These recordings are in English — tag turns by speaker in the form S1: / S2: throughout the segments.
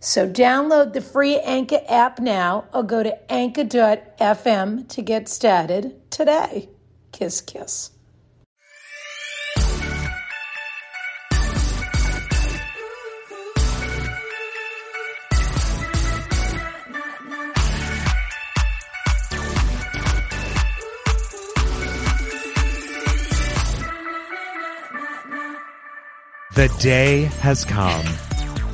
S1: So download the free Anchor app now or go to anchor.fm to get started today. Kiss, kiss.
S2: The day has come.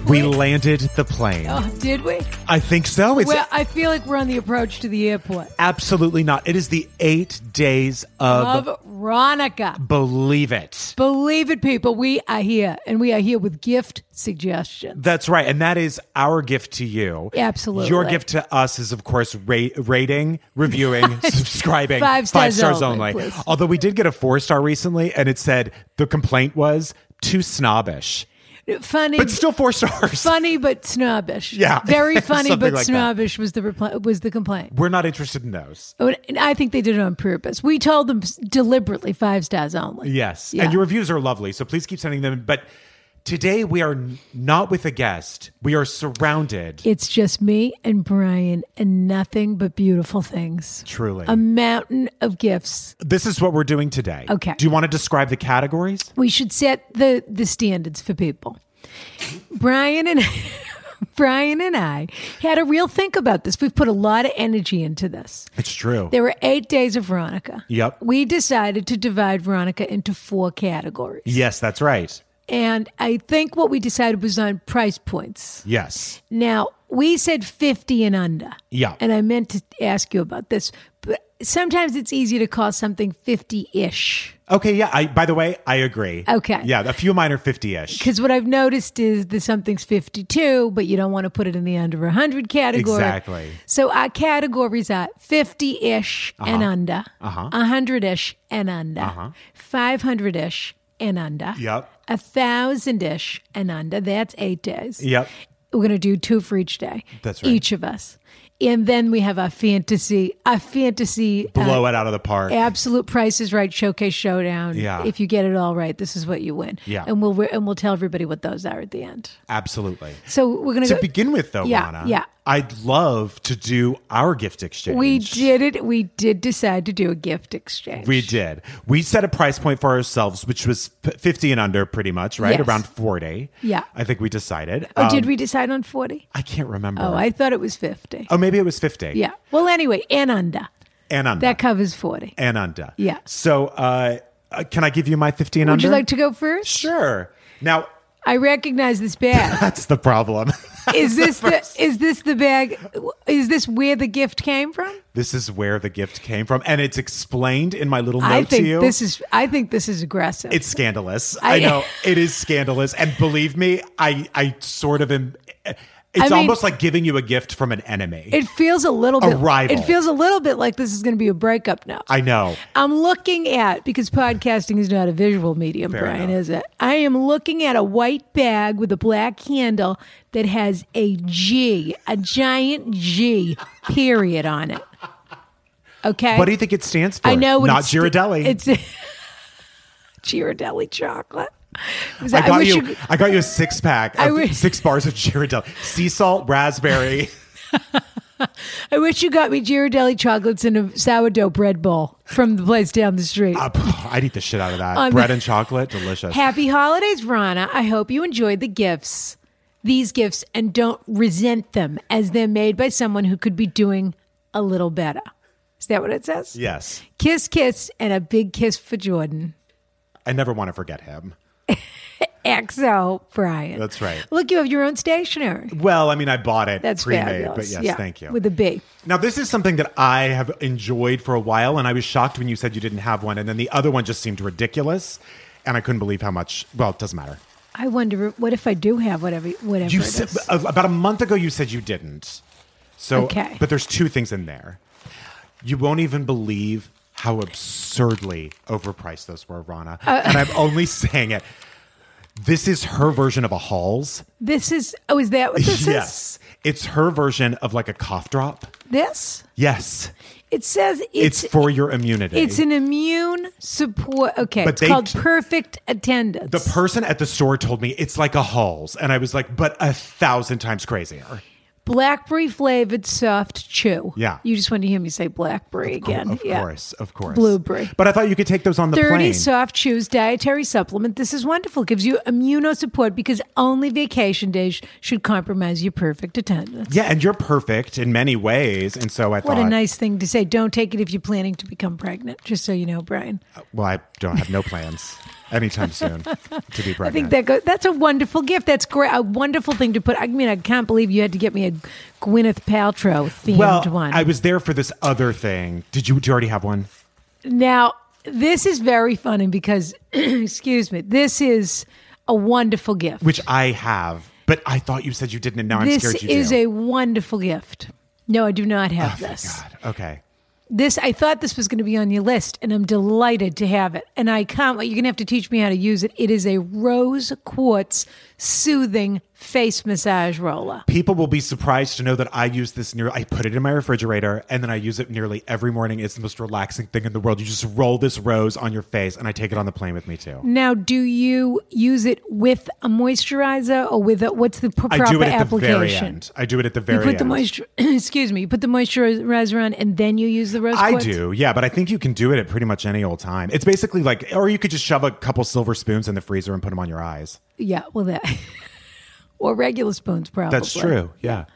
S2: We landed the plane.
S3: Oh, did we?
S2: I think so. It's
S3: Well, I feel like we're on the approach to the airport
S2: absolutely not. It is the eight days of,
S3: of Ronica.
S2: believe it.
S3: Believe it, people, we are here, and we are here with gift suggestions.
S2: That's right. And that is our gift to you.
S3: Absolutely.
S2: Your gift to us is, of course, ra- rating, reviewing, subscribing.
S3: Five stars
S2: only.
S3: only, please.
S2: Although we did get a four star recently and it said the complaint was too snobbish,
S3: Funny,
S2: but still four stars.
S3: funny, but snobbish.
S2: Yeah.
S3: very funny,
S2: Something
S3: but
S2: like that.
S3: snobbish was the repli- was the complaint.
S2: We're not interested in those.
S3: And I think they did it on purpose. We told them deliberately five stars only.
S2: Yes.
S3: Yeah.
S2: And your reviews are lovely. So please keep sending them. But today we are n- not with a guest. We are surrounded.
S3: It's just me and Brian, and nothing but beautiful things.
S2: Truly.
S3: a mountain of gifts.
S2: this is what we're doing today.
S3: Okay.
S2: Do you want to describe the categories?
S3: we should set the the standards for people. Brian and Brian and I had a real think about this. We've put a lot of energy into this.
S2: It's true.
S3: There were eight days of Veronica.
S2: Yep.
S3: We decided to divide Veronica into four categories.
S2: yes, that's right.
S3: And I think what we decided was on price points.
S2: Yes.
S3: Now, we said 50 and under.
S2: Yeah.
S3: And I meant to ask you about this. But sometimes it's easy to call something 50 ish.
S2: Okay. Yeah. I, by the way, I agree.
S3: Okay.
S2: Yeah. A few of mine are 50 ish.
S3: Because what I've noticed is that something's 52, but you don't want to put it in the under 100 category.
S2: Exactly. Uh-huh.
S3: So our categories are 50 ish and under, 100 ish and under, 500 ish and under,
S2: Yep.
S3: 1,000 ish and under. That's eight days.
S2: Yep.
S3: We're going to do two for each day.
S2: That's right.
S3: Each of us. And then we have our fantasy, our fantasy uh,
S2: Blow it out of the park.
S3: Absolute Price is Right Showcase Showdown.
S2: Yeah.
S3: If you get it all right, this is what you win.
S2: Yeah.
S3: And we'll and we'll tell everybody what those are at the end.
S2: Absolutely.
S3: So we're gonna
S2: To
S3: go.
S2: begin with, though,
S3: Yeah,
S2: Rana,
S3: yeah.
S2: I'd love to do our gift exchange.
S3: we did it. We did decide to do a gift exchange.
S2: We did. We set a price point for ourselves, which was p- 50 and under, pretty much, right?
S3: Yes.
S2: Around 40.
S3: Yeah.
S2: I think we decided.
S3: Oh,
S2: Um,
S3: did we decide on forty?
S2: I can't remember.
S3: Oh,
S2: Oh,
S3: I thought it was fifty.
S2: maybe it was 50.
S3: Yeah. Well, anyway, and under
S2: And under.
S3: that covers forty.
S2: Uh, and under.
S3: Yeah.
S2: So, uh, uh, can I give you my 50 and
S3: Would
S2: under?
S3: you like to go first?
S2: Sure. Now,
S3: I recognize this bag.
S2: that's the problem.
S3: Is this the, is this the bag? Is this where the gift came from?
S2: this is where the gift came from. And it's explained in my little note
S3: I think
S2: to you.
S3: this is. I think this is aggressive.
S2: it's scandalous. I, know it is scandalous, and believe me, I I sort of am. It's
S3: mean-
S2: almost like giving you a gift from an enemy.
S3: It feels a little
S2: A
S3: bit.
S2: rival.
S3: It feels a little bit like this is going to be a breakup now.
S2: I know.
S3: am looking at because podcasting is not a visual medium,
S2: Fair
S3: Brian,
S2: enough.
S3: is it? I am looking at a white bag with a black handle that has a G, a giant G, period on it. Okay.
S2: What do you think it stands for?
S3: I know what
S2: Not
S3: it's-
S2: Girardelli.
S3: It's Girardelli chocolate. Was
S2: I
S3: that-
S2: got
S3: wish
S2: you. I got you a six pack.
S3: I
S2: of
S3: wish-
S2: six bars of Girardelli, sea salt, raspberry.
S3: I wish you got me Ghirardelli chocolates in a sourdough bread bowl from the place down the street.
S2: Uh, pff, I'd eat the shit out of that.
S3: Um,
S2: Bread and chocolate, delicious.
S3: Happy holidays, Rana. I hope you enjoyed the gifts, these gifts, and don't resent them as they're made by someone who could be doing a little better. Is that what it says?
S2: yes.
S3: Kiss, kiss, and a big kiss for Jordan.
S2: I never want to forget him.
S3: XO Brian.
S2: That's right.
S3: Look, you have your own stationery.
S2: Well, I mean, I bought it
S3: That's
S2: pre-made,
S3: fabulous.
S2: but yes,
S3: Yeah,
S2: thank you.
S3: With a B.
S2: now, this is something that I have enjoyed for a while, and I was shocked when you said you didn't have one, and then the other one just seemed ridiculous, and I couldn't believe how much. Well, it doesn't matter.
S3: I wonder what if I do have whatever whatever
S2: You
S3: it
S2: said,
S3: is.
S2: a- about a month ago, you said you didn't. So,
S3: Okay.
S2: but there's two things in there. You won't even believe how absurdly overpriced those were, Rana.
S3: Uh,
S2: and I'm only saying it. This is her version of a Halls.
S3: This is oh, is that what this is?
S2: yes. It's her version of like a cough drop.
S3: This?
S2: Yes.
S3: It says
S2: It's,
S3: it's
S2: for your immunity.
S3: It's an immune support. Okay,
S2: But
S3: it's
S2: they-
S3: called perfect attendance.
S2: the person at the store told me it's like a Halls. And I was like, but a thousand times crazier.
S3: blackberry flavored soft chew.
S2: Yeah.
S3: you just want to hear me say blackberry again.
S2: Of
S3: yeah.
S2: course. Of course.
S3: Blueberry.
S2: But I thought you could take those on the
S3: 30
S2: plane.
S3: soft chews dietary supplement. This is wonderful. Gives you immunosupport because only vacation days should compromise your perfect attendance.
S2: Yeah, and you're perfect in many ways, and so I
S3: What
S2: thought.
S3: a nice thing to say. Don't take it if you're planning to become pregnant, just so you know, Brian.
S2: well, I don't have no plans anytime soon to be pregnant.
S3: I think that go- that's a wonderful gift. That's great. A wonderful thing to put. I mean, I can't believe you had to get me a Gwyneth Paltrow themed
S2: well,
S3: one.
S2: I was there for this other thing. Did you? Do you already have one?
S3: Now, this is very funny because, excuse me, this is a wonderful gift.
S2: Which I have, but I thought you said you didn't, and now I'm
S3: this
S2: scared you
S3: is
S2: do. Oh
S3: a wonderful gift. No, I do not have this.
S2: God. Okay.
S3: This I thought this was going to be on your list, and I'm delighted to have it. And I can't wait. You're going to have to teach me how to use it. It is a rose quartz soothing face massage roller.
S2: People will be surprised to know that I use this near. I put it in my refrigerator, and then I use it nearly every morning. It's the most relaxing thing in the world. You just roll this rose on your face, and I take it on the plane with me too.
S3: Now, do you use it with a moisturizer or with a, what's the pr- proper
S2: I do it at the
S3: application?
S2: very end. I do it at the very
S3: You put
S2: end.
S3: the moisture. excuse me. You put the moisturizer on, and then you use the rose.
S2: I
S3: quartz?
S2: do, yeah, but I think you can do it at pretty much any old time. It's basically like, or you could just shove a couple silver spoons in the freezer and put them on your eyes.
S3: Yeah. Well, that or regular spoons probably.
S2: That's true, yeah.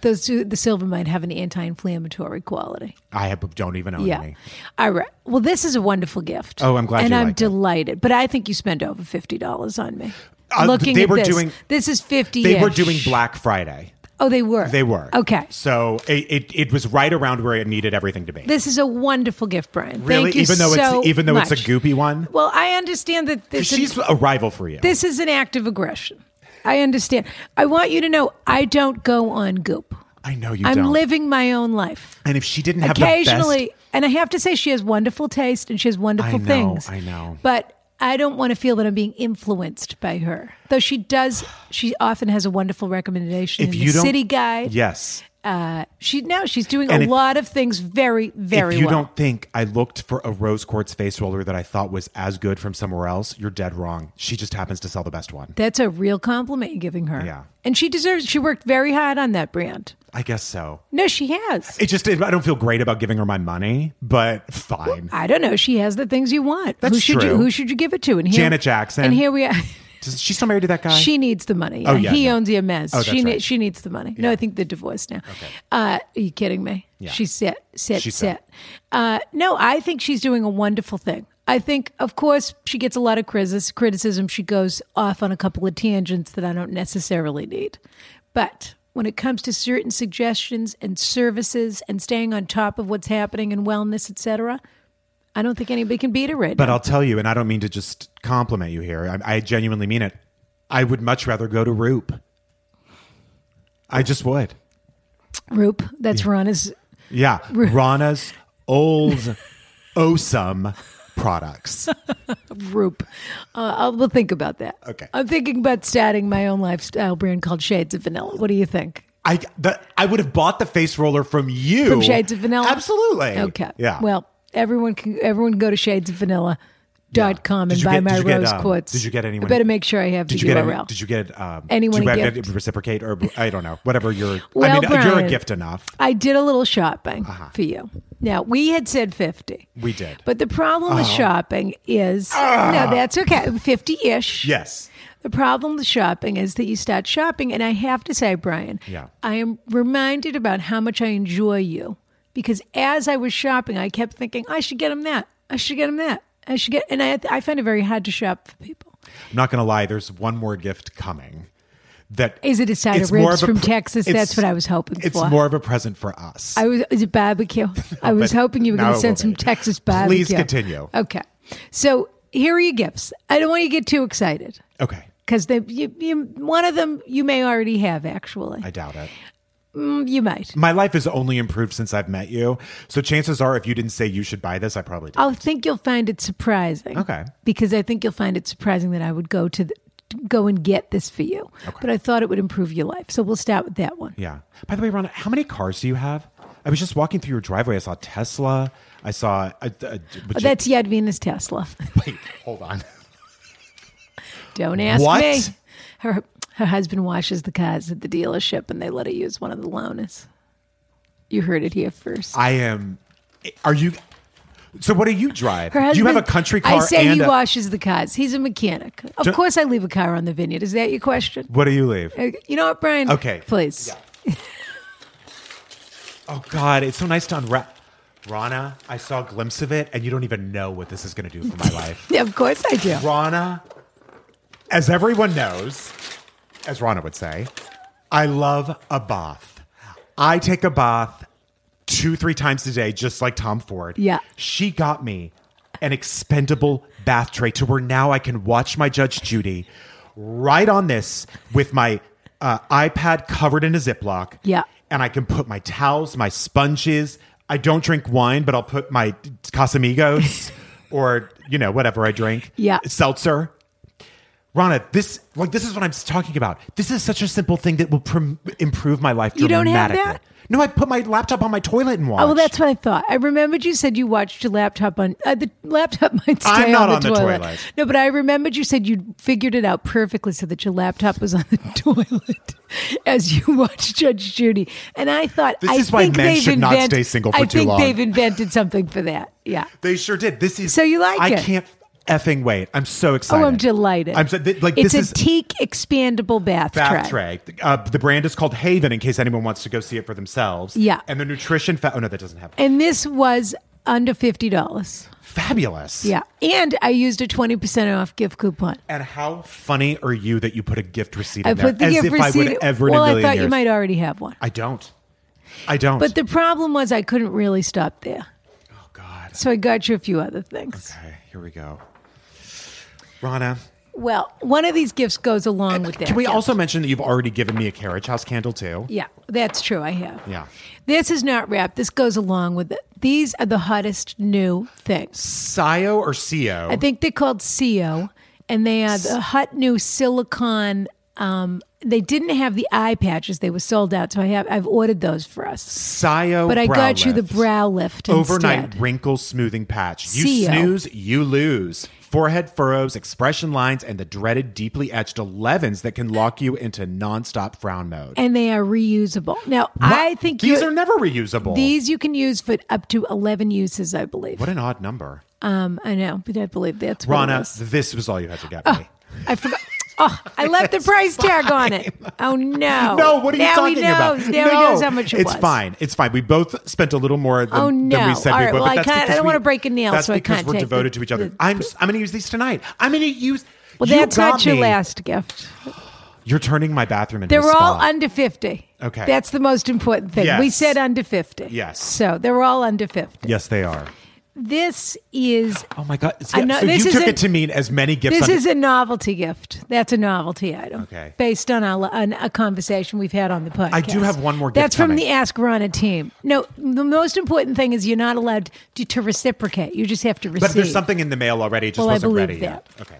S3: Those two, the silver might have an anti-inflammatory quality.
S2: I have, don't even own
S3: Yeah.
S2: any.
S3: All right. Well, this is a wonderful gift.
S2: Oh, I'm glad
S3: And
S2: you
S3: I'm
S2: liked it.
S3: delighted. But I think you spent over fifty dollars on me.
S2: Uh,
S3: Looking
S2: they
S3: at
S2: were
S3: this,
S2: doing-
S3: this is fifty.
S2: They were doing Black Friday.
S3: Oh, they were.
S2: They were
S3: Okay.
S2: So it, it it was right around where it needed everything to be.
S3: This is a wonderful gift, Brian.
S2: Really?
S3: Thank you
S2: Even though it's-
S3: so
S2: even though it's a
S3: much.
S2: goopy one?
S3: Well, I understand that this is
S2: She's a rival for you.
S3: This is an act of aggression. I understand. I want you to know I don't go on goop.
S2: I know you.
S3: I'm
S2: don't.
S3: living my own life.
S2: And if she didn't have
S3: Occasionally,
S2: the best,
S3: and I have to say she has wonderful taste and she has wonderful
S2: I know,
S3: things.
S2: I know.
S3: But I don't want to feel that I'm being influenced by her. Though she does she often has a wonderful recommendation
S2: if
S3: in
S2: you
S3: the
S2: don't,
S3: City Guide.
S2: Yes.
S3: Uh, she now she's doing
S2: And
S3: a
S2: if-
S3: lot of things very very
S2: if you
S3: well.
S2: don't think I looked for a rose quartz face roller that I thought was as good from somewhere else, you're dead wrong. She just happens to sell the best one.
S3: That's a real compliment you're giving her.
S2: Yeah.
S3: And she deserves she worked very hard on that brand.
S2: I guess so.
S3: No, she has.
S2: It just I don't feel great about giving her my money, but fine.
S3: I don't know. She has the things you want.
S2: That's
S3: who should
S2: true.
S3: You, who should you give it to? And here,
S2: Janet Jackson.
S3: And here we are.
S2: Does she still married to that guy?
S3: She needs the money.
S2: Oh, yeah,
S3: he
S2: yeah.
S3: owns the MS.
S2: Oh, that's
S3: she ne-
S2: right.
S3: she needs the money. No, I think they're divorced now. Uh, are you kidding me?
S2: Yeah.
S3: She's set, set,
S2: She's
S3: set.
S2: set.
S3: Uh, no, I think she's doing a wonderful thing. I think, of course, she gets a lot of crisis, criticism. She goes off on a couple of tangents that I don't necessarily need. But when it comes to certain suggestions and services and staying on top of what's happening in wellness, et cetera, I don't think anybody can beat her right
S2: but I'll tell you, and I don't mean to just compliment you here. I, I genuinely mean it. I would much rather go to Roop. I just would.
S3: now. Roop, that's Rana's
S2: Yeah. Rana's old awesome products.
S3: group. Uh, I'll, we'll think about that.
S2: Okay.
S3: I'm thinking about starting my own lifestyle brand called Shades of Vanilla. What do you think?
S2: I the, I would have bought the face roller from you.
S3: From Shades of Vanilla?
S2: Absolutely.
S3: Okay.
S2: Yeah.
S3: Well, everyone can everyone go to Shades of Vanilla. dot com and
S2: Did you
S3: buy
S2: get-
S3: my
S2: did you get,
S3: rose
S2: um,
S3: quartz.
S2: did you get anyone-
S3: I better make sure I have
S2: Did
S3: the
S2: you get?
S3: URL.
S2: Any, did you get um,
S3: Anyone
S2: did you
S3: a
S2: have
S3: gift?
S2: it reciprocate or I don't know whatever you're. I
S3: Well,
S2: mean, you're a
S3: Brian.
S2: gift enough.
S3: I did a little shopping
S2: Uh-huh.
S3: for you. Now we had said fifty.
S2: We did.
S3: But the problem with
S2: Oh.
S3: shopping is
S2: Ah.
S3: no, that's okay. Fifty ish.
S2: yes,
S3: The problem with shopping is that you start shopping, and I have to say, Brian,
S2: Yeah.
S3: I am reminded about how much I enjoy you because as I was shopping, I kept thinking I should get him that, I should get him that, I should get, and I I find it very hard to shop for people.
S2: I'm not going to lie. There's one more gift coming. That
S3: Is it a side
S2: it's
S3: of
S2: more
S3: ribs
S2: a
S3: from
S2: pre-
S3: Texas?
S2: it's-
S3: That's what I was hoping
S2: It's
S3: for.
S2: more of a present for us.
S3: I was is it barbecue? I was
S2: but
S3: hoping you were
S2: now
S3: going
S2: it
S3: to
S2: will
S3: send some
S2: be.
S3: Texas barbecue.
S2: Please continue.
S3: Okay, so here are your gifts. I don't want you to get too excited
S2: okay,
S3: because they you, you, one of them you may already have actually.
S2: I doubt it.
S3: Mm, you might.
S2: My life has only improved since I've met you. So chances are, if you didn't say you should buy this, I probably did.
S3: I think you'll find it surprising.
S2: Okay.
S3: Because I think you'll find it surprising that I would go to, the, to go and get this for you. But I thought it would improve your life. So we'll start with that one.
S2: Yeah. By the way, Ron, how many cars do you have? I was just walking through your driveway. I saw Tesla. I saw. A, a, a-
S3: Oh, that's Yadvina's Tesla.
S2: wait, hold on.
S3: Don't ask
S2: What?
S3: me. Her her husband washes the cars at the dealership and they let her use one of the loaners. You heard it here first.
S2: I am. Are you? So what do you drive?
S3: Her
S2: do you have a
S3: husband-
S2: country car?
S3: I say
S2: and
S3: he
S2: a-
S3: washes the cars. He's a mechanic. Of
S2: Don't-
S3: course I leave a car on the vineyard. Is that your question?
S2: What do you leave?
S3: Uh, You know what, Brian?
S2: Okay.
S3: Please.
S2: Oh God, it's so nice to unwrap. Rana, I saw a glimpse of it, and you don't even know what this is going to do for my life.
S3: Yeah, of course I do.
S2: Rana, as everyone knows, as Rana would say, I love a bath. I take a bath two, three times a day, just like Tom Ford.
S3: Yeah.
S2: She got me an expendable bath tray to where now I can watch my Judge Judy right on this with my uh, iPad covered in a Ziploc.
S3: Yeah.
S2: And I can put my towels, my sponges. I don't drink wine, but I'll put my Casamigos or, you know, whatever I drink.
S3: Yeah.
S2: Seltzer. Rana, this like this is what I'm talking about. This is such a simple thing that will prom improve my life
S3: You don't
S2: dramatically.
S3: have that?
S2: No, I put my laptop on my toilet and watched.
S3: Oh, well, that's what I thought. I remembered you said you watched your laptop on uh, the laptop might stay
S2: I'm not
S3: on,
S2: on
S3: the,
S2: the
S3: toilet.
S2: toilet.
S3: No, but I remembered you said you figured it out perfectly so that your laptop was on the toilet as you watched Judge Judy. And I thought
S2: This
S3: I
S2: is why
S3: think
S2: men
S3: they've
S2: should not
S3: invent-
S2: stay single for
S3: I
S2: too
S3: think
S2: long.
S3: they've invented something for that. Yeah.
S2: They sure did. This is
S3: So you like
S2: I
S3: it?
S2: can't effing wait. I'm so
S3: Oh,
S2: excited.
S3: I'm delighted.
S2: I'm so, th- like
S3: it's
S2: this is
S3: a teak expandable bath,
S2: bath tray. Uh, the brand is called Haven in case anyone wants to go see it for themselves.
S3: Yeah.
S2: And the nutrition. Fa- oh no, that doesn't happen.
S3: And this was under fifty dollars.
S2: Fabulous.
S3: Yeah. And I used a twenty percent off gift coupon.
S2: And how funny are you that you put a gift receipt in
S3: I
S2: there
S3: put the
S2: as
S3: gift
S2: if
S3: receipt.
S2: I would ever
S3: well,
S2: in a
S3: I
S2: million
S3: thought
S2: years.
S3: you might already have one.
S2: I don't. I don't.
S3: But the problem was I couldn't really stop there.
S2: oh God.
S3: So I got you a few other things.
S2: Okay, here we go. Rana,
S3: Well, one of these gifts goes along with that.
S2: can we
S3: gift.
S2: also mention that you've already given me a carriage house candle too?
S3: Yeah, that's true. I have.
S2: Yeah.
S3: This is not wrapped. This goes along with it. These are the hottest new things.
S2: Sio or Sio?
S3: I think they're called CO, and they are the hot new silicone. Um, they didn't have the eye patches; they were sold out. So I have I've ordered those for us.
S2: Sio.
S3: But I
S2: brow
S3: got you the
S2: lift.
S3: brow lift
S2: Overnight
S3: instead.
S2: wrinkle smoothing patch. You
S3: Sio.
S2: snooze, you lose. Forehead furrows, expression lines, and the dreaded deeply etched 11s that can lock you into nonstop frown mode.
S3: and they are reusable. Now I think
S2: these
S3: you-
S2: are never reusable.
S3: These you can use for up to 11 uses, I believe.
S2: what an odd number.
S3: Um, I know, but I believe that's what it
S2: Rana,
S3: is.
S2: this was all you had to get me.
S3: I forgot. Oh, I left the price tag on it. Oh no!
S2: No, what are you
S3: now
S2: talking
S3: he knows.
S2: about?
S3: Now
S2: no,
S3: he knows how much it
S2: it's
S3: was.
S2: fine. It's fine. We both spent a little more than,
S3: Oh,
S2: than
S3: no.
S2: we said
S3: All
S2: we
S3: right,
S2: would.
S3: well,
S2: but
S3: I
S2: that's
S3: can't- I
S2: because
S3: don't
S2: we-
S3: wanna break a nail,
S2: That's
S3: so I
S2: because
S3: can't
S2: we're
S3: take
S2: devoted
S3: the-
S2: to each other.
S3: the-
S2: I'm. s- I'm going to use these tonight. I'm going to use.
S3: Well,
S2: you
S3: that's
S2: got
S3: not your
S2: me.
S3: last gift.
S2: You're turning my bathroom into
S3: They're
S2: a
S3: all
S2: spa.
S3: under 50.
S2: Okay.
S3: That's the most important thing. We
S2: Yes.
S3: said under 50.
S2: Yes.
S3: So they're all under 50.
S2: yes, they are.
S3: This is
S2: Oh my god!
S3: I know-
S2: so
S3: this
S2: you took
S3: isn't-
S2: it to mean as many gifts.
S3: This
S2: under-
S3: is a novelty gift. That's a novelty item.
S2: Okay.
S3: Based on a, on a conversation we've had on the podcast.
S2: I do have one more gift
S3: That's from
S2: coming.
S3: the Ask Rana team. No, the most important thing is you're not allowed to, to reciprocate. You just have to receive.
S2: but there's something in the mail already. It just
S3: Well, I
S2: wasn't
S3: believe
S2: ready
S3: that.
S2: yet. Okay.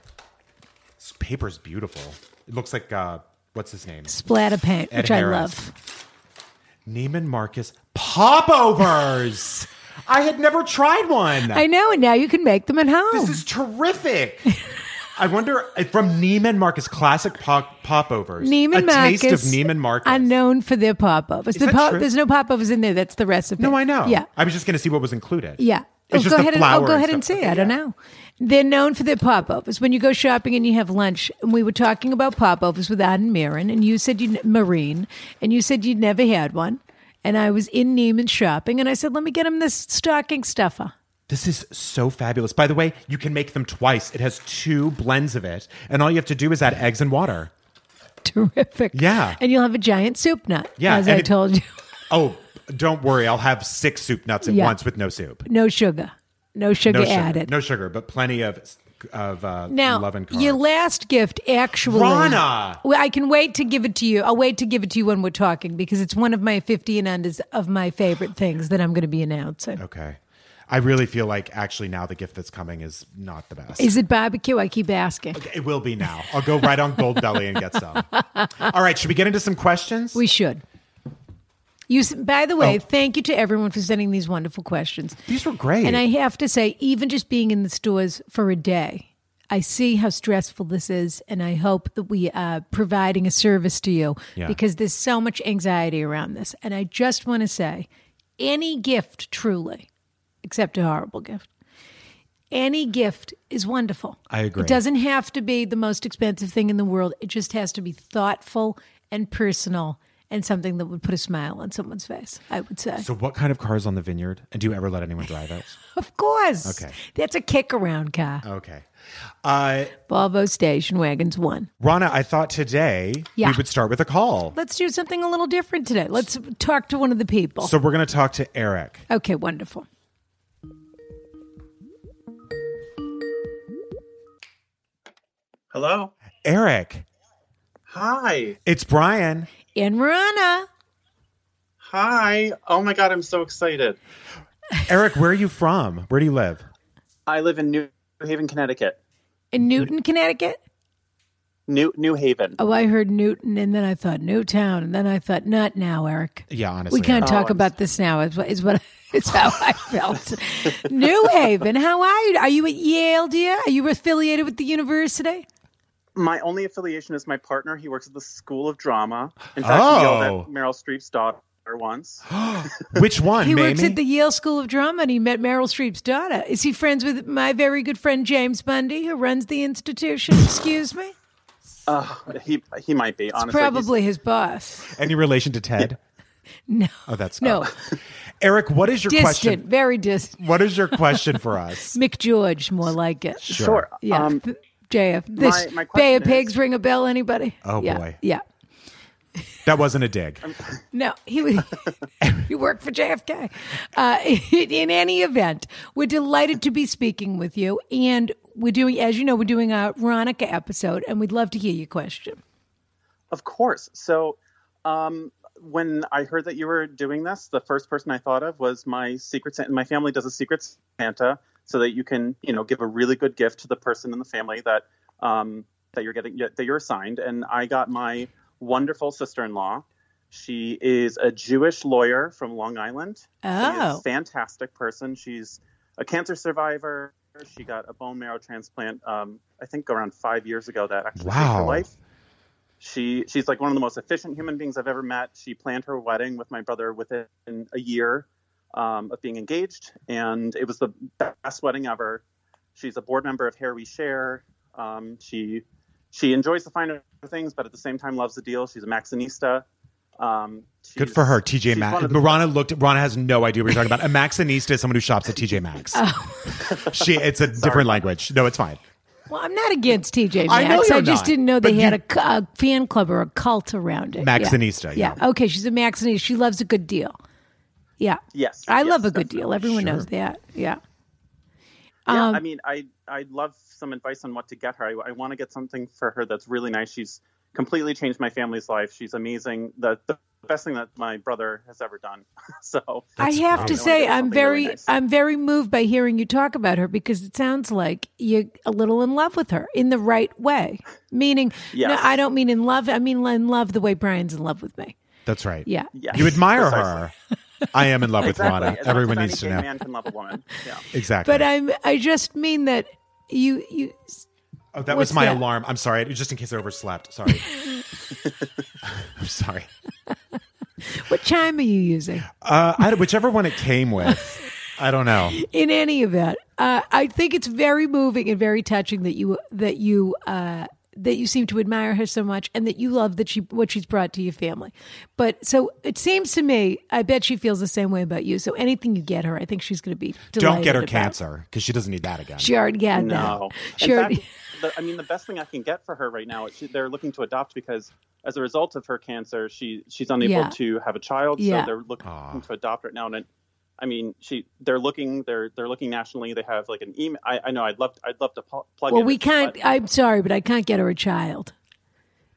S2: This paper's beautiful. It looks like uh, what's his name?
S3: Splatter paint,
S2: Ed
S3: which I
S2: Harris.
S3: love.
S2: Neiman Marcus popovers. I had never tried one.
S3: I know, and now you can make them at home.
S2: This is terrific. I wonder uh, from Neiman Marcus classic pop, popovers.
S3: Neiman
S2: a
S3: Marcus,
S2: taste of Neiman Marcus.
S3: are known for their popovers. The
S2: that
S3: pop,
S2: true?
S3: there's no popovers in there. That's the recipe.
S2: No, I know.
S3: Yeah,
S2: I was just going to see what was included.
S3: yeah.
S2: It's
S3: oh,
S2: just
S3: go
S2: the
S3: ahead and
S2: flour
S3: oh, go ahead and
S2: stuff.
S3: say. I don't know. They're known for their popovers. When you go shopping and you have lunch, and we were talking about popovers with Adam Marin, and you said you Marine, and you said you'd never had one, and I was in Neiman shopping, and I said, let me get him this stocking stuffer.
S2: This is so fabulous. By the way, you can make them twice. It has two blends of it, and all you have to do is add eggs and water.
S3: Terrific.
S2: Yeah.
S3: And you'll have a giant soup nut.
S2: Yeah,
S3: as
S2: and
S3: I
S2: it-
S3: told you.
S2: Oh, don't worry. I'll have six soup nuts at
S3: Yeah.
S2: once with no soup.
S3: No sugar. No sugar
S2: No sugar.
S3: added.
S2: No sugar, but plenty of of uh,
S3: Now,
S2: love and carbs.
S3: your last gift actually.
S2: Rana!
S3: Well, I can wait to give it to you. I'll wait to give it to you when we're talking because it's one of my 50 and unders of my favorite things that I'm going to be announcing.
S2: okay. I really feel like actually now the gift that's coming is not the best.
S3: Is it barbecue? I keep asking.
S2: it will be now. I'll go right on Gold Belly and get some. All right, should we get into some questions?
S3: We should. You, s- by the way,
S2: Oh.
S3: thank you to everyone for sending these wonderful questions.
S2: These were great.
S3: And I have to say, even just being in the stores for a day, I see how stressful this is. And I hope that we are providing a service to you
S2: Yeah.
S3: because there's so much anxiety around this. And I just want to say any gift, truly, except a horrible gift, any gift is wonderful.
S2: I agree.
S3: It doesn't have to be the most expensive thing in the world, it just has to be thoughtful and personal. And something that would put a smile on someone's face, I would say.
S2: so, what kind of car is on the vineyard? And do you ever let anyone drive it?
S3: Of course.
S2: Okay.
S3: That's a kick around car.
S2: Okay. Uh,
S3: Volvo station wagons one.
S2: Rana, I thought today
S3: Yeah.
S2: we would start with a call.
S3: Let's do something a little different today. Let's talk to one of the people.
S2: So, we're going to talk to Eric.
S3: okay, wonderful.
S4: Hello.
S2: Eric,
S4: Hi.
S2: it's Brian.
S3: And Rana.
S4: Hi. Oh my God, I'm so excited.
S2: Eric, where are you from? Where do you live?
S4: I live in New Haven, Connecticut.
S3: In Newton, Connecticut?
S4: New New Haven.
S3: Oh, I heard Newton and then I thought Newtown. And then I thought, not now, Eric.
S2: Yeah, honestly.
S3: We can't
S2: Eric.
S3: talk
S4: I'm-
S3: about this now, is what is what is how I felt. New Haven, how are you? Are you at Yale, dear? Are you affiliated with the university?
S4: My only affiliation is my partner. He works at the School of Drama. In fact,
S2: Oh.
S4: he yelled at Meryl Streep's daughter once.
S2: Which one,
S3: He
S2: Mamie?
S3: works at the Yale School of Drama and he met Meryl Streep's daughter. Is he friends with my very good friend James Bundy, who runs the institution? Excuse me?
S4: Uh, he he might be honestly. He's-
S3: Probably his boss.
S2: Any relation to Ted?
S3: No.
S2: Oh, that's
S3: No.
S2: oh. Eric, what is your
S3: distant,
S2: question?
S3: very distant.
S2: What is your question for us?
S3: Mick George, more like it.
S4: Sure.
S3: Yeah.
S4: Um,
S3: Th- JF. This
S4: my
S3: Bay
S4: question
S3: of Pigs
S4: is-
S3: ring a bell, anybody?
S2: Oh,
S3: Yeah.
S2: boy.
S3: Yeah.
S2: That wasn't a dig.
S3: No, he was. you worked for JFK. Uh, in any event, we're delighted to be speaking with you, and we're doing, as you know, we're doing a Ronica episode, and we'd love to hear your question.
S4: Of course. So, um, when I heard that you were doing this, the first person I thought of was my secret Santa. My family does a secret Santa so that you can, you know, give a really good gift to the person in the family that um, that you're getting that you're assigned. And I got my wonderful sister-in-law. She is a Jewish lawyer from Long Island. She is
S3: Oh.
S4: a fantastic person. She's a cancer survivor. She got a bone marrow transplant, um, I think around five years ago. That actually saved her
S2: Wow.
S4: life. She she's like one of the most efficient human beings I've ever met. She planned her wedding with my brother within a year um, of being engaged, and it was the best wedding ever. She's a board member of Hair We Share. Um, she she enjoys the finer things, but at the same time loves the deal. She's a Maxinista. Um,
S2: Good
S4: she's-
S2: for her, TJ
S4: she's
S2: Maxx.
S4: one of the-
S2: Rana looked. Rana has no idea what you're talking about. A Maxinista is someone who shops at
S3: Oh.
S2: TJ Maxx. she, it's a different language. No, it's fine.
S3: Well, I'm not against TJ Maxx.
S2: I
S3: I,
S2: know you're
S3: just
S2: not,
S3: didn't know they
S2: but
S3: had
S2: you-
S3: a c- a, fan club or a cult around it. Yeah.
S2: Maxinista, yeah.
S3: Okay, she's a Maxinista. She loves a good deal. Yeah.
S4: Yes,
S3: I
S4: yes,
S3: love a good
S4: definitely.
S3: deal. Everyone knows that. Yeah.
S4: Yeah, I mean, I I'd love some advice on what to get her. I, I want to get something for her that's really nice. She's completely changed my family's life. She's amazing. The the best thing that my brother has ever done. so
S3: I have
S4: great.
S3: to
S4: I wanna
S3: say,
S4: get
S3: I'm
S4: something really
S3: very,
S4: nice.
S3: I'm very moved by hearing you talk about her because it sounds like you're a little in love with her in the right way. Meaning, no,
S4: Yes.
S3: I don't mean in love. I mean in love the way Brian's in love with me.
S2: That's right.
S3: Yeah,
S4: Yes,
S2: You admire
S4: precisely.
S2: her. I am in love with
S4: Exactly.
S2: Rana.
S4: As much
S2: Everyone
S4: as any
S2: needs to
S4: gay
S2: know.
S4: Man can love a woman. Yeah.
S2: Exactly.
S3: But uh, I'm I just mean that you you
S2: oh, that
S3: what's
S2: was my
S3: that?
S2: alarm. I'm sorry. It was Just in case I overslept. Sorry. I'm sorry.
S3: what chime are you using?
S2: Uh, I, whichever one it came with, I don't know.
S3: in any event, uh, I think it's very moving and very touching that you that you uh, that you seem to admire her so much and that you love that she what she's brought to your family. But so it seems to me, I bet she feels the same way about you. So anything you get her, I think she's going to be
S2: Don't get
S3: delighted
S2: her
S3: about.
S2: cancer because she doesn't need that again.
S3: She already got
S4: No.
S3: that.
S4: In
S3: She already,
S4: fact, the, I mean, the best thing I can get for her right now is she, they're looking to adopt because as a result of her cancer, she she's unable
S3: Yeah.
S4: to have a child.
S3: Yeah.
S4: So they're looking to adopt right now. And it- I mean, she they're looking they're they're looking nationally. They have like an email. I, I know I'd love I'd love to pu- plug.
S3: well,
S4: in
S3: we
S4: but
S3: can't. I'm sorry, but I can't get her a child.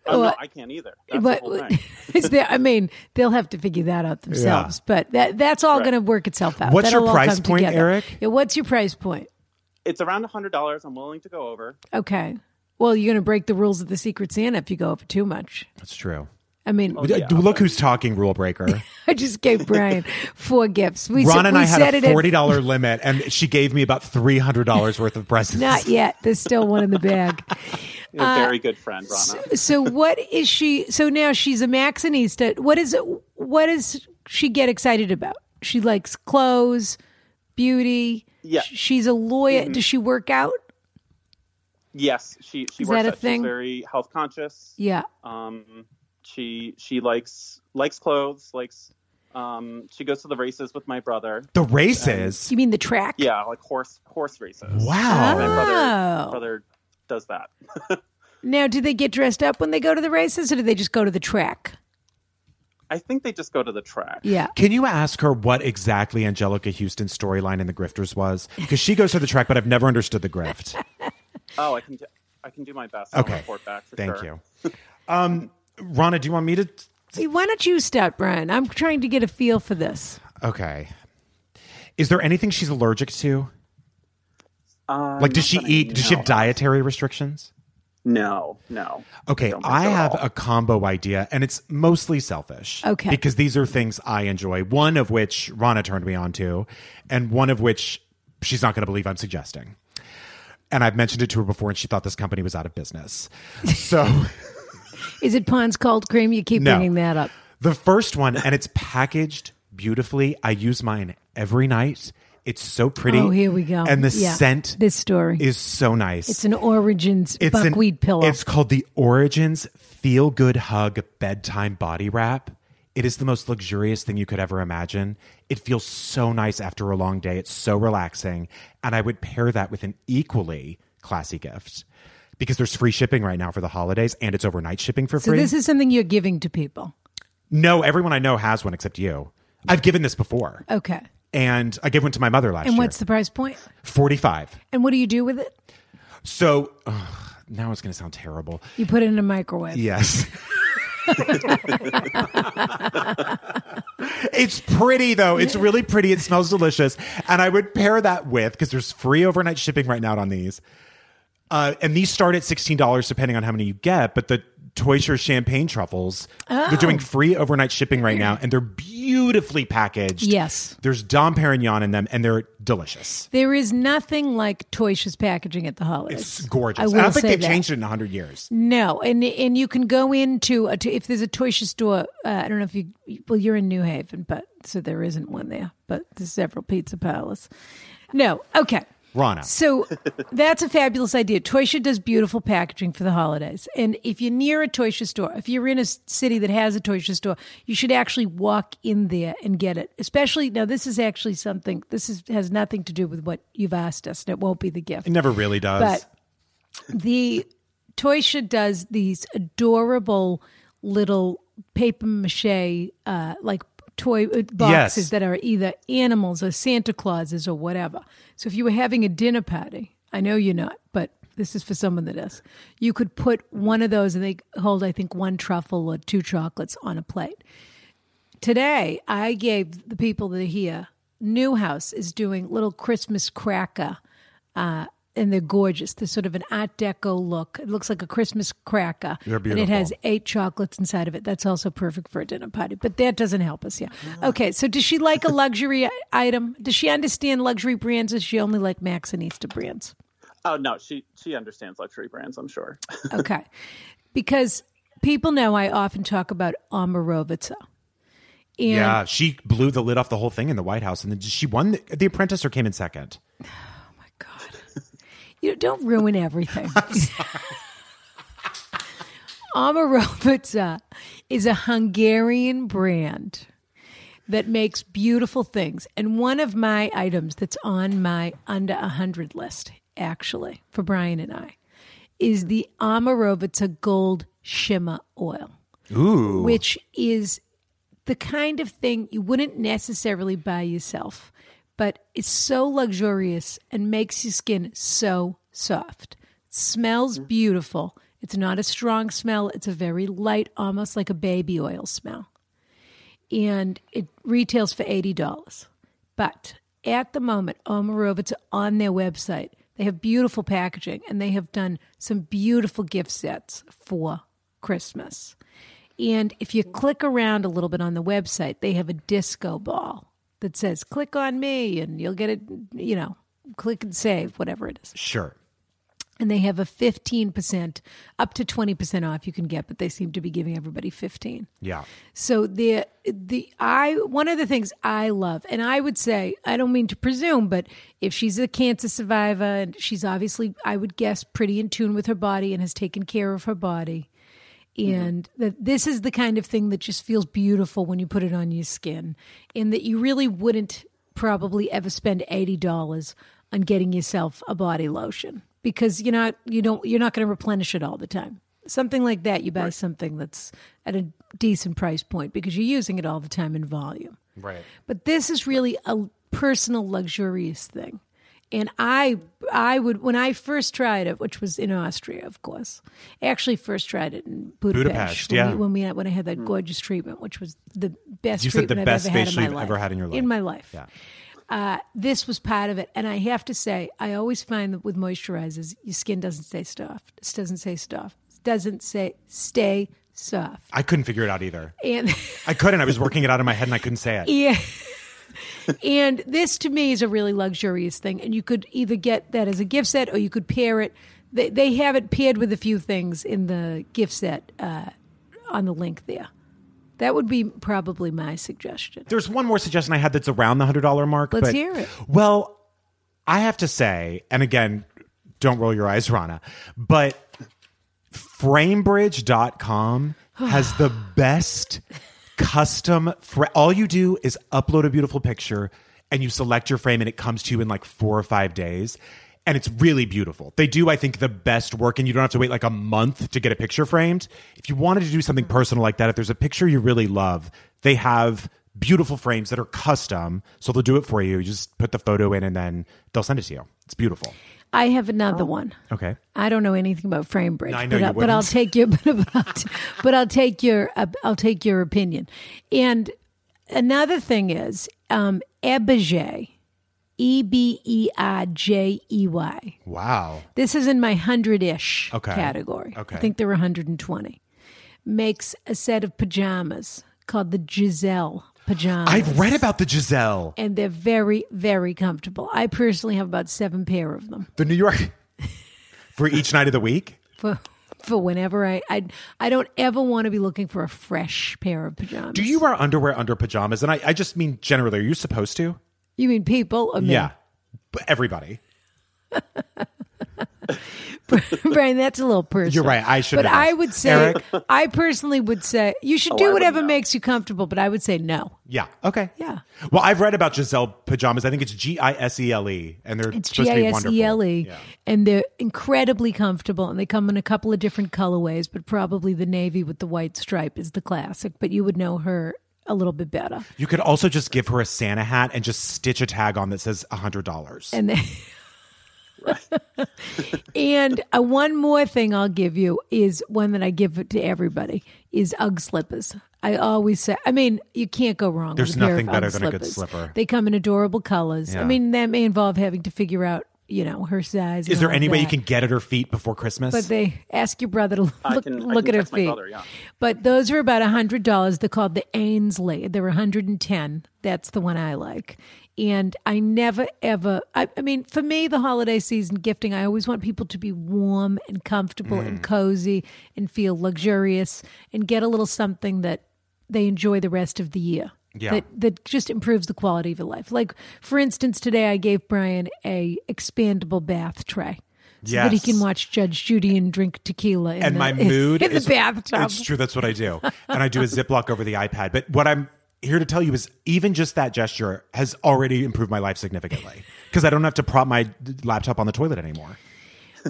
S4: oh, no,
S3: well,
S4: I can't either. That's
S3: but
S4: the whole thing.
S3: is there? I mean, they'll have to figure that out themselves. But that that's all
S4: Right.
S3: going to work itself out.
S2: What's
S3: That'll
S2: your
S3: all
S2: price
S3: come
S2: point,
S3: together.
S2: Eric?
S3: Yeah, what's your price point?
S4: It's around hundred dollars. I'm willing to go over.
S3: Okay. Well, you're going to break the rules of the Secret Santa if you go over too much.
S2: That's true.
S3: I mean,
S2: Oh, Look who's talking, rule breaker.
S3: I just gave Brian four gifts. We,
S2: Ron and
S3: we
S2: I
S3: said
S2: had a
S3: it at-
S2: forty dollar limit, and she gave me about three hundred dollars worth of presents.
S3: Not yet. There's still one in the bag.
S4: You're a very good friend, Rana.
S3: Uh, so what is she? So now she's a Maxinista. What is what does she get excited about? She likes clothes, beauty.
S4: Yeah. Mm-hmm.
S3: Sh- She's a lawyer. Does she work out?
S4: Yes, she she
S3: Is
S4: works
S3: that a
S4: out.
S3: thing?
S4: She's very health conscious.
S3: Yeah.
S4: Um, she she likes likes clothes. Likes um, she goes to the races with my brother.
S2: The races.
S3: You mean the track?
S4: Yeah, like horse horse races. My
S2: Wow.
S4: brother
S3: Oh.
S4: brother does that.
S3: Now, do they get dressed up when they go to the races, or do they just go to the track?
S4: I think they just go to the track.
S3: Yeah.
S2: Can you ask her what exactly Angelica Houston's storyline in The Grifters was? Because she goes to the track, but I've never understood the grift.
S4: Oh, I can do, I can do my best. I'll
S2: Okay.
S4: report back for
S2: Thank
S4: sure.
S2: you. Um, Rana, do you want me to?
S3: Hey, Why don't you start, Brian? I'm trying to get a feel for this.
S2: Okay. Is there anything she's allergic to?
S4: Um,
S2: Like, does she
S4: not that I
S2: eat? Does she
S4: know
S2: have dietary restrictions?
S4: No, no.
S2: Okay,
S4: Don't think
S2: I
S4: so at
S2: have
S4: all.
S2: a combo idea, and it's mostly selfish.
S3: Okay.
S2: Because these are things I enjoy, one of which Rana turned me on to, and one of which she's not going to believe I'm suggesting. And I've mentioned it to her before, and she thought this company was out of business. So
S3: Is it Pond's cold cream? You keep
S2: No.
S3: bringing that up.
S2: the first one, and it's packaged beautifully. I use mine every night. It's so pretty.
S3: Oh, here we go.
S2: And the
S3: Yeah.
S2: scent
S3: This story.
S2: is so nice.
S3: It's an origins buckwheat
S2: an,
S3: pillow.
S2: It's called the Origins Feel Good Hug Bedtime Body Wrap. It is the most luxurious thing you could ever imagine. It feels so nice after a long day. It's so relaxing. And I would pair that with an equally classy gift because there's free shipping right now for the holidays and it's overnight shipping for
S3: so
S2: free.
S3: this is something you're giving to people.
S2: no, everyone I know has one except you. I've given this before.
S3: Okay.
S2: And I gave one to my mother last
S3: And
S2: year.
S3: what's the price point?
S2: 45.
S3: And what do you do with it?
S2: So ugh, now it's going to sound terrible.
S3: You put it in a microwave.
S2: Yes. it's pretty though. It's really pretty. It smells delicious. And I would pair that with because there's free overnight shipping right now on these. Uh, and these start at $16 depending on how many you get, but the Toysher champagne truffles, they're doing
S3: Oh.
S2: free overnight shipping right now and they're beautifully packaged.
S3: Yes.
S2: There's Dom Perignon in them and they're delicious.
S3: There is nothing like Toysha's packaging at the holidays.
S2: It's gorgeous.
S3: I,
S2: And
S3: will
S2: I, don't think
S3: say
S2: they've
S3: that.
S2: changed it in 100 years.
S3: No, and and you can go into a, if there's a Toysha store. Uh, I don't know if you well, you're in New Haven, but so there isn't one there, but there's several pizza parlors. No, okay.
S2: Rana.
S3: So that's a fabulous idea. Toysha does beautiful packaging for the holidays. And if you're near a Toysha store, if you're in a s- city that has a Toysha store, you should actually walk in there and get it. Especially now, this is actually something. This is has nothing to do with what you've asked us, and it won't be the gift.
S2: It never really does.
S3: But the Toysha does these adorable little paper mache, uh, like toy uh, boxes
S2: Yes.
S3: that are either animals or Santa Clauses or whatever. So if you were having a dinner party, I know you're not, but this is for someone that is. You could put one of those and they hold, I think, one truffle or two chocolates on a plate. Today, I gave the people that are here. Newhouse is doing little Christmas cracker and they're gorgeous. They're sort of an Art Deco look. It looks like a Christmas cracker.
S2: They're
S3: And it
S2: beautiful.
S3: has eight chocolates inside of it. That's also perfect for a dinner party. But that doesn't help us. Yeah. Okay. So does she like a luxury i- item? Does she understand luxury brands? Or does she only like Max and Easter brands?
S4: Oh no, she she understands luxury brands, I'm sure.
S3: Okay. Because people know I often talk about Omarovica. And
S2: Yeah, she blew the lid off the whole thing in the White House, and then she won the, the Apprentice or came in second.
S3: You know, don't ruin everything. Omarovica is a Hungarian brand that makes beautiful things. And one of my items that's on my under 100 list, actually, for Brian and I, is the Omarovica Gold Shimmer Oil,
S2: Ooh,
S3: which is the kind of thing you wouldn't necessarily buy yourself, but it's so luxurious and makes your skin so soft. smells beautiful. It's not a strong smell, it's a very light, almost like a baby oil smell. And it retails for $80. But at the moment, Omarovica on their website, they have beautiful packaging and they have done some beautiful gift sets for Christmas. And if you click around a little bit on the website, they have a disco ball that says, click on me and you'll get it, you know, click and save, whatever it is.
S2: sure.
S3: And they have a 15%, up to 20% off you can get, but they seem to be giving everybody 15.
S2: Yeah,
S3: So the the I one of the things I love, and I would say I don't mean to presume, but if she's a cancer survivor and she's obviously, I would guess, pretty in tune with her body and has taken care of her body, and that this is the kind of thing that just feels beautiful when you put it on your skin, and that you really wouldn't probably ever spend eighty dollars on getting yourself a body lotion because you're not you don't you're not going to replenish it all the time. Something like that, you buy something that's at a decent price point because you're using it all the time in volume.
S2: right.
S3: But this is really a personal luxurious thing. And I I would when I first tried it, which was in Austria, of course. I actually first tried it in Budapest.
S2: Budapest,
S3: when
S2: yeah.
S3: We, when we when I had that gorgeous treatment, which was the best
S2: You said the
S3: treatment
S2: best
S3: I've ever had in
S2: facial
S3: my
S2: you've
S3: life.
S2: ever had in your life.
S3: In my life.
S2: Yeah.
S3: Uh, this was part of it, and I have to say, I always find that with moisturizers, your skin doesn't stay soft. It doesn't stay soft. Doesn't say stay soft.
S2: I couldn't figure it out either.
S3: And
S2: I couldn't. I was working it out in my head, and I couldn't say it.
S3: Yeah. and this to me is a really luxurious thing. And you could either get that as a gift set or you could pair it. They, they have it paired with a few things in the gift set uh, on the link there. That would be probably my suggestion.
S2: There's one more suggestion I had that's around the hundred dollar mark.
S3: Let's
S2: but-
S3: hear it.
S2: Well, I have to say, and again, don't roll your eyes, Rana, but framebridge.com has the best custom fr- all you do is upload a beautiful picture and you select your frame and it comes to you in like 4 or 5 days and it's really beautiful. They do I think the best work and you don't have to wait like a month to get a picture framed. If you wanted to do something personal like that, if there's a picture you really love, they have beautiful frames that are custom, so they'll do it for you. You just put the photo in and then they'll send it to you. It's beautiful.
S3: I have another one.
S2: Okay.
S3: I don't know anything about frame bridge,
S2: Oh. I know
S3: but,
S2: you
S3: I'll, but I'll
S2: wouldn't.
S3: take your but, I'll, t- but I'll take your uh, I'll take your opinion. And another thing is um, Ebijay, E B E I J E Y.
S2: Wow.
S3: This is in my 100 ish
S2: Okay.
S3: category.
S2: Okay.
S3: I think there were 120. Makes a set of pajamas called the Giselle pajamas.
S2: I've read about the Giselle.
S3: and they're very, very comfortable. I personally have about seven pair of them
S2: The New York for each night of the week.
S3: for for whenever I I, I don't ever want to be looking for a fresh pair of pajamas.
S2: Do you wear underwear under pajamas? And I, I just mean generally. Are you supposed to?
S3: You mean people? Or me?
S2: Yeah. But everybody.
S3: Brian, that's a little personal.
S2: You're right. I should.
S3: But
S2: have
S3: I
S2: asked.
S3: would say,
S2: Eric.
S3: I personally would say you should
S4: Oh, I
S3: do
S4: would
S3: whatever
S4: know.
S3: makes you comfortable. But I would say no.
S2: Yeah. Okay.
S3: Yeah.
S2: Well, I've read about Giselle pajamas. I think it's G I S E L E, and they're
S3: It's G
S2: supposed
S3: I
S2: to be
S3: S
S2: wonderful.
S3: E L E, and they're incredibly comfortable, and they come in a couple of different colorways, but probably the navy with the white stripe is the classic. But you would know her a little bit better,
S2: You could also just give her a Santa hat and just stitch a tag on that says hundred dollars.
S3: and then. and uh, one more thing I'll give you is one that I give to everybody is UGG slippers. I always say, I mean, you can't go wrong.
S2: There's
S3: with a pair
S2: nothing
S3: of
S2: better
S3: UGG
S2: than a good
S3: slippers.
S2: slipper.
S3: They come in adorable colors. I
S2: Yeah.
S3: mean, that may involve having to figure out you know, her size. and
S2: Is there
S3: all
S2: any way you
S3: that.
S2: can get at her feet before Christmas?
S3: But they ask your brother to
S4: I
S3: look,
S4: can- I
S3: look at
S4: can
S3: her
S4: text my
S3: feet.
S4: brother, yeah.
S3: But those are about hundred dollars. They're called the Ainsley. They're one hundred and ten. That's the one I like. And I never ever. I, I mean, for me, the holiday season gifting, I always want people to be warm and comfortable
S2: Mm.
S3: and cozy and feel luxurious and get a little something that they enjoy the rest of the year.
S2: Yeah.
S3: That that just improves the quality of your life. Like for instance, today I gave Brian a expandable bath tray. So that he
S2: Yes.
S3: can watch Judge Judy and drink tequila. In
S2: and
S3: the,
S2: my mood
S3: in
S2: is
S3: the bathtub.
S2: It's true. That's what I do, and I do a Ziploc over the iPad. But what I'm here to tell you is, even just that gesture has already improved my life significantly because I don't have to prop my laptop on the toilet anymore.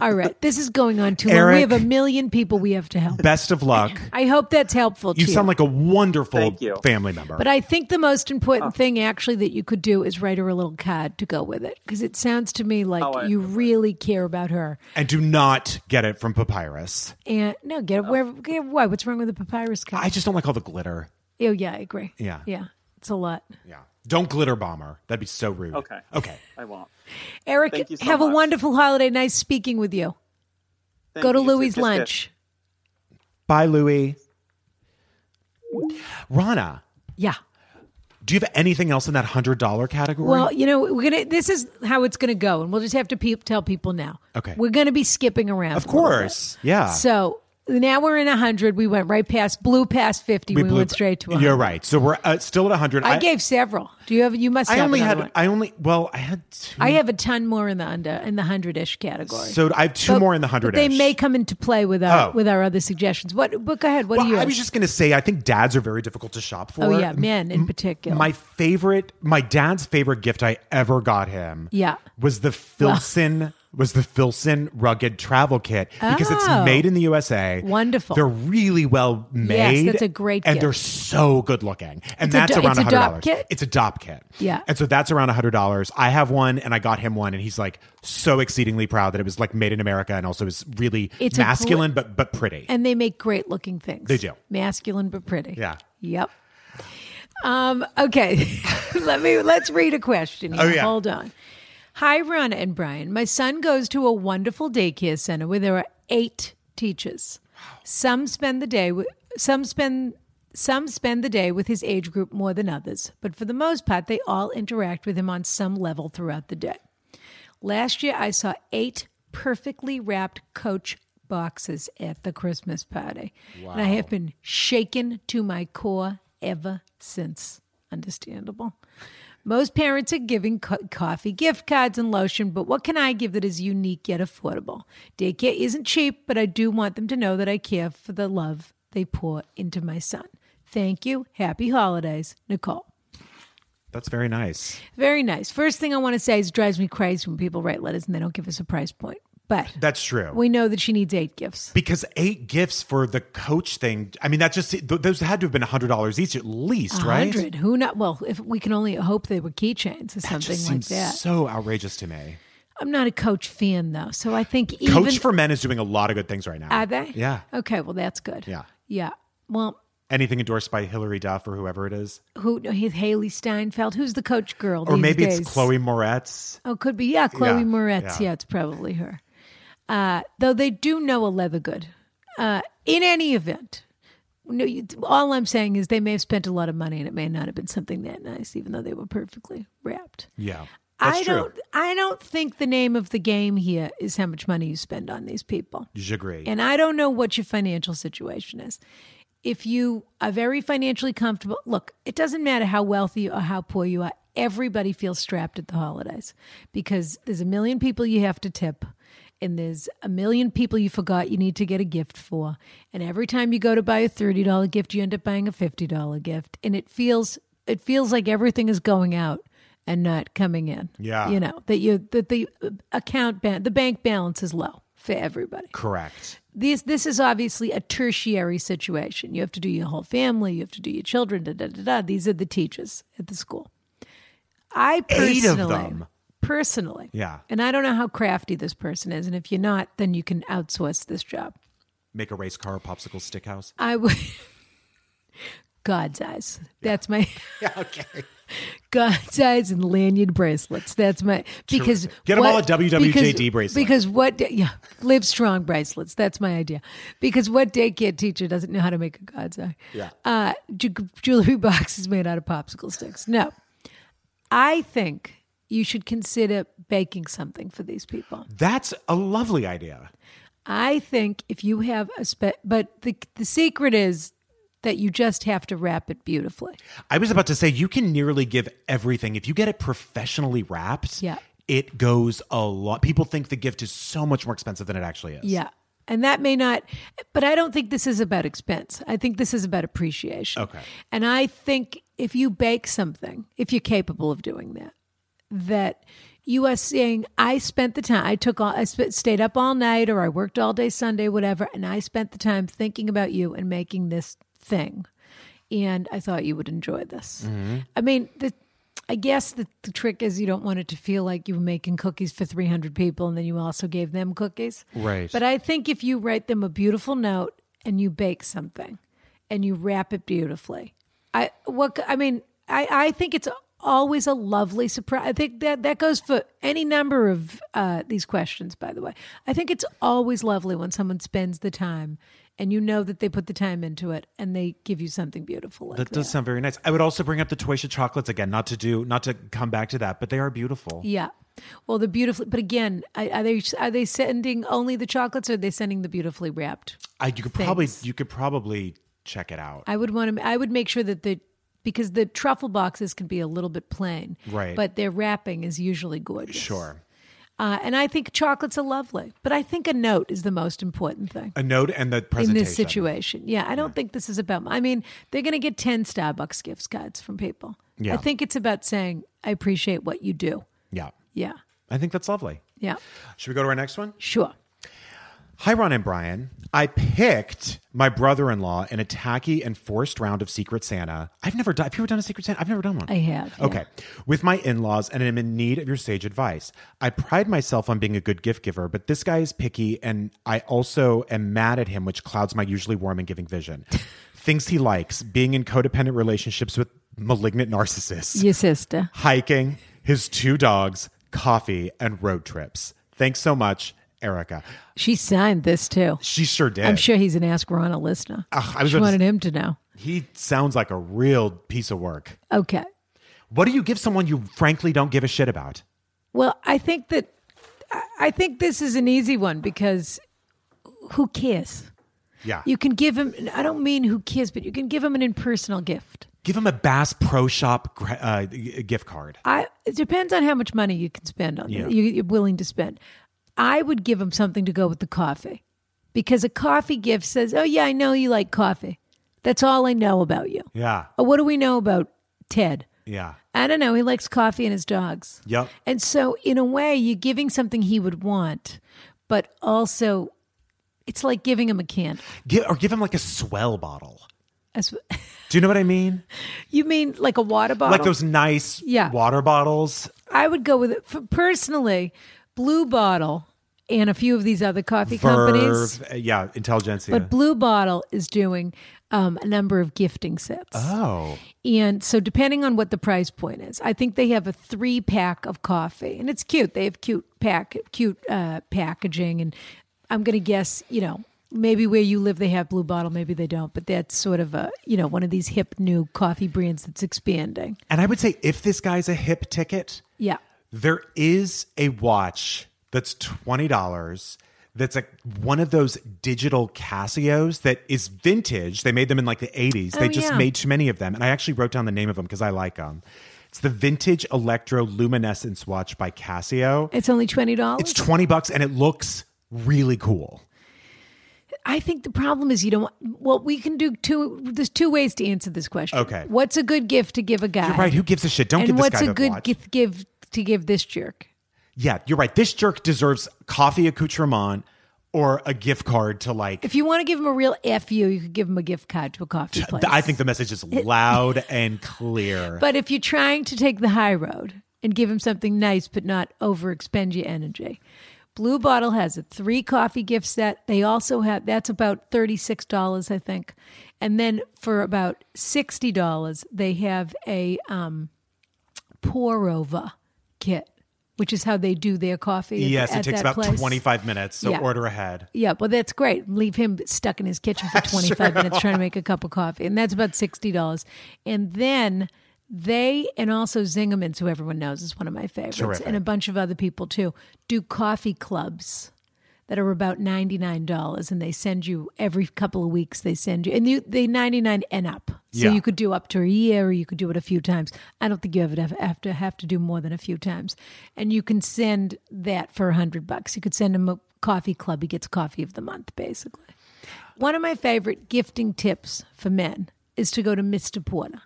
S3: All right, this is going on too long. We
S2: Eric.
S3: have a million people we have to help.
S2: Best of luck.
S3: I hope that's helpful.
S2: You
S3: to
S2: sound like a wonderful
S4: Thank you.
S2: family member.
S3: But I think the most
S4: Oh.
S3: important thing actually that you could do is write her a little card to go with it because it sounds to me
S4: Oh,
S3: like you really care about her.
S2: and do not get it from papyrus.
S3: And no, get it
S4: Oh.
S3: wherever. Get, why? What's wrong with the papyrus card?
S2: I just don't like all the glitter.
S3: oh yeah, I agree.
S2: Yeah.
S3: yeah, it's a lot.
S2: Yeah. Don't glitter bomber. That'd be so rude.
S4: Okay.
S2: Okay.
S4: I won't.
S3: Eric,
S4: Thank you so
S3: have a
S4: much.
S3: wonderful holiday. Nice speaking with you.
S4: Thank
S3: go to
S4: you. So
S3: Louie's
S4: kiss, kiss.
S3: lunch.
S2: Bye, Louie. Rana,
S3: Yeah.
S2: do you have anything else in that $100 category?
S3: Well, you know, we're gonna. This is how it's gonna go, and we'll just have to pe- tell people now.
S2: Okay.
S3: we're gonna be skipping around.
S2: of
S3: a little bit.
S2: course. Yeah.
S3: So now we're in hundred. We went right past, blew past fifty. We,
S2: blew-
S3: went straight to. 100.
S2: You're right. So we're uh, still at 100.
S3: I, gave several. Do you have? You must.
S2: I
S3: have
S2: only had
S3: another One.
S2: I only well, I had two.
S3: I, have a ton more in the under in the hundred ish category.
S2: so I have two
S3: But-
S2: more in the
S3: but
S2: 100.
S3: They may come into play with our
S2: Oh.
S3: with our other suggestions. What? But go ahead. What are
S2: Well,
S3: you?
S2: I was just going to say I think dads are very difficult to shop for.
S3: oh yeah, men in particular.
S2: My favorite, my dad's favorite gift I ever got him.
S3: Yeah.
S2: was the Filson was the Filson rugged travel kit because it's
S3: Oh.
S2: made in the USA.
S3: Wonderful.
S2: They're really well made.
S3: that's a great
S2: and
S3: gift.
S2: they're so good looking. And
S3: a
S2: that's
S3: do-
S2: around
S3: it's a
S2: hundred
S3: dop
S2: dollars.
S3: kit?
S2: It's a dop kit.
S3: Yeah.
S2: and so that's around hundred dollars. I have one, and I got him one, and he's like so exceedingly proud that it was like made in America, and also is really
S3: It's a
S2: masculine but but pretty.
S3: and they make great looking things.
S2: They do.
S3: Masculine but pretty.
S2: Yeah.
S3: Yep. Um, okay. Let me let's read a question. here.
S2: Oh, yeah.
S3: Hold on. Hi, Rana and Brian. My son goes to a wonderful daycare center where there are eight teachers. Some spend the day with some spend some spend the day with his age group more than others, but for the most part, they all interact with him on some level throughout the day. Last year, I saw eight perfectly wrapped coach boxes at the Christmas party. And I have been shaken to my core ever since. Understandable. Most parents are giving co- coffee, gift cards, and lotion, but what can I give that is unique yet affordable? Daycare isn't cheap, but I do want them to know that I care for the love they pour into my son. Thank you. Happy holidays, Nicole.
S2: That's very nice.
S3: Very nice. First thing I want to say is it drives me crazy when people write letters and they don't give us a price point. But
S2: That's true.
S3: we know that she needs eight gifts.
S2: Because eight gifts for the coach thing, I mean, that just, th- those had to have been $100 each at least, right?
S3: Hundred. Who not? Well, if we can only hope they were keychains or something
S2: Just
S3: like
S2: seems
S3: that.
S2: so outrageous to me.
S3: I'm not a coach fan though, so I think even
S2: coach for Men is doing a lot of good things right now.
S3: are they?
S2: Yeah.
S3: Okay. Well, that's good.
S2: Yeah.
S3: Yeah. Well,
S2: Anything endorsed by Hillary Duff or whoever it is.
S3: who? Haley Steinfeld. Who's the coach girl?
S2: Or
S3: these
S2: maybe
S3: days?
S2: it's Chloe Moretz.
S3: Oh, could be. Yeah, Chloe
S2: Yeah,
S3: Moretz. Yeah.
S2: yeah.
S3: it's probably her. Uh, though they do know a Leathergood. Uh, in any event, no, you, all I'm saying is they may have spent a lot of money and it may not have been something that nice, even though they were perfectly wrapped.
S2: Yeah. That's
S3: I
S2: true.
S3: don't. I don't think the name of the game here is how much money you spend on these people.
S2: J'agree.
S3: And I don't know what your financial situation is. If you are very financially comfortable, look, it doesn't matter how wealthy or how poor you are, everybody feels strapped at the holidays because there's a million people you have to tip. And there's a million people you forgot you need to get a gift for. And every time you go to buy a $30 gift, you end up buying a $50 gift. And it feels it feels like everything is going out and not coming in.
S2: Yeah.
S3: You know, that you that the account ba- the bank balance is low for everybody
S2: Correct.
S3: this this is obviously a tertiary situation. You have to do your whole family, you have to do your children, da da da da. These are the teachers at the school. I personally,
S2: Eight of them.
S3: personally,
S2: Yeah.
S3: and I don't know how crafty this person is, and if you're not, then you can outsource this job.
S2: Make a race car a popsicle stick house.
S3: I would. God's eyes. That's my.
S2: Yeah, okay.
S3: God's eyes and lanyard bracelets. That's my because
S2: Get 'em all a WWJD
S3: because-
S2: bracelet.
S3: Because what? da- Yeah, live strong bracelets. That's my idea. Because what daycare teacher doesn't know how to make a God's eye? Yeah. Uh, ju- jewelry boxes made out of popsicle sticks. No, I think you should consider baking something for these people.
S2: That's a lovely idea.
S3: I think if you have a spe- but the the secret is that you just have to wrap it beautifully.
S2: I was about to say you can nearly give everything if you get it professionally wrapped.
S3: Yeah.
S2: It goes a lot. People think the gift is so much more expensive than it actually is.
S3: Yeah. And that may not, but I don't think this is about expense. I think this is about appreciation.
S2: Okay.
S3: And I think if you bake something, if you're capable of doing that, that you are saying, I spent the time, I took all, I sp- stayed up all night or I worked all day Sunday, whatever, and I spent the time thinking about you and making this thing. And I thought you would enjoy this. I mean, the, I guess the, the trick is you don't want it to feel like you were making cookies for 300 people and then you also gave them cookies.
S2: Right.
S3: But I think if you write them a beautiful note and you bake something and you wrap it beautifully, I what I mean, I, I think it's always a lovely surprise. I think that that goes for any number of uh, these questions. By the way, I think it's always lovely when someone spends the time and you know that they put the time into it and they give you something beautiful. Like
S2: That does sound very nice. I would also bring up the Toysha chocolates again, not to do, not to come back to that, but they are beautiful.
S3: Yeah. Well, the beautifully, but again, I- are they are they sending only the chocolates, or are they sending the beautifully wrapped?
S2: I, you could probably, you could probably check it out.
S3: I would want to. I would make sure that the because the truffle boxes can be a little bit plain,
S2: Right.
S3: But their wrapping is usually gorgeous.
S2: sure.
S3: Uh, and I think chocolates are lovely, but I think a note is the most important thing
S2: A note and the
S3: in
S2: presentation.
S3: this situation. Yeah, I don't think this is about. I mean, they're going to get ten Starbucks gifts cards from people.
S2: Yeah.
S3: I think it's about saying I appreciate what you do.
S2: Yeah.
S3: Yeah,
S2: I think that's lovely.
S3: yeah,
S2: Should we go to our next one?
S3: sure.
S2: Hi, Ron and Brian. I picked my brother in law in a tacky and forced round of Secret Santa. I've never done, have you ever done a Secret Santa? I've never done one.
S3: I have. yeah.
S2: Okay. With my in laws, and am in need of your sage advice. I pride myself on being a good gift giver, but this guy is picky, and I also am mad at him, which clouds my usually warm and giving vision. Things he likes being in codependent relationships with malignant narcissists,
S3: Your sister.
S2: hiking, his two dogs, coffee, and road trips. Thanks so much, Erica.
S3: She signed this too.
S2: She sure did.
S3: I'm sure he's an Ask Rana listener.
S2: Ugh, I was
S3: she
S2: gonna
S3: wanted him to know.
S2: He sounds like a real piece of work.
S3: Okay.
S2: What do you give someone you frankly don't give a shit about?
S3: Well, I think that I- I think this is an easy one because who cares?
S2: Yeah.
S3: You can give him. I don't mean who cares, but you can give him an impersonal gift.
S2: Give him a Bass Pro Shop gra- uh, g- gift card.
S3: I it depends on how much money you can spend on
S2: Yeah.
S3: you, you're willing to spend. I would give him something to go with the coffee because a coffee gift says, "Oh yeah, I know you like coffee. That's all I know about you."
S2: Yeah.
S3: Or what do we know about Ted?
S2: Yeah.
S3: I don't know. He likes coffee and his dogs.
S2: Yep.
S3: And so, in a way, you're giving something he would want, but also it's like giving him a can.
S2: Give, or give him like a swell bottle.
S3: As-
S2: Do you know what I mean?
S3: You mean like a water bottle?
S2: Like those nice
S3: Yeah.
S2: water bottles.
S3: I would go with it for personally, Blue Bottle and a few of these other coffee companies.
S2: Verve, uh, yeah, Intelligentsia.
S3: But Blue Bottle is doing um, a number of gifting sets.
S2: oh,
S3: And so, depending on what the price point is, I think they have a three pack of coffee, and it's cute. They have cute pack, cute uh, packaging, and I'm going to guess, you know, maybe where you live they have Blue Bottle, maybe they don't, but that's sort of a, you know, one of these hip new coffee brands that's expanding.
S2: and I would say if this guy's a hip ticket,
S3: Yeah,
S2: there is a watch that's twenty dollars. That's like one of those digital Casios that is vintage. They made them in like the eighties. they
S3: Oh,
S2: just
S3: yeah.
S2: made too many of them, and I actually wrote down the name of them because I like them. It's the vintage electro luminescence watch by Casio.
S3: it's only twenty
S2: It's
S3: dollars.
S2: twenty bucks, and it looks really cool.
S3: I think the problem is you don't. Well, we can do two. There's two ways to answer this question.
S2: Okay.
S3: what's a good gift to give a guy?
S2: You're right. Who gives a shit? Don't
S3: and
S2: give this
S3: what's
S2: guy
S3: a
S2: the
S3: good
S2: watch.
S3: gift give to give this jerk?
S2: Yeah, you're right. This jerk deserves coffee accoutrement or a gift card to like.
S3: If you want to give him a real F you, you could give him a gift card to a coffee place.
S2: I think the message is loud and clear.
S3: But if you're trying to take the high road and give him something nice but not overexpend your energy, Blue Bottle has a three coffee gift set. They also have that's about $36, I think. And then for about $60, they have a um pour over kit, which is how they do their coffee. at-
S2: Yes,
S3: at
S2: it takes
S3: that
S2: about
S3: place.
S2: 25 minutes, so
S3: Yeah.
S2: order ahead.
S3: Yeah, well, that's great. Leave him stuck in his kitchen for 25 minutes trying to make a cup of coffee. And that's about $60. And then they, and also Zingerman's, who everyone knows is one of my favorites,
S2: Terrific.
S3: and a bunch of other people too, do coffee clubs that are about $99. And they send you every couple of weeks, they send you, and you, they 99 and up. So
S2: Yeah.
S3: you could do up to a year or you could do it a few times. I don't think you ever have, have to have to do more than a few times. And you can send that for a hundred bucks. You could send him a coffee club. He gets coffee of the month, basically. One of my favorite gifting tips for men is to go to Mr. Porter.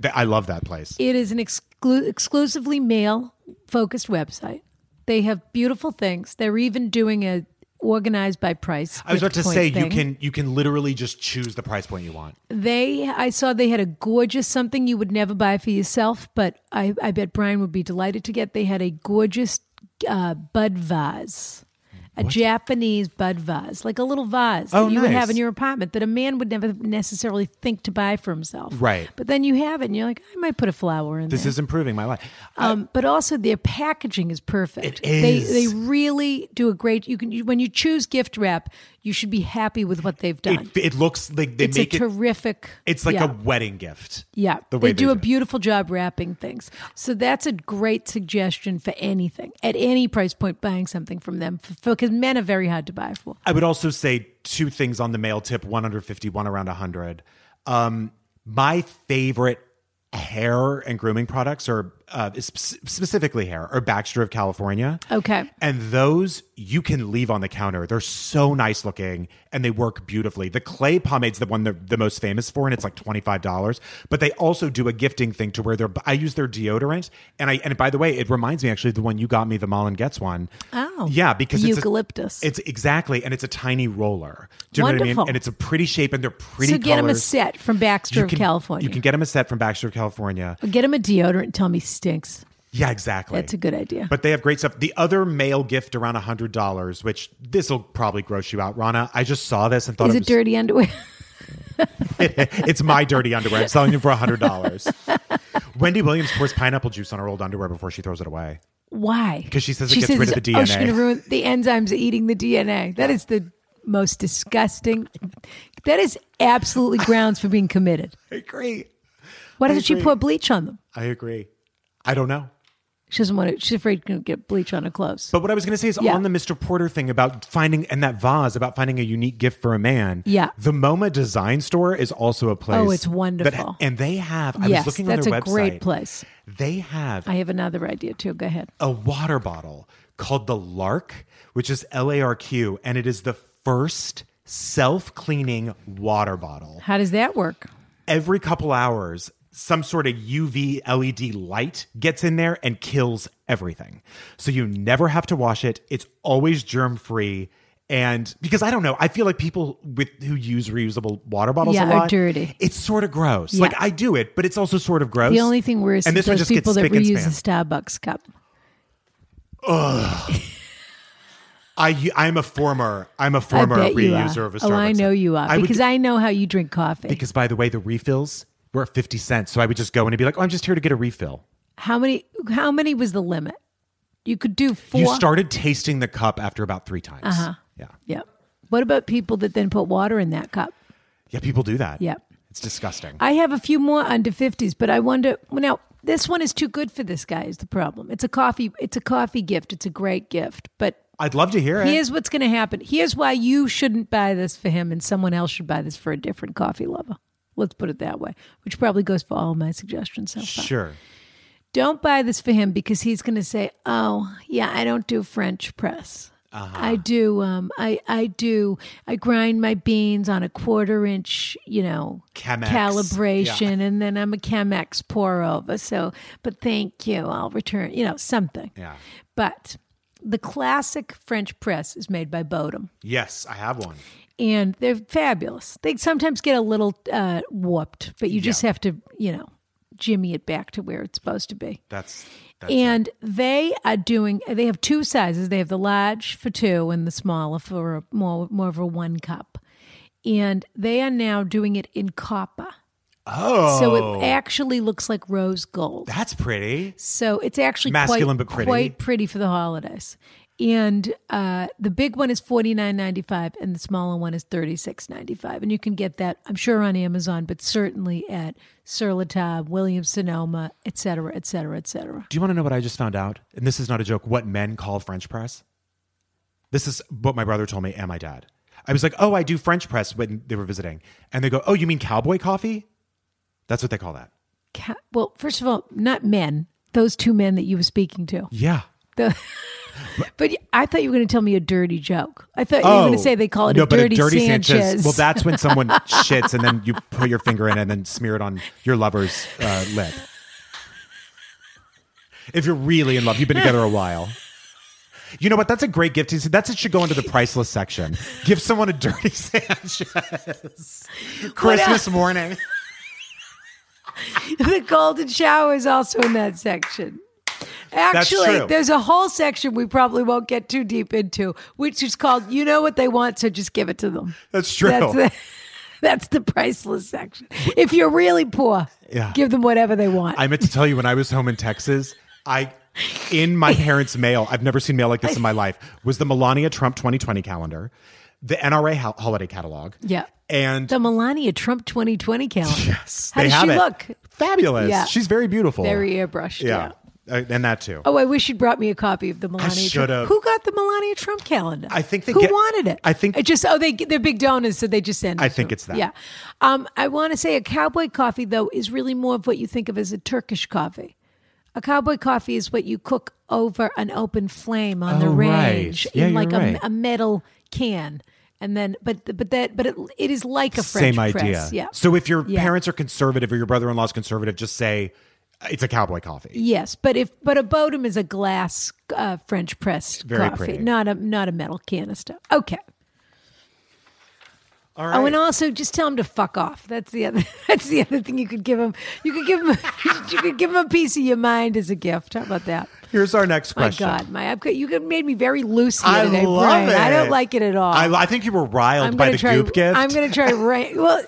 S2: Th- I love that place.
S3: It is an exclu- exclusively male focused website. They have beautiful things. They're even doing a organized by price.
S2: I was about
S3: gift
S2: to
S3: point
S2: say you
S3: thing.
S2: can you can literally just choose the price point you want.
S3: They, I saw they had a gorgeous something you would never buy for yourself, but I, I bet Brian would be delighted to get. They had a gorgeous uh, bud vase, a Japanese bud vase, like a little vase
S2: Oh,
S3: that you would have
S2: nice.
S3: in your apartment that a man would never necessarily think to buy for himself.
S2: Right.
S3: But then you have it, and you're like, I might put a flower in
S2: This
S3: there.
S2: is improving my life.
S3: Um, but also their packaging is perfect.
S2: It is.
S3: They they really do a great. You can you, when you choose gift wrap, you should be happy with what they've done.
S2: It, it looks like they
S3: it's a
S2: make it.
S3: terrific.
S2: it's like
S3: yeah.
S2: a wedding gift.
S3: Yeah,
S2: the way
S3: they do a
S2: it.
S3: beautiful job wrapping things. So that's a great suggestion for anything at any price point. Buying something from them because men are very hard to buy for.
S2: I would also say two things on the mail tip: one under fifty, one around hundred. Um, my favorite hair and grooming products are uh, sp- specifically hair or Baxter of California.
S3: Okay.
S2: And those you can leave on the counter. They're so nice looking and they work beautifully. The clay pomade's the one they're the most famous for, and it's like $25. But they also do a gifting thing to where they're I use their deodorant. And I and by the way, it reminds me actually of the one you got me, the Mullen Gets one.
S3: Oh.
S2: Yeah, because
S3: The
S2: it's a-
S3: eucalyptus.
S2: it's exactly and it's a tiny roller. Do you know what I mean?
S3: Wonderful.
S2: And it's a pretty shape and they're pretty
S3: So get him a
S2: colors.
S3: set from Baxter
S2: You
S3: of
S2: can-
S3: California.
S2: You can get him a set from Baxter of California.
S3: get him a deodorant. Tell me stinks.
S2: Yeah, exactly.
S3: That's a good idea.
S2: But they have great stuff. The other male gift around hundred dollars, which this will probably gross you out, Rana. I just saw this and thought
S3: Is
S2: it
S3: it
S2: was
S3: dirty underwear?
S2: it's my dirty underwear. I'm selling them for hundred dollars. Wendy Williams pours pineapple juice on her old underwear before she throws it away.
S3: Why?
S2: 'Cause she says it gets rid of the
S3: Oh, she's
S2: DNA.
S3: going to ruin the enzymes are eating the DNA. That is the most disgusting. That is absolutely grounds for being committed.
S2: I agree.
S3: Why doesn't she
S2: agree.
S3: pour bleach on them?
S2: I agree. I don't know.
S3: She doesn't want to. She's afraid to get bleach on her clothes.
S2: But what I was going to say is
S3: Yeah.
S2: on the Mr. Porter thing about finding and that vase about finding a unique gift for a man.
S3: Yeah.
S2: The MoMA design store is also a place.
S3: Oh, it's
S2: that-
S3: wonderful.
S2: and they have, I
S3: yes,
S2: was looking on
S3: that's
S2: their
S3: a
S2: website.
S3: great place.
S2: They have
S3: I have another idea too. Go ahead.
S2: a water bottle called the Lark, which is L A R Q, and it is the first self cleaning water bottle.
S3: How does that work?
S2: Every couple hours, some sort of UV LED E light gets in there and kills everything. So you never have to wash it. It's always germ free. And because I don't know, I feel like people with who use reusable water bottles
S3: Yeah,
S2: a
S3: are
S2: lot,
S3: dirty.
S2: It's sort of gross.
S3: Yeah.
S2: Like I do it, but it's also sort of gross.
S3: The only thing worse
S2: and
S3: is
S2: this one
S3: those
S2: just
S3: people
S2: gets
S3: that
S2: spick and
S3: reuse
S2: span.
S3: a Starbucks cup.
S2: I I'm a former I'm a former
S3: I bet you
S2: reuser
S3: are.
S2: of a Starbucks.
S3: oh, I know you are
S2: I would-
S3: because I know how you drink coffee.
S2: because by the way, the refills were fifty cents, so I would just go in and be like, "Oh, I'm just here to get a refill."
S3: how many? How many was the limit? You could do four.
S2: You started tasting the cup after about three times.
S3: Uh-huh.
S2: Yeah,
S3: Yeah. What about people that then put water in that cup?
S2: yeah, people do that.
S3: Yeah.
S2: it's disgusting.
S3: I have a few more under 50s, but I wonder well, now this one is too good for this guy is the problem. It's a coffee it's a coffee gift. It's a great gift, but
S2: I'd love to hear it.
S3: here's what's going to happen. Here's why you shouldn't buy this for him and someone else should buy this for a different coffee lover. Let's put it that way, which probably goes for all my suggestions so far.
S2: sure.
S3: Don't buy this for him because he's going to say, "Oh, yeah, I don't do French press.
S2: Uh-huh.
S3: I do. Um, I I do. I grind my beans on a quarter inch, you know,
S2: Chemex.
S3: calibration, and then I'm a Chemex pour over. So, but thank you, I'll return. You know, something.
S2: Yeah.
S3: But the classic French press is made by Bodum
S2: Yes, I have one.
S3: and they're fabulous. They sometimes get a little uh, warped, but you just have to, you know, jimmy it back to where it's supposed to be.
S2: That's, that's
S3: And they are doing. They have two sizes. They have the large for two and the smaller for a more more of a one cup. And they are now doing it in copper.
S2: Oh,
S3: So it actually looks like rose gold.
S2: that's pretty.
S3: So it's actually
S2: Masculine
S3: quite,
S2: but pretty.
S3: quite pretty for the holidays. And uh, the big one is forty nine ninety five, and the smaller one is thirty six ninety five. And you can get that, I'm sure, on Amazon, but certainly at Sur La Table, Williams Sonoma, et cetera, et cetera, et cetera.
S2: Do you want to know what I just found out? And this is not a joke. What men call French press? This is what my brother told me and my dad. I was like, "Oh, I do French press" when they were visiting, and they go, "Oh, you mean cowboy coffee?" That's what they call that.
S3: Ca- Well, first of all, not men; those two men that you were speaking to.
S2: Yeah.
S3: The- but I thought you were going to tell me a dirty joke. I thought you were going to say they call it
S2: Oh. no,
S3: a dirty,
S2: but a dirty
S3: Sanchez.
S2: Sanchez. Well, that's when someone shits and then you put your finger in it and then smear it on your lover's uh, lip. If you're really in love, you've been together a while. You know what? That's a great gift. That's it. Should go into the priceless section. Give someone a dirty Sanchez
S3: uh,
S2: Christmas morning.
S3: the golden shower is also in that section.
S2: true.
S3: Actually, there's a whole section we probably won't get too deep into, which is called "You know what they want, so just give it to them."
S2: That's true.
S3: That's the, that's the priceless section. If you're really poor,
S2: Yeah.
S3: give them whatever they want.
S2: I meant to tell you when I was home in Texas, I in my parents' mail, I've never seen mail like this in my life, was the Melania Trump 2020 calendar, the NRA ho- holiday catalog.
S3: yeah,
S2: And
S3: the Melania Trump 2020 calendar.
S2: yes,
S3: How
S2: they
S3: does
S2: have
S3: she
S2: it.
S3: look?
S2: Fabulous.
S3: Yeah.
S2: She's very beautiful.
S3: Very airbrushed.
S2: yeah. Uh, and that too.
S3: Oh, I wish you'd brought me a copy of the Melania. Trump.
S2: should've.
S3: Who got the Melania Trump calendar?
S2: I think they
S3: who
S2: get-
S3: wanted it.
S2: I think-
S3: it just oh they they're big donors, so they just send. it
S2: I
S3: to
S2: think
S3: them.
S2: it's that.
S3: Yeah, um, I want to say a cowboy coffee though is really more of what you think of as a Turkish coffee. A cowboy coffee is what you cook over an open flame on the
S2: Oh, right.
S3: range
S2: Yeah,
S3: in
S2: you're
S3: like
S2: right.
S3: a, a metal can, and then but but that but it, it is like a French
S2: Same idea.
S3: press. Yeah.
S2: So if your
S3: Yeah.
S2: parents are conservative or your brother in law's conservative, just say uh, it's a cowboy coffee.
S3: Yes, but if but a Bodum is a glass uh, French press
S2: Very
S3: coffee,
S2: pretty.
S3: not a not a metal canister. Okay.
S2: All
S3: Oh, and
S2: right.
S3: also just tell him to fuck off. That's the other. That's the other thing you could give him. You could give him. you could give him a piece of your mind as a gift. How about that?
S2: Here's our next
S3: Oh My
S2: question.
S3: God, my I've got, you made me very loose here
S2: I
S3: today,
S2: love
S3: Brian.
S2: it.
S3: I don't like it at all.
S2: I, I think you were riled
S3: I'm
S2: by
S3: gonna
S2: the
S3: try.
S2: goop gift.
S3: I'm going to try. Right. Well,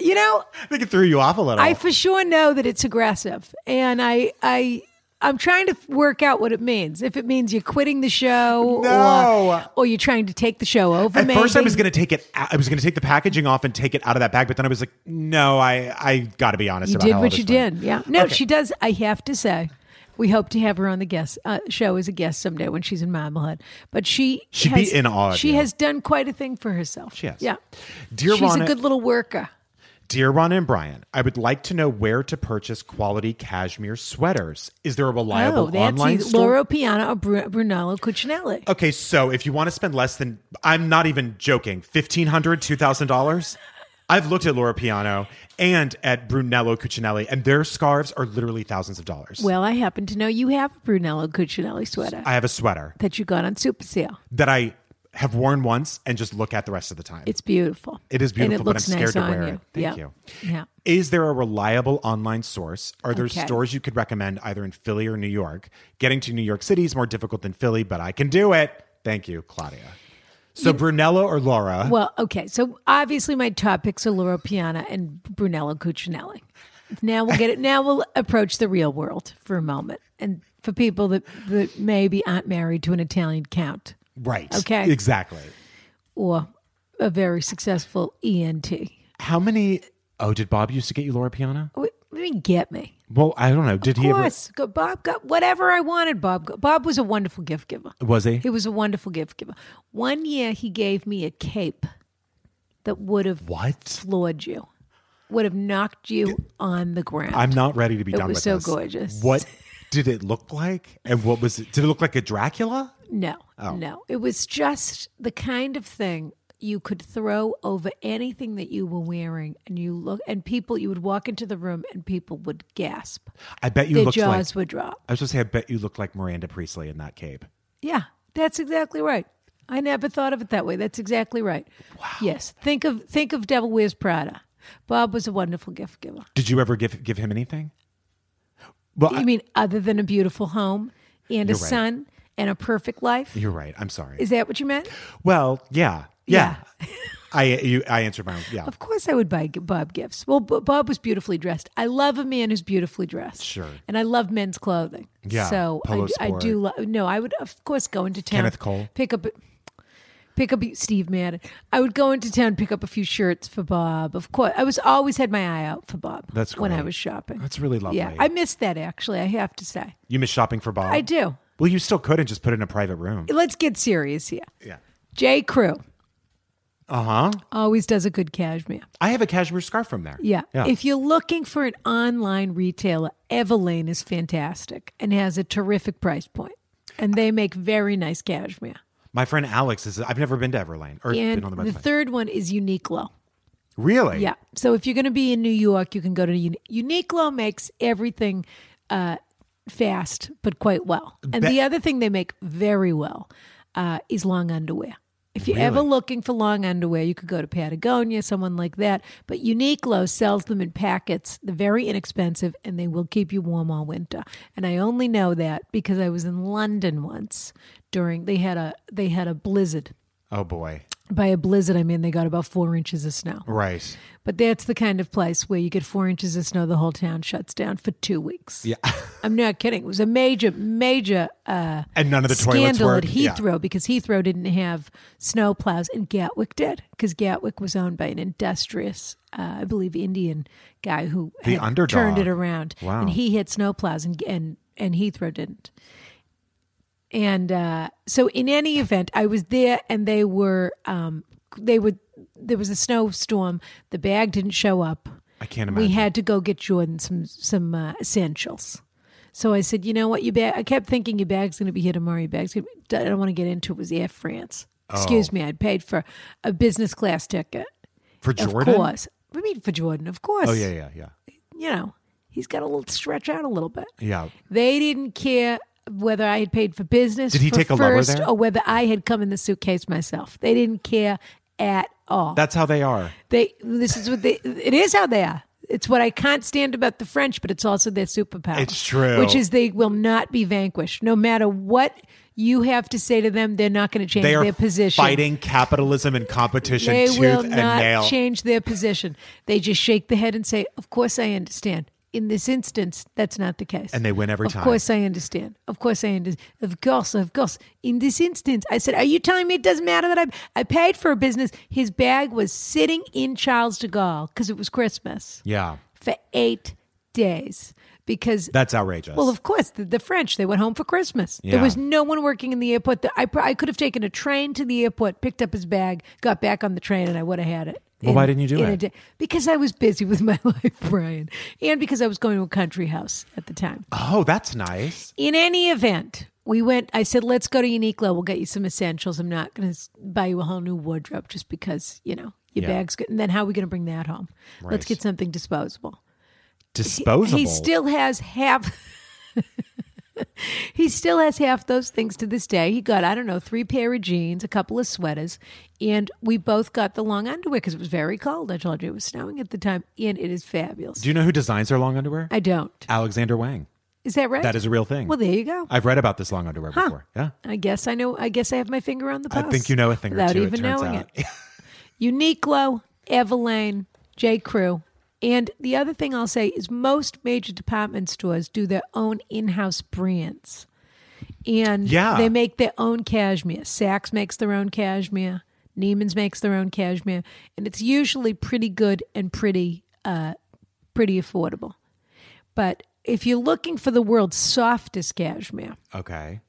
S3: you know,
S2: I think it threw you off a little.
S3: I for sure know that it's aggressive, and I I I'm trying to f- work out what it means. If it means you're quitting the show,
S2: No.
S3: or, or you're trying to take the show over.
S2: At first, I
S3: maybe.
S2: was going to take it. out- I was going to take the packaging off and take it out of that bag, but then I was like, "No, I, I got to be honest."
S3: You
S2: about
S3: did
S2: how all
S3: what
S2: this
S3: you
S2: went.
S3: did. Yeah. No,
S2: Okay.
S3: she does. I have to say, we hope to have her on the guest uh, show as a guest someday when she's in Marblehead. But she
S2: She'd
S3: has,
S2: be in awe of
S3: She
S2: you.
S3: has done quite a thing for herself. She
S2: has.
S3: Yeah.
S2: Dear
S3: she's
S2: Ronna-
S3: a good little worker.
S2: Dear Ron and Brian, I would like to know where to purchase quality cashmere sweaters. Is there a
S3: oh,
S2: reliable
S3: that's
S2: online
S3: either
S2: store?
S3: Loro Piana or Bru- Brunello Cucinelli.
S2: okay, so if you want to spend less than, I'm not even joking, fifteen hundred, two thousand dollars. I've looked at Laura Piano and at Brunello Cucinelli, and their scarves are literally thousands of dollars.
S3: Well, I happen to know you have a Brunello Cucinelli sweater
S2: I have a sweater
S3: that you got on Super Sale.
S2: that I have worn once and just look at the rest of the time.
S3: It's beautiful.
S2: It is
S3: and
S2: beautiful,
S3: it
S2: but I'm
S3: looks
S2: scared
S3: nice
S2: to
S3: on
S2: wear
S3: you.
S2: it.
S3: Yeah.
S2: Thank you.
S3: Yeah.
S2: Is there a reliable online source? Are there
S3: Okay.
S2: stores you could recommend either in Philly or New York? Getting to New York City is more difficult than Philly, but I can do it. Thank you, Claudia. So Brunello or Laura?
S3: Well, okay. So obviously, my topics are Laura Piana and Brunello Cucinelli. Now we'll get it. Now we'll approach the real world for a moment, and for people that, that maybe aren't married to an Italian count
S2: right.
S3: Okay.
S2: Exactly.
S3: or a very successful E ENT.
S2: How many Oh, did Bob used to get you Laura Piana?
S3: Wait, Let me get me.
S2: Well, I don't know. Did
S3: Of
S2: he ever
S3: course, Go- Bob got whatever I wanted. Bob, got. Bob was a wonderful gift giver.
S2: was he?
S3: He was a wonderful gift giver. One year he gave me a cape that would have
S2: What?
S3: floored you, would have knocked you on the ground.
S2: I'm not ready to be
S3: It
S2: done
S3: was
S2: with
S3: so
S2: this.
S3: gorgeous.
S2: What did it look like? And what was it? Did it look like a Dracula?
S3: No,
S2: Oh.
S3: no. It was just the kind of thing you could throw over anything that you were wearing, and you look, and people, you would walk into the room, and people would gasp.
S2: I bet you
S3: Their
S2: looked like
S3: jaws would drop.
S2: I was going to say, I bet you look like Miranda Priestley in that cape.
S3: Yeah, that's exactly right. I never thought of it that way. That's exactly right. Wow. Yes. Think of think of Devil Wears Prada. Bob was a wonderful gift giver.
S2: Did you ever give give him anything? Well,
S3: You
S2: I-
S3: mean other than a beautiful home and a son and a perfect life?
S2: you're right. I'm sorry.
S3: Is that what you meant?
S2: well, yeah, yeah. I you, I answered my own. Yeah,
S3: Of course, I would buy G- Bob gifts. Well, B- Bob was beautifully dressed. I love a man who's beautifully dressed.
S2: Sure.
S3: And I love men's clothing.
S2: Yeah,
S3: So I,
S2: polo
S3: d- I do. Lo- no, I would of course go into town.
S2: Kenneth Cole.
S3: Pick up. Pick up Steve Madden. I would go into town, pick up a few shirts for Bob. Of course, I was always had my eye out for Bob.
S2: That's
S3: when I
S2: great.
S3: was shopping.
S2: That's really lovely. Oh.
S3: Yeah, I missed that actually. I have to say,
S2: you miss shopping for Bob.
S3: I do.
S2: Well, you still could and just put it in a private room.
S3: Let's get serious here.
S2: Yeah.
S3: J. Crew
S2: Uh huh.
S3: always does a good cashmere.
S2: I have a cashmere scarf from there.
S3: Yeah.
S2: Yeah.
S3: If you're looking for an online retailer, Everlane is fantastic and has a terrific price point. And they make very nice cashmere.
S2: My friend Alex is. I've never been to Everlane or
S3: And
S2: been on the
S3: the
S2: website.
S3: third one is Uniqlo.
S2: really?
S3: Yeah. So if you're going to be in New York, you can go to Uni- Uniqlo makes everything uh, fast but quite well. And
S2: Be-
S3: the other thing they make very well uh, is long underwear. If you're ever looking for long underwear, you could go to Patagonia, someone like that. But Uniqlo sells them in packets. They're very inexpensive and they will keep you warm all winter. And I only know that because I was in London once during they had a they had a blizzard.
S2: Oh boy.
S3: By a blizzard I mean they got about four inches of snow.
S2: Right.
S3: But that's the kind of place where you get four inches of snow, the whole town shuts down for two weeks. Yeah. I'm not kidding. It was a major, major uh,
S2: And none of the toilets
S3: scandal
S2: were.
S3: at Heathrow because Heathrow didn't have snow plows and Gatwick did because Gatwick was owned by an industrious, uh, I believe, Indian guy who
S2: The
S3: had
S2: underdog.
S3: turned it around.
S2: Wow.
S3: And he had snow plows and, and, and Heathrow didn't. And uh, so, in any event, I was there, and they were um, they would there was a snowstorm. The bag didn't show up.
S2: I can't
S3: We
S2: imagine.
S3: had to go get Jordan some some uh, essentials. So I said, you know what, your bag. I kept thinking your bag's going to be here tomorrow. Your bag's. Gonna be-" I don't want to get into it. it. Was Air France?
S2: Oh.
S3: Excuse me. I'd paid for a business class ticket.
S2: for Jordan.
S3: Of course. We mean for Jordan, of course.
S2: Oh yeah, yeah, yeah,
S3: You know, he's got a little stretch out a little bit.
S2: yeah.
S3: They didn't care whether I had paid for business.
S2: Did he
S3: for
S2: take a lover
S3: first,
S2: there?
S3: or whether I had come in the suitcase myself? They didn't care at all.
S2: That's how they are.
S3: they this is what they it is how they are. It's what I can't stand about the French, but it's also their superpower.
S2: It's true.
S3: which is they will not be vanquished, no matter what you have to say to them. They're not going to change
S2: They are
S3: their position.
S2: fighting capitalism and competition
S3: They
S2: tooth
S3: will
S2: and
S3: not
S2: nail.
S3: change their position. They just shake the head and say, "Of course, I understand." In this instance, that's not the case.
S2: And they win every
S3: of
S2: time.
S3: Of course, I understand. Of course, I understand. Of course, of course. In this instance, I said, "Are you telling me it doesn't matter that I I paid for a business? His bag was sitting in Charles de Gaulle because it was Christmas
S2: Yeah,
S3: for eight days because
S2: that's outrageous.
S3: well, of course, the, the French, they went home for Christmas.
S2: Yeah.
S3: There was no one working in the airport. The- I, pr- I could have taken a train to the airport, picked up his bag, got back on the train, and I would have had it.
S2: Well, why didn't you do
S3: in a
S2: it?
S3: day. Because I was busy with my life, Brian, and because I was going to a country house at the time.
S2: oh, that's nice.
S3: In any event, we went. I said, "Let's go to Uniqlo. We'll get you some essentials. I'm not going to buy you a whole new wardrobe just because you know your
S2: Yeah.
S3: bag's good." And then how are we going to bring that home?
S2: Right.
S3: Let's get something disposable.
S2: Disposable.
S3: He still has half. he still has half those things to this day. He got I don't know three pair of jeans, a couple of sweaters, and we both got the long underwear because it was very cold. I told you it was snowing at the time, and it is fabulous.
S2: Do you know who designs their long underwear?
S3: I don't.
S2: Alexander Wang.
S3: Is that right?
S2: That is a real thing.
S3: Well, there you go.
S2: I've read about this long underwear before. Yeah.
S3: I guess I know. I guess I have my finger on the
S2: I
S3: pulse.
S2: think you know a thing or
S3: without
S2: two.
S3: even
S2: it turns
S3: knowing
S2: out.
S3: it. Uniqlo, Everlane, J. Crew, and the other thing I'll say is most major department stores do their own in-house brands, and
S2: Yeah.
S3: they make their own cashmere. Saks makes their own cashmere. Neiman's makes their own cashmere, and it's usually pretty good and pretty, uh, pretty affordable. But if you're looking for the world's softest cashmere,
S2: Okay.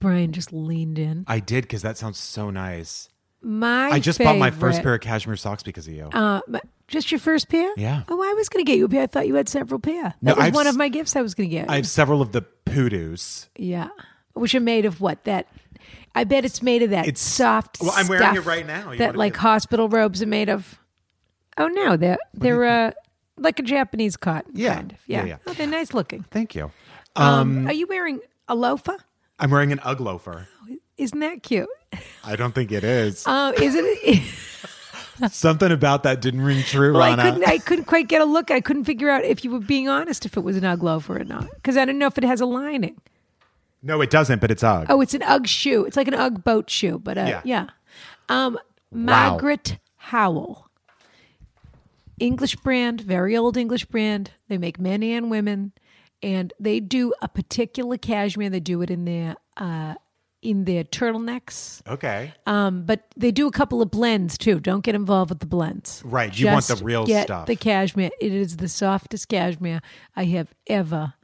S3: Brian just leaned in.
S2: I did because that sounds so nice.
S3: My
S2: I just bought my first
S3: favorite-
S2: pair of cashmere socks because of you.
S3: Uh, my- just your first pair?
S2: Yeah.
S3: Oh, I was going to get you a pair. I thought you had several pair. That
S2: No,
S3: was
S2: I've
S3: one
S2: s-
S3: of my gifts I was going to get.
S2: I
S3: you.
S2: have several of the poodoos.
S3: yeah. Which are made of what? That. I bet it's made of that
S2: It's-
S3: soft.
S2: Well, I'm wearing it
S3: stuff
S2: right now. You wanna
S3: that
S2: be-
S3: like hospital robes are made of. Oh no, they're they're uh, like a Japanese cotton.
S2: Yeah.
S3: Kind of.
S2: Yeah,
S3: Yeah.
S2: yeah.
S3: Oh, they're nice looking.
S2: Thank you.
S3: Um, are you wearing a loafer?
S2: I'm wearing an UGG loafer.
S3: Isn't that cute?
S2: I don't think it is.
S3: Uh, is it?
S2: Something about that didn't ring true,
S3: Uh, Well,
S2: Rana.
S3: I couldn't. I couldn't quite get a look. I couldn't figure out if you were being honest if it was an UGG loafer or not because I don't know if it has a lining.
S2: no, it doesn't, but it's UGG.
S3: Oh, it's an UGG shoe. It's like an UGG boat shoe, but uh,
S2: Yeah.
S3: yeah. Um,
S2: Wow.
S3: Margaret Howell. English brand, very old English brand. They make men and women, and they do a particular cashmere. They do it in their uh, in their turtlenecks,
S2: Okay.
S3: um, but they do a couple of blends too. Don't get involved with the blends.
S2: Right, you want the
S3: Just
S2: real
S3: get
S2: stuff.
S3: The cashmere. It is the softest cashmere I have ever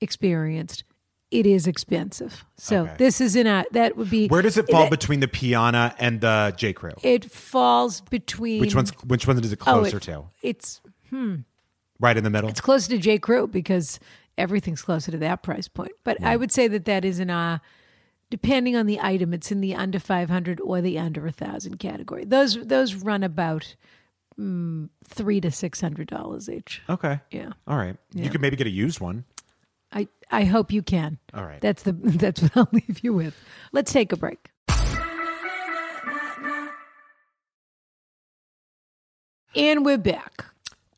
S3: experienced. It is expensive, so
S2: Okay.
S3: this is in a that would be
S2: Where does it fall between the Piana and the J Crew?
S3: it falls between
S2: Which one's which one is it
S3: Oh,
S2: closer
S3: it-
S2: to?
S3: It's
S2: Right in the middle.
S3: it's closer to J. Crew because everything's closer to that price point. But I would say that that is in a depending on the item, it's in the under five hundred or the under a thousand category. Those those run about mm, three to six hundred dollars each.
S2: Okay.
S3: Yeah.
S2: All right. You could maybe get a used one.
S3: I I hope you can.
S2: All right.
S3: That's the that's what I'll leave you with. Let's take a break. And we're back.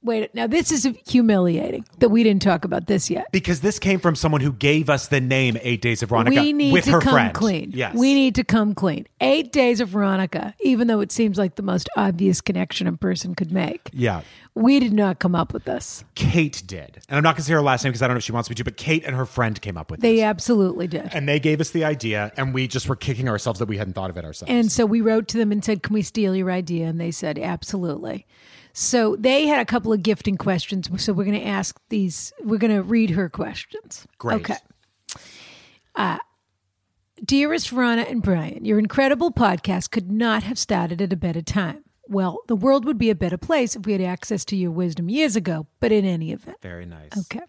S3: Wait, now this is humiliating that we didn't talk about this yet.
S2: Because this came from someone who gave us the name Eight Days of Ronica
S3: we need
S2: with
S3: to
S2: her
S3: come
S2: friend.
S3: clean.
S2: Yes.
S3: We need to come clean. Eight days of Veronica, even though it seems like the most obvious connection a person could make.
S2: Yeah.
S3: We did not come up with this.
S2: Kate did. And I'm not going to say her last name because I don't know if she wants me to, but Kate and her friend came up with
S3: They uh,
S2: this.
S3: absolutely did.
S2: And they gave us the idea, and we just were kicking ourselves that we hadn't thought of it ourselves.
S3: And so we wrote to them and said, Can we steal your idea? And they said, Absolutely. So they had a couple of gifting questions. So we're going to ask these, we're going to read her questions.
S2: Great.
S3: Okay. Dearest Rana and Brian, your incredible podcast could not have started at a better time. Well, the world would be a better place if we had access to your wisdom years ago, but in any event.
S2: Very nice.
S3: Okay.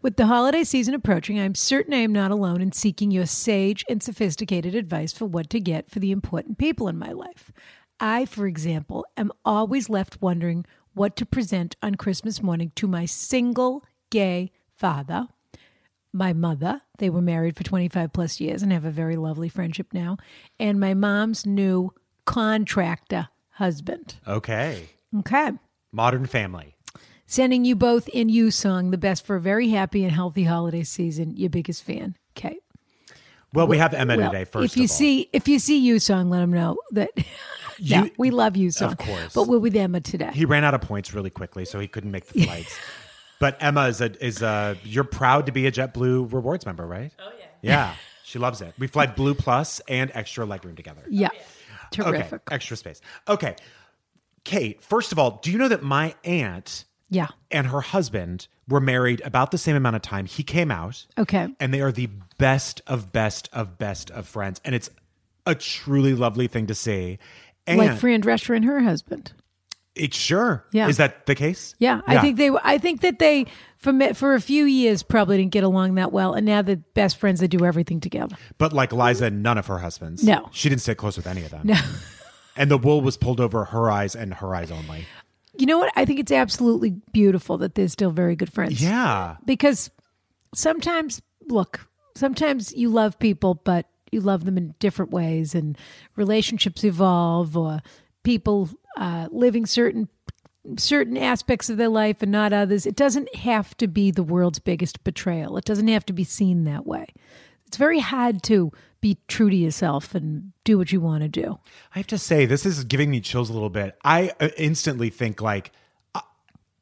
S3: With the holiday season approaching, I'm certain I am not alone in seeking your sage and sophisticated advice for what to get for the important people in my life. I, for example, am always left wondering what to present on Christmas morning to my single gay father, my mother. They were married for 25 plus years and have a very lovely friendship now, and my mom's new contractor husband.
S2: Okay.
S3: Okay.
S2: Modern Family.
S3: Sending you both in you song the best for a very happy and healthy holiday season. Your biggest fan, Kate.
S2: Well, we have Emma
S3: Well,
S2: today, first
S3: if you
S2: of all.
S3: see if you see you song, let them know that Yeah, we love you song. Of
S2: course.
S3: but we're with Emma today.
S2: he ran out of points really quickly, so he couldn't make the flights. but Emma is a is a you're proud to be a JetBlue rewards member, right? Oh yeah. Yeah. She loves it. We fly Blue Plus and extra legroom together.
S3: yeah,
S2: Okay.
S3: terrific.
S2: Extra space. Okay. Kate, first of all, do you know that my aunt
S3: Yeah.
S2: and her husband were married about the same amount of time? He came out.
S3: Okay.
S2: And they are the best of best of best of friends. And it's a truly lovely thing to see. And
S3: like Fran Drescher and her husband.
S2: it sure.
S3: Yeah.
S2: Is that the case?
S3: Yeah, I think they. were- I think that they for me- for a few years probably didn't get along that well, and now they're best friends. They do everything together.
S2: But like Liza, none of her husbands.
S3: No.
S2: She didn't sit close with any of them. No. and the wool was pulled over her eyes and her eyes only.
S3: You know what? I think it's absolutely beautiful that they're still very good friends.
S2: Yeah.
S3: because sometimes look sometimes you love people but you love them in different ways and relationships evolve or people uh, living certain certain aspects of their life and not others it doesn't have to be the world's biggest betrayal it doesn't have to be seen that way it's very hard to be true to yourself and do what you want to do
S2: I have to say, this is giving me chills a little bit. I uh, instantly think like uh,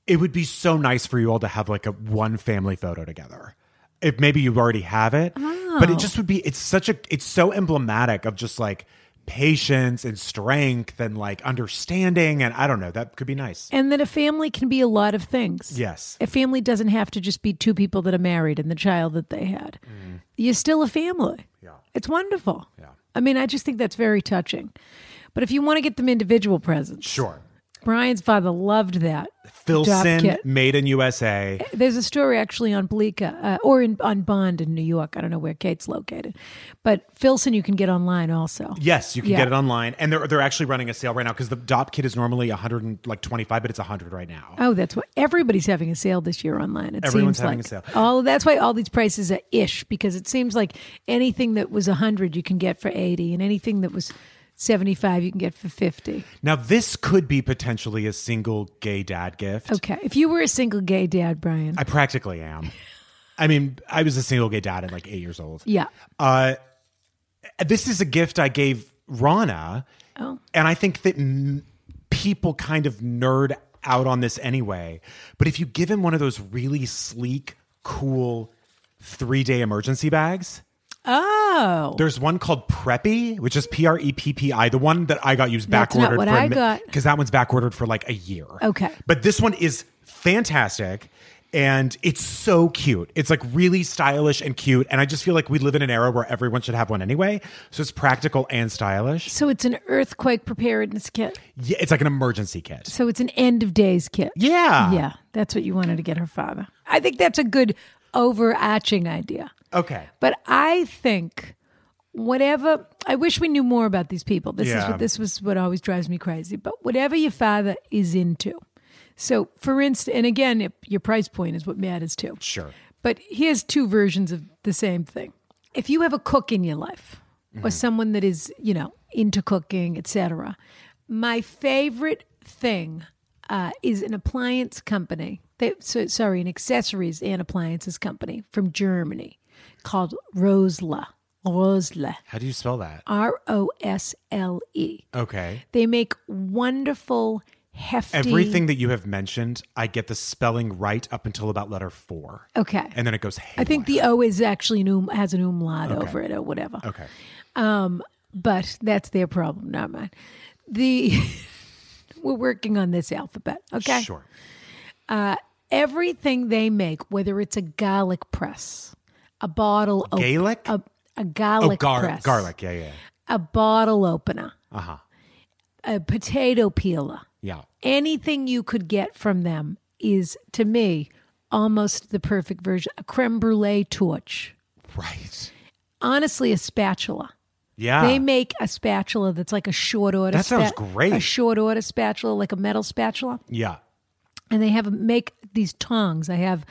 S2: it would be so nice for you all to have like a one family photo together. If maybe you already have it, but
S3: Oh.
S2: it just would be. It's such a. It's so emblematic of just like patience and strength and like understanding and I don't know. That could be nice.
S3: and that a family can be a lot of things
S2: Yes.
S3: A family doesn't have to just be two people that are married and the child that they had. You're still a family. Mm. Yeah. It's wonderful. Yeah. I mean, I just think that's very touching. But if you want to get them individual presents,
S2: Sure.
S3: Brian's father loved that. drop
S2: Filson,
S3: kit.
S2: made in USA.
S3: There's a story actually on Bleeka uh, or in, on Bond in New York. I don't know where Kate's located, but Filson you can get online also.
S2: Yes, you can
S3: Yeah.
S2: get it online, and they're they're actually running a sale right now because the Dop kit is normally one hundred and like twenty five, but it's hundred right now.
S3: Oh, that's what everybody's having a sale this year online. It
S2: Everyone's
S3: seems
S2: having
S3: like.
S2: a sale.
S3: All that's why all these prices are ish because it seems like anything that was hundred you can get for eighty, and anything that was seventy five you can get for fifty.
S2: Now, this could be potentially a single gay dad gift.
S3: Okay, if you were a single gay dad, Brian,
S2: I practically am. I mean, I was a single gay dad at like eight years old.
S3: yeah,
S2: Uh, this is a gift I gave Rana.
S3: Oh.
S2: And I think that n- people kind of nerd out on this anyway. But if you give him one of those really sleek, cool three day emergency bags,
S3: Oh,
S2: there's one called Preppy, which is P R E P P I. The one that I got used
S3: That's
S2: back
S3: not
S2: ordered
S3: what I got.
S2: because that one's back ordered for like a year.
S3: Okay.
S2: But this one is fantastic and it's so cute. It's like really stylish and cute. And I just feel like we live in an era where everyone should have one anyway. So it's practical and stylish.
S3: so it's an earthquake preparedness kit.
S2: Yeah, it's like an emergency kit.
S3: So it's an end of days kit.
S2: Yeah.
S3: Yeah, that's what you wanted to get her father. I think that's a good overarching idea.
S2: Okay.
S3: But I think whatever I wish we knew more about these people. This is
S2: Yeah.
S3: what this was what always drives me crazy. But whatever your father is into. So for instance and again if your price point is what matters too.
S2: Sure.
S3: But here's two versions of the same thing. If you have a cook in your life
S2: Mm-hmm.
S3: or someone that is, you know, into cooking, etc. My favorite thing uh, is an appliance company. They, so, sorry, an accessories and appliances company from Germany called Rosla. Rosle.
S2: How do you spell that?
S3: R O S L E.
S2: Okay.
S3: They make wonderful hefty
S2: Everything that you have mentioned, I get the spelling right up until about letter four.
S3: Okay.
S2: And Oh then it goes
S3: Oh. I think
S2: haywire.
S3: the O is actually an um, has an umlaut over it or whatever.
S2: Okay.
S3: But that's their problem, not mine. The we're working on this alphabet. Okay.
S2: Sure.
S3: Everything they make, whether it's a garlic press, a bottle op-
S2: Gaelic?
S3: Oh, a, a
S2: Oh,
S3: garlic
S2: gar-
S3: press,
S2: garlic. Yeah, yeah.
S3: a bottle opener,
S2: Uh huh.
S3: a potato peeler,
S2: Yeah.
S3: anything you could get from them is to me almost the perfect version. A creme brulee torch,
S2: Right.
S3: honestly, a spatula.
S2: Yeah.
S3: They make a spatula that's like a short order.
S2: Ah. That sounds great.
S3: A short order spatula, like a metal spatula,
S2: yeah.
S3: and they have make these tongs. I have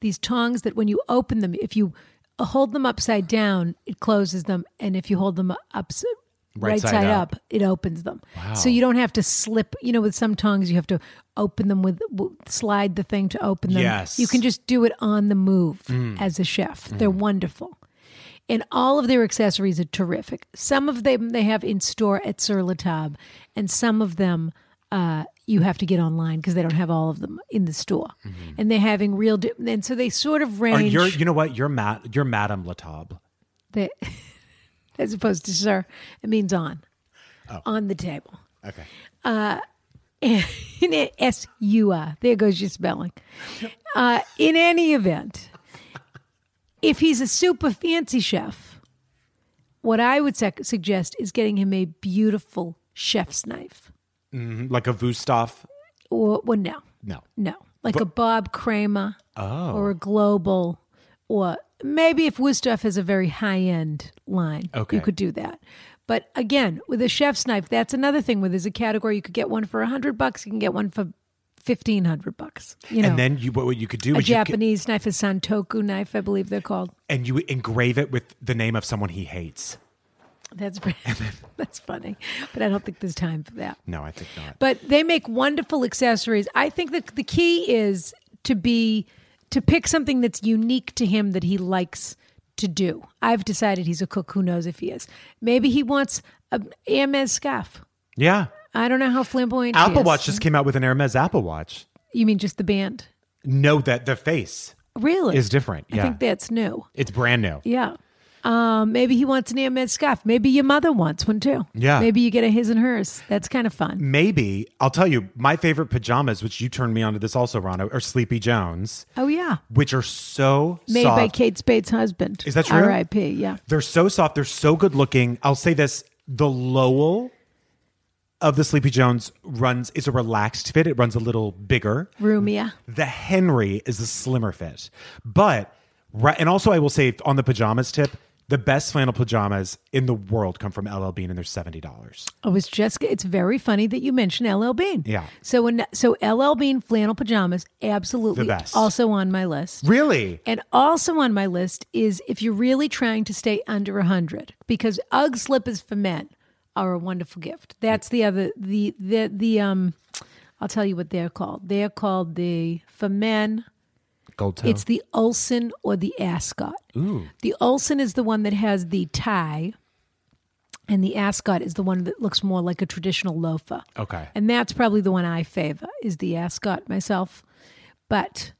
S3: these tongs that when you open them, if you hold them upside down, it closes them, and if you hold them up. Right,
S2: side up.
S3: it opens them. So you don't have to slip. You know, with some tongs, you have to open them with w- slide the thing to open them.
S2: Yes. Mm.
S3: you can just do it on the move as a chef. They're wonderful and all of their accessories are terrific. Some of them they have in store at Sur La Table, and some of them uh, you have to get online because they don't have all of them in the store. And they're having real, di- and so they sort of
S2: Or
S3: range
S2: you're, you know what? You're Matt. You're Madame Latable.
S3: the- as opposed to sir. It means on, on the table.
S2: Okay.
S3: in it, S U R. There goes your spelling. Uh, in any event, if he's a super fancy chef, what I would sec- suggest is getting him a beautiful chef's knife.
S2: Mm-hmm. Like a Vostov.
S3: Or, well, no,
S2: No.
S3: no, like a Bob Kramer
S2: Oh.
S3: or a Global, or maybe if Wusthof has a very high end line,
S2: Okay.
S3: you could do that. But again, with a chef's knife, that's another thing where there's a category you could get one for a hundred bucks, you can get one for fifteen hundred bucks. You know,
S2: And then you, what, what you could do
S3: a
S2: is you could,
S3: Japanese knife, a santoku knife, I believe they're called.
S2: and you engrave it with the name of someone he hates.
S3: That's that's funny, but I don't think there's time for that.
S2: No, I think not.
S3: But they make wonderful accessories. I think that the key is to be to pick something that's unique to him that he likes to do. I've decided he's a cook. Who knows if he is? Maybe he wants a Hermes scarf.
S2: yeah.
S3: I don't know how flamboyant. he
S2: Apple
S3: is.
S2: Watch just came out with an Hermes Apple Watch.
S3: You mean just the band?
S2: No, that the face
S3: Really?
S2: is different.
S3: I
S2: Yeah.
S3: think that's new.
S2: it's brand new.
S3: Yeah. Um, maybe he wants an Hermes scarf. Maybe your mother wants one too.
S2: Yeah. Mm.
S3: Maybe you get a his and hers. That's kind of fun.
S2: Maybe I'll tell you my favorite pajamas, which you turned me onto this also, Rana, are Sleepy Jones,
S3: Oh yeah.
S2: which are so
S3: Made
S2: soft.
S3: by Kate Spade's husband.
S2: Is that true?
S3: R.I.P. Yeah.
S2: They're so soft. They're so good looking. I'll say this: the Lowell of the Sleepy Jones runs is a relaxed fit. It runs a little bigger.
S3: Rumia.
S2: The Henry is a slimmer fit, but right. And also, I will say on the pajamas tip, the best flannel pajamas in the world come from LL Bean, and they're seventy dollars.
S3: I was just. It's very funny that you mentioned LL Bean.
S2: Yeah.
S3: So when so LL Bean flannel pajamas, absolutely
S2: The best.
S3: also on my list.
S2: Really?
S3: And also on my list is if you're really trying to stay under 100 because UGG slippers for men are a wonderful gift. That's the other the the the um I'll tell you what they're called. They're called the for men
S2: Gold toe.
S3: it's the Olsen or the Ascot. The Olsen is the one that has the tie and the ascot is the one that looks more like a traditional loafer.
S2: Okay.
S3: And that's probably the one I favor is the ascot myself. But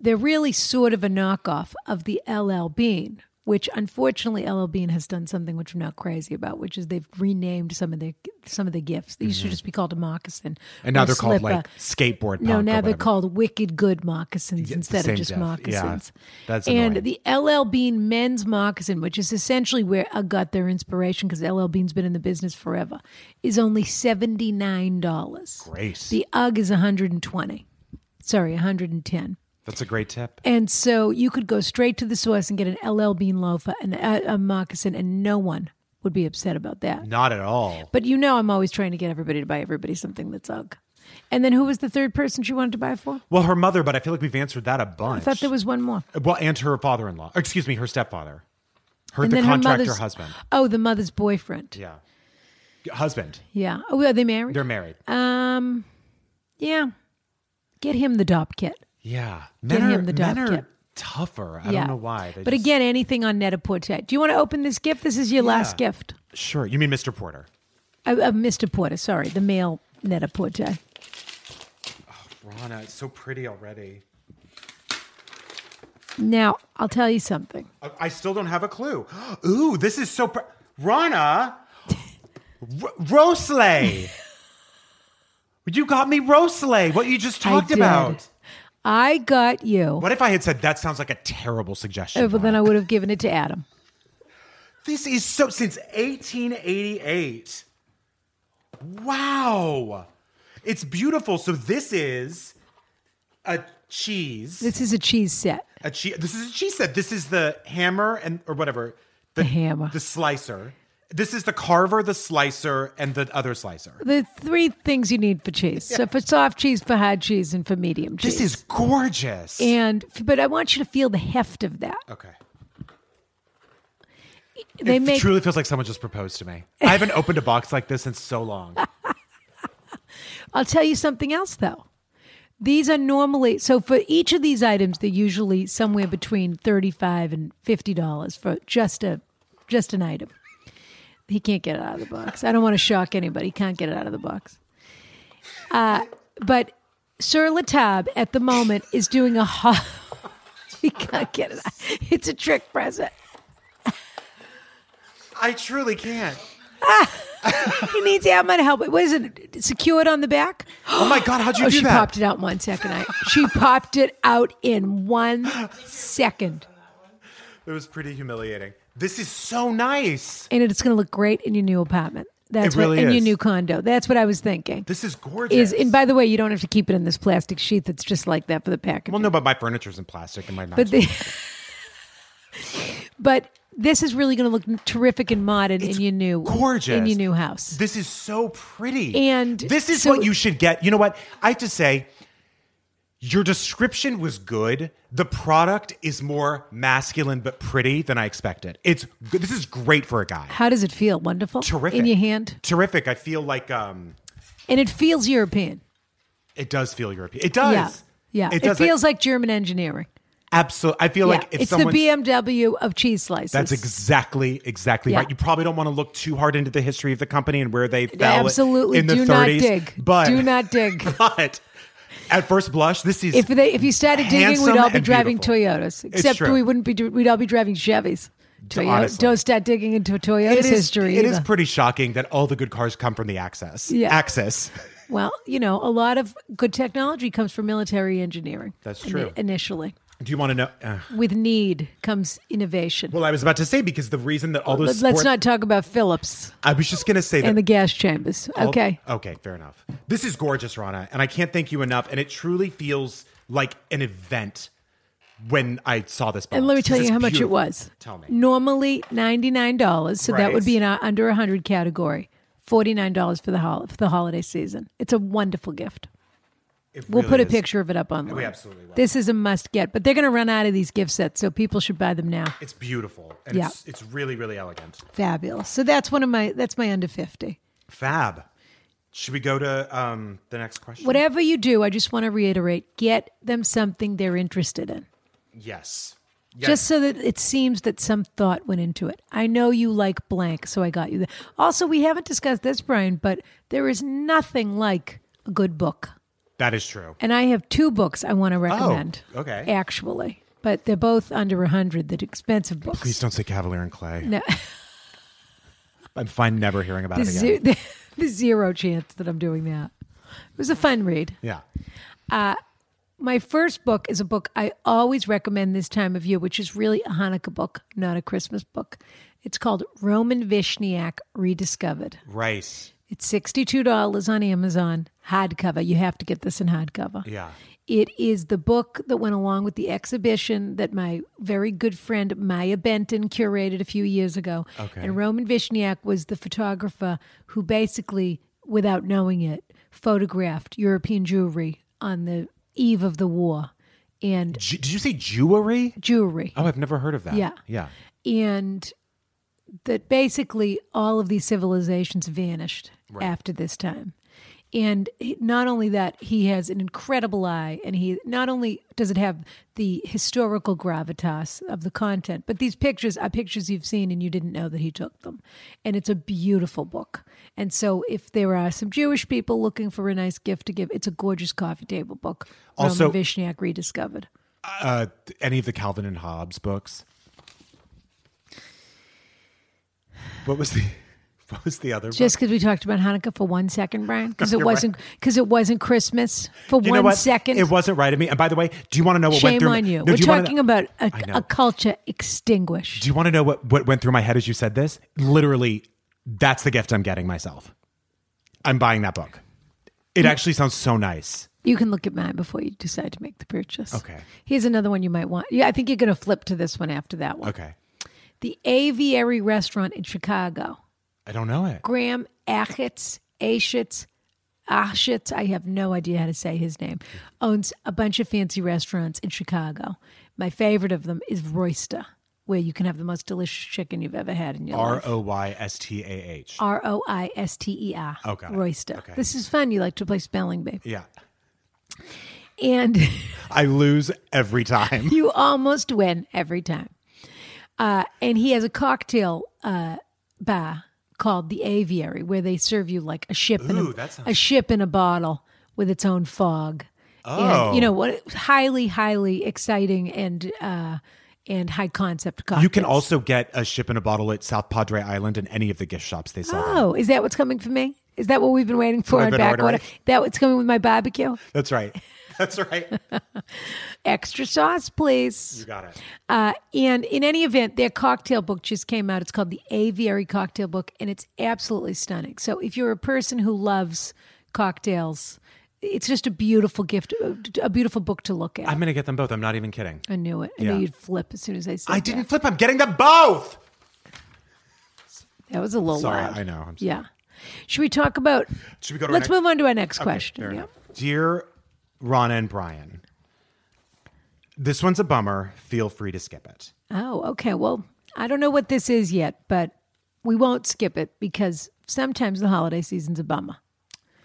S3: they're really sort of a knockoff of the LL Bean, which unfortunately LL Bean has done something which I'm not crazy about, which is they've renamed some of the some of the gifts. They used to just be called a moccasin.
S2: Mm-hmm. And now
S3: or
S2: they're called
S3: slipper.
S2: like skateboard.
S3: No,
S2: punk or
S3: now they're
S2: whatever.
S3: called wicked good moccasins
S2: Yeah, it's the
S3: instead
S2: same
S3: of just
S2: diff. Yeah,
S3: moccasins.
S2: that's
S3: and
S2: annoying.
S3: the LL Bean men's moccasin, which is essentially where I got their inspiration because LL Bean's been in the business forever, is only seventy nine dollars.
S2: Great.
S3: The UGG is one hundred and twenty. Sorry, one hundred and ten.
S2: That's a great tip.
S3: And so you could go straight to the source and get an LL Bean loafer and a, a moccasin, and no one would be upset about that.
S2: Not at all.
S3: But you know, I'm always trying to get everybody to buy everybody something that's UGG. And then who was the third person she wanted to buy for?
S2: Well, her mother, but I feel like we've answered that a
S3: I
S2: bunch.
S3: thought there was one more.
S2: well, and her father-in-law. or Excuse me, her stepfather. Her
S3: And
S2: the
S3: then her
S2: contractor
S3: mother's-
S2: husband.
S3: Oh, the mother's boyfriend.
S2: Yeah. Husband.
S3: Yeah. Oh, are they married?
S2: They're married.
S3: um, yeah. Get him the dop kit.
S2: yeah. Men
S3: Get
S2: are,
S3: him the
S2: men
S3: dog
S2: are
S3: kit.
S2: tougher. I
S3: yeah.
S2: don't know why. They
S3: But
S2: just-
S3: again, anything on net a Porter. Do you want to open this gift? This is your last gift.
S2: Sure. You mean Mr. Porter.
S3: Uh, uh, Mr. Porter, sorry, the male net a Porter.
S2: Rana, it's so pretty already.
S3: Now, I'll tell you something.
S2: I- I still don't have a clue. Ooh, this is so. Pr- Rana! R- Roslay! you got me Roslay, what you just talked
S3: did.
S2: about.
S3: I got you.
S2: What if I had said that sounds like a terrible suggestion?
S3: Uh, But then
S2: Rana."
S3: I would have given it to Adam.
S2: This is so since 1888. Wow. It's beautiful. So this is a cheese.
S3: This is a cheese set.
S2: a cheese. This is a cheese set. This is the hammer and or whatever. The,
S3: hammer.
S2: The slicer. This is the carver, the slicer, and the other slicer.
S3: The three things you need for cheese. So for soft cheese, for hard cheese, and for medium cheese.
S2: This is gorgeous.
S3: and but I want you to feel the heft of that.
S2: okay.
S3: They
S2: it
S3: make
S2: truly feels like someone just proposed to me. I haven't opened a box like this in so long.
S3: I'll tell you something else though. These are normally so for each of these items they're usually somewhere between 35 and 50 dollars for just a just an item. He can't get it out of the box. I don't want to shock anybody. He can't get it out of the box. Uh, but Sir Latab at the moment is doing a hot he can't get it out. It's a trick present.
S2: I truly can't.
S3: He needs Amman to help. What is it? Secured on the back?
S2: Oh my god, how'd you
S3: oh,
S2: do
S3: she
S2: that?
S3: popped it out in one second. I she popped it out in one second,
S2: It was pretty humiliating. This is so nice.
S3: and it's going to look great in your new apartment. That's
S2: It really
S3: what, in your
S2: is.
S3: new condo. That's what I was thinking.
S2: This is
S3: is
S2: gorgeous.
S3: and by the way, you don't have to keep it in this plastic sheath. that's just like that for the package.
S2: well, no, but my furniture's in plastic and my not.
S3: but the, but this is really going to look terrific and modern in your new
S2: gorgeous.
S3: in your new house.
S2: this is so pretty.
S3: And
S2: this is
S3: so-
S2: what you should get. You know what? I have to say, your description was good. The product is more masculine but pretty than I expected. It's good. this is great for a guy.
S3: How does it feel? Wonderful.
S2: Terrific
S3: in your hand,
S2: Terrific. I feel like um,
S3: and it feels European.
S2: it does feel European. It does.
S3: Yeah, yeah.
S2: It
S3: It,
S2: does.
S3: feels like German engineering.
S2: absolutely. I feel
S3: Yeah,
S2: like if
S3: it's the
S2: someone's-
S3: BMW of cheese slices.
S2: That's exactly exactly
S3: Yeah.
S2: right. You probably don't want to look too hard into the history of the company and where they fell
S3: absolutely.
S2: in the
S3: Do
S2: 30s.
S3: not dig.
S2: But
S3: Do not dig.
S2: But at first blush, this is
S3: If they if you started digging, we'd
S2: handsome
S3: all be
S2: and
S3: driving
S2: beautiful.
S3: Toyotas. Except
S2: true.
S3: we wouldn't be. do- We'd all be driving Chevys.
S2: To-
S3: Toyota-
S2: honestly.
S3: don't start digging into a Toyota's
S2: It is-
S3: history.
S2: It is
S3: either.
S2: pretty shocking that all the good cars come from the Access.
S3: Yeah.
S2: Access.
S3: well, you know, a lot of good technology comes from military engineering.
S2: That's
S3: ini-
S2: true.
S3: Initially,
S2: Do you want to know? uh,
S3: with need comes innovation.
S2: well, I was about to say because the reason that all those
S3: Let- Let's
S2: sport-
S3: not talk about Phillips
S2: I was just going to say that
S3: and the gas chambers.
S2: All-
S3: Okay.
S2: Okay, fair enough. This is gorgeous, Rana, and I can't thank you enough. And it truly feels like an event when I saw this box.
S3: And let me tell
S2: This
S3: you
S2: is
S3: how much it
S2: beautiful.
S3: was.
S2: Tell me.
S3: Normally ninety nine dollars, so that
S2: Right.
S3: would be in our under hundred category. Forty nine dollars for the hol- for the holiday season. It's a wonderful gift.
S2: It
S3: We'll
S2: really
S3: put a
S2: is.
S3: picture of it up online.
S2: We absolutely will.
S3: This is a must get, but they're going to run out of these gift sets, so people should buy them now.
S2: It's beautiful. And
S3: Yeah.
S2: it's, it's really, really elegant.
S3: Fabulous. So that's one of my that's my under fifty.
S2: Fab. Should we go to um, the next question?
S3: Whatever you do, I just want to reiterate: get them something they're interested in.
S2: Yes.
S3: just so that it seems that some thought went into it. I know you like blank, so I got you there. Also, we haven't discussed this, Brian, but there is nothing like a good book.
S2: That is true.
S3: And I have two books I want to recommend.
S2: Oh, okay.
S3: Actually, but they're both under 100, the expensive books.
S2: Please don't say Cavalier and Clay.
S3: No.
S2: I'm fine never hearing about
S3: the,
S2: it again.
S3: ze- the, zero chance that I'm doing that. It was a fun read.
S2: yeah.
S3: My first book is a book I always recommend this time of year, which is really a Hanukkah book, not a Christmas book. It's called Roman Vishniak Rediscovered.
S2: Right.
S3: It's $62 on Amazon, hardcover. You have to get this in hardcover.
S2: Yeah.
S3: It is the book that went along with the exhibition that my very good friend Maya Benton curated a few years ago.
S2: Okay.
S3: And Roman Vishniak was the photographer who basically, without knowing it, photographed European Jewry on the eve of the war and
S2: Ju- did you say jewelry?
S3: Jewry.
S2: Oh, I've never heard of that.
S3: Yeah.
S2: Yeah.
S3: And that basically all of these civilizations vanished after this time. And he- not only that, he has an incredible eye, and he not only does it have the historical gravitas of the content, but these pictures are pictures you've seen and you didn't know that he took them. And it's a beautiful book. And so, if there are some Jewish people looking for a nice gift to give, it's a gorgeous coffee table book.
S2: Also-
S3: Roman Vishniak rediscovered.
S2: Uh, th- any of the Calvin and Hobbes books? What was the What was the other
S3: Just because we talked about Hanukkah for one second, Brian, because it
S2: You're right.
S3: wasn't because it wasn't Christmas for
S2: book? You know
S3: one
S2: what?
S3: second.
S2: It wasn't right of me. And by the way, do you want to know what went
S3: Shame
S2: through?
S3: on you.
S2: No,
S3: We're
S2: do you wanna-
S3: talking about a,
S2: I know.
S3: a culture extinguished.
S2: Do you want to know what, what went through my head as you said this? Literally, that's the gift I'm getting myself. I'm buying that book. It
S3: Mm.
S2: actually sounds so nice.
S3: You can look at mine before you decide to make the purchase.
S2: Okay.
S3: Here's another one you might want. Yeah, I think you're going to flip to this one after that one.
S2: Okay.
S3: The Aviary Restaurant in Chicago.
S2: I don't know it.
S3: Graham Achitz, Ashitz, Ashitz, I have no idea how to say his name, owns a bunch of fancy restaurants in Chicago. My favorite of them is Royster, where you can have the most delicious chicken you've ever had in your
S2: R
S3: life.
S2: O Y S T A H.
S3: R O I S T E R.
S2: Oh, got it.
S3: Royster.
S2: Okay.
S3: This is fun. You like to play spelling bee.
S2: Yeah.
S3: And
S2: I lose every time.
S3: you almost win every time. Uh, and he has a cocktail uh, bar called the Aviary, where they serve you like a ship in
S2: Ooh,
S3: a,
S2: that sounds-
S3: a ship in a bottle with its own fog.
S2: Oh.
S3: And, you know what? Highly, highly exciting and uh, and high concept cocktails.
S2: You can also get a ship in a bottle at South Padre Island and any of the gift shops they sell. them.
S3: Oh, is that what's coming for me? Is that what we've been waiting for
S2: I've
S3: on
S2: been ordering.
S3: Backwater? That what's coming with my barbecue?
S2: That's right. That's right.
S3: Extra sauce, please.
S2: You got it.
S3: Uh, and in any event, their cocktail book just came out. It's called the Aviary Cocktail Book, and it's absolutely stunning. So if you're a person who loves cocktails, it's just a beautiful gift, a beautiful book to look at.
S2: I'm going to get them both. I'm not even kidding.
S3: I knew it. I
S2: Yeah.
S3: knew you'd flip as soon as I said
S2: I didn't flip. I'm getting them both.
S3: That, that was a little
S2: Sorry.
S3: loud.
S2: I know. I'm sorry.
S3: Yeah. Should we talk about?
S2: Should we go to our
S3: Let's
S2: next-
S3: move on to our next question. Yeah.
S2: Dear Rana and Brian, this one's a bummer. Feel free to skip it.
S3: Oh, okay. Well, I don't know what this is yet, but we won't skip it because sometimes the holiday season's a bummer,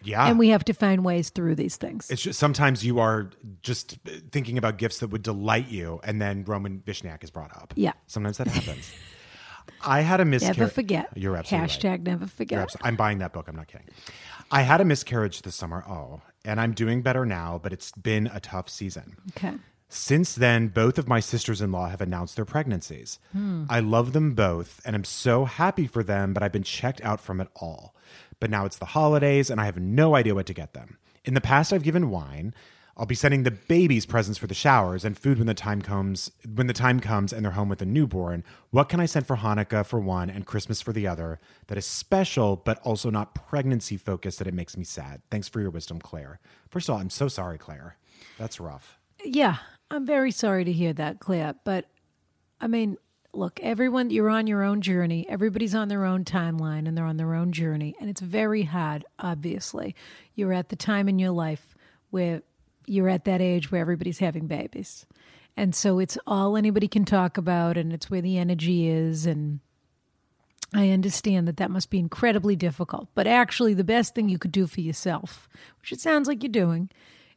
S2: Yeah.
S3: and we have to find ways through these things.
S2: it's just sometimes you are just thinking about gifts that would delight you, and then Roman Vishniak is brought up.
S3: Yeah.
S2: Sometimes that happens. I had a miscarriage.
S3: Never forget.
S2: You're absolutely right.
S3: Hashtag never forget.
S2: Perhaps- I'm buying that book. I'm not kidding. I had a miscarriage this summer. Oh, and I'm doing better now, but it's been a tough season.
S3: Okay.
S2: Since then, both of my sisters in law have announced their pregnancies. I love them both and I'm so happy for them, but I've been checked out from it all. But now it's the holidays and I have no idea what to get them. In the past, I've given wine. I'll be sending the babies presents for the showers and food when the time comes when the time comes and they're home with a newborn. What can I send for Hanukkah for one and Christmas for the other that is special but also not pregnancy focused that it makes me sad? Thanks for your wisdom, Claire. First of all, I'm so sorry, Claire. That's rough.
S3: Yeah, I'm very sorry to hear that, Claire. But I mean, look, everyone, you're on your own journey. Everybody's on their own timeline and they're on their own journey. And it's very hard, obviously. You're at the time in your life where you're at that age where everybody's having babies. And so it's all anybody can talk about and it's where the energy is. And I understand that that must be incredibly difficult. But actually, the best thing you could do for yourself, which it sounds like you're doing,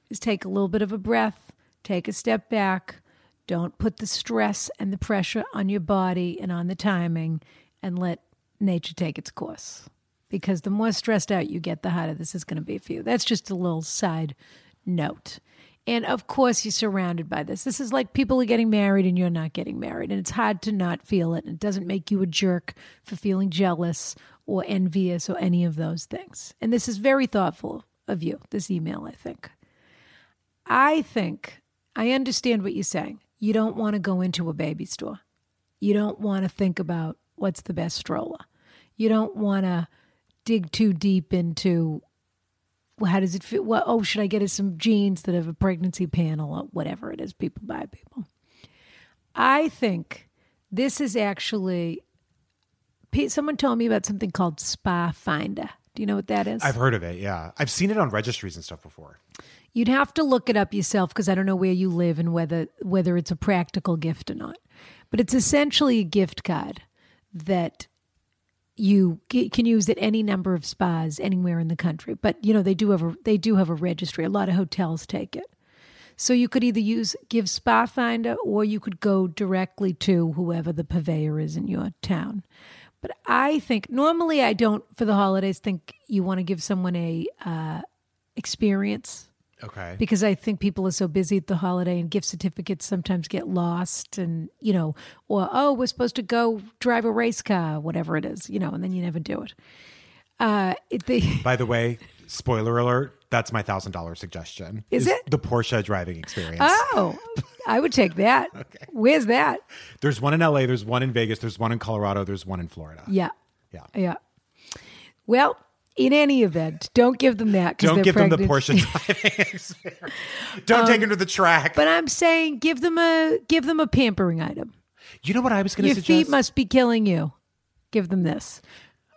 S3: is take a little bit of a breath, take a step back, Don't put the stress and the pressure on your body and on the timing and let nature take its course. Because the more stressed out you get, the harder this is going to be for you. That's just a little side note. And of course, you're surrounded by this. This is like people are getting married and you're not getting married. And it's hard to not feel it. And it doesn't make you a jerk for feeling jealous or envious or any of those things. And this is very thoughtful of you, this email, I think. I think I understand what you're saying. You don't want to go into a baby store. You don't want to think about what's the best stroller. You don't want to dig too deep into well, how does it feel? Well, oh, should I get us some jeans that have a pregnancy panel or whatever it is people buy people? I think this is actually. Someone told me about something called Spa Finder. Do you know what that is?
S2: I've heard of it. Yeah, I've seen it on registries and stuff before.
S3: You'd have to look it up yourself because I don't know where you live and whether whether it's a practical gift or not. But it's essentially a gift card that you c- can use at any number of spas anywhere in the country. But you know they do have a they do have a registry. A lot of hotels take it. So you could either use give Spa Finder or you could go directly to whoever the purveyor is in your town. But I think normally I don't for the holidays think you want to give someone a uh, experience
S2: Okay.
S3: because I think people are so busy at the holiday and gift certificates sometimes get lost and, you know, or, oh, we're supposed to go drive a race car, whatever it is, you know, and then you never do it. Uh, it the,
S2: By the way, spoiler alert. That's my thousand dollar suggestion.
S3: Is it?
S2: the Porsche driving experience?
S3: oh, I would take that. Where's that?
S2: there's one in L.A. There's one in Vegas. There's one in Colorado. There's one in Florida.
S3: Yeah.
S2: Yeah.
S3: Yeah. Well, in any event, don't give them that. 'cause
S2: Don't
S3: they're
S2: give them
S3: pregnant. Um,
S2: the Porsche driving experience. Don't take them to the track.
S3: But I'm saying give them a give them a pampering item.
S2: you know what I was going to
S3: Your
S2: suggest?
S3: feet must be killing you. Give them this,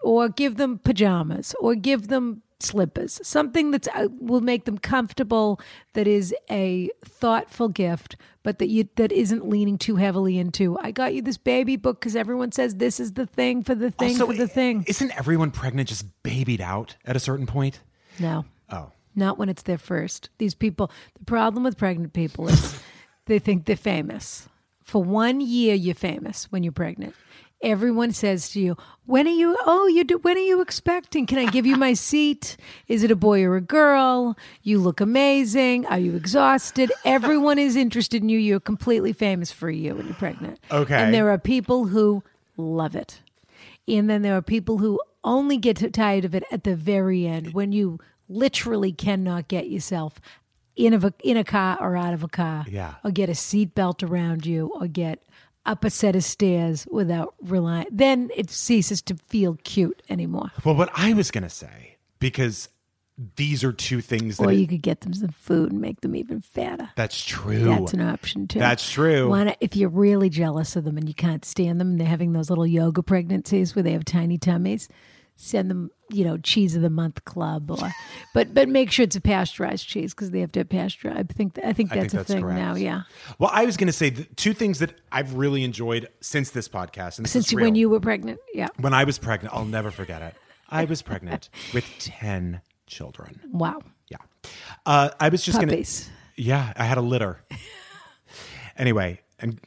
S3: or give them pajamas, or give them slippers. Something that uh, will make them comfortable. That is a thoughtful gift, but that you that isn't leaning too heavily into. I got you this baby book because everyone says this is the thing for the thing
S2: Also,
S3: for the thing.
S2: Isn't everyone pregnant just babied out at a certain point?
S3: No.
S2: Oh.
S3: Not when it's their first. These people, the problem with pregnant people is they think they're famous. For one year, you're famous when you're pregnant. Everyone says to you, "When are you? Oh, you do. When are you expecting? Can I give you my seat? Is it a boy or a girl? You look amazing. Are you exhausted? Everyone is interested in you. You're completely famous for a year when you're pregnant.
S2: Okay.
S3: And there are people who love it. And then there are people who only get t- tired of it at the very end when you literally cannot get yourself in of a in a car or out of a car.
S2: Yeah.
S3: Or get a seatbelt around you or get up a set of stairs without relying then it ceases to feel cute anymore.
S2: Well, what I was going to say, because these are two things that
S3: Or you could get them some food and make them even fatter.
S2: that's true.
S3: That's an option too.
S2: That's true.
S3: Why not- if you're really jealous of them and you can't stand them, and they're having those little yoga pregnancies where they have tiny tummies. Send them, you know, cheese of the month club, or but but make sure it's a pasteurized cheese because they have to have pasteurized. I think I think that's
S2: I think
S3: a
S2: that's
S3: thing
S2: correct.
S3: now. Yeah,
S2: Well, I was going to say the two things that I've really enjoyed since this podcast and this
S3: since
S2: is
S3: you- when
S2: real.
S3: you were pregnant, yeah.
S2: when I was pregnant, I'll never forget it. I was pregnant with ten children.
S3: Wow,
S2: Yeah, uh, I was just going to.
S3: puppies.
S2: Yeah, I had a litter. anyway, and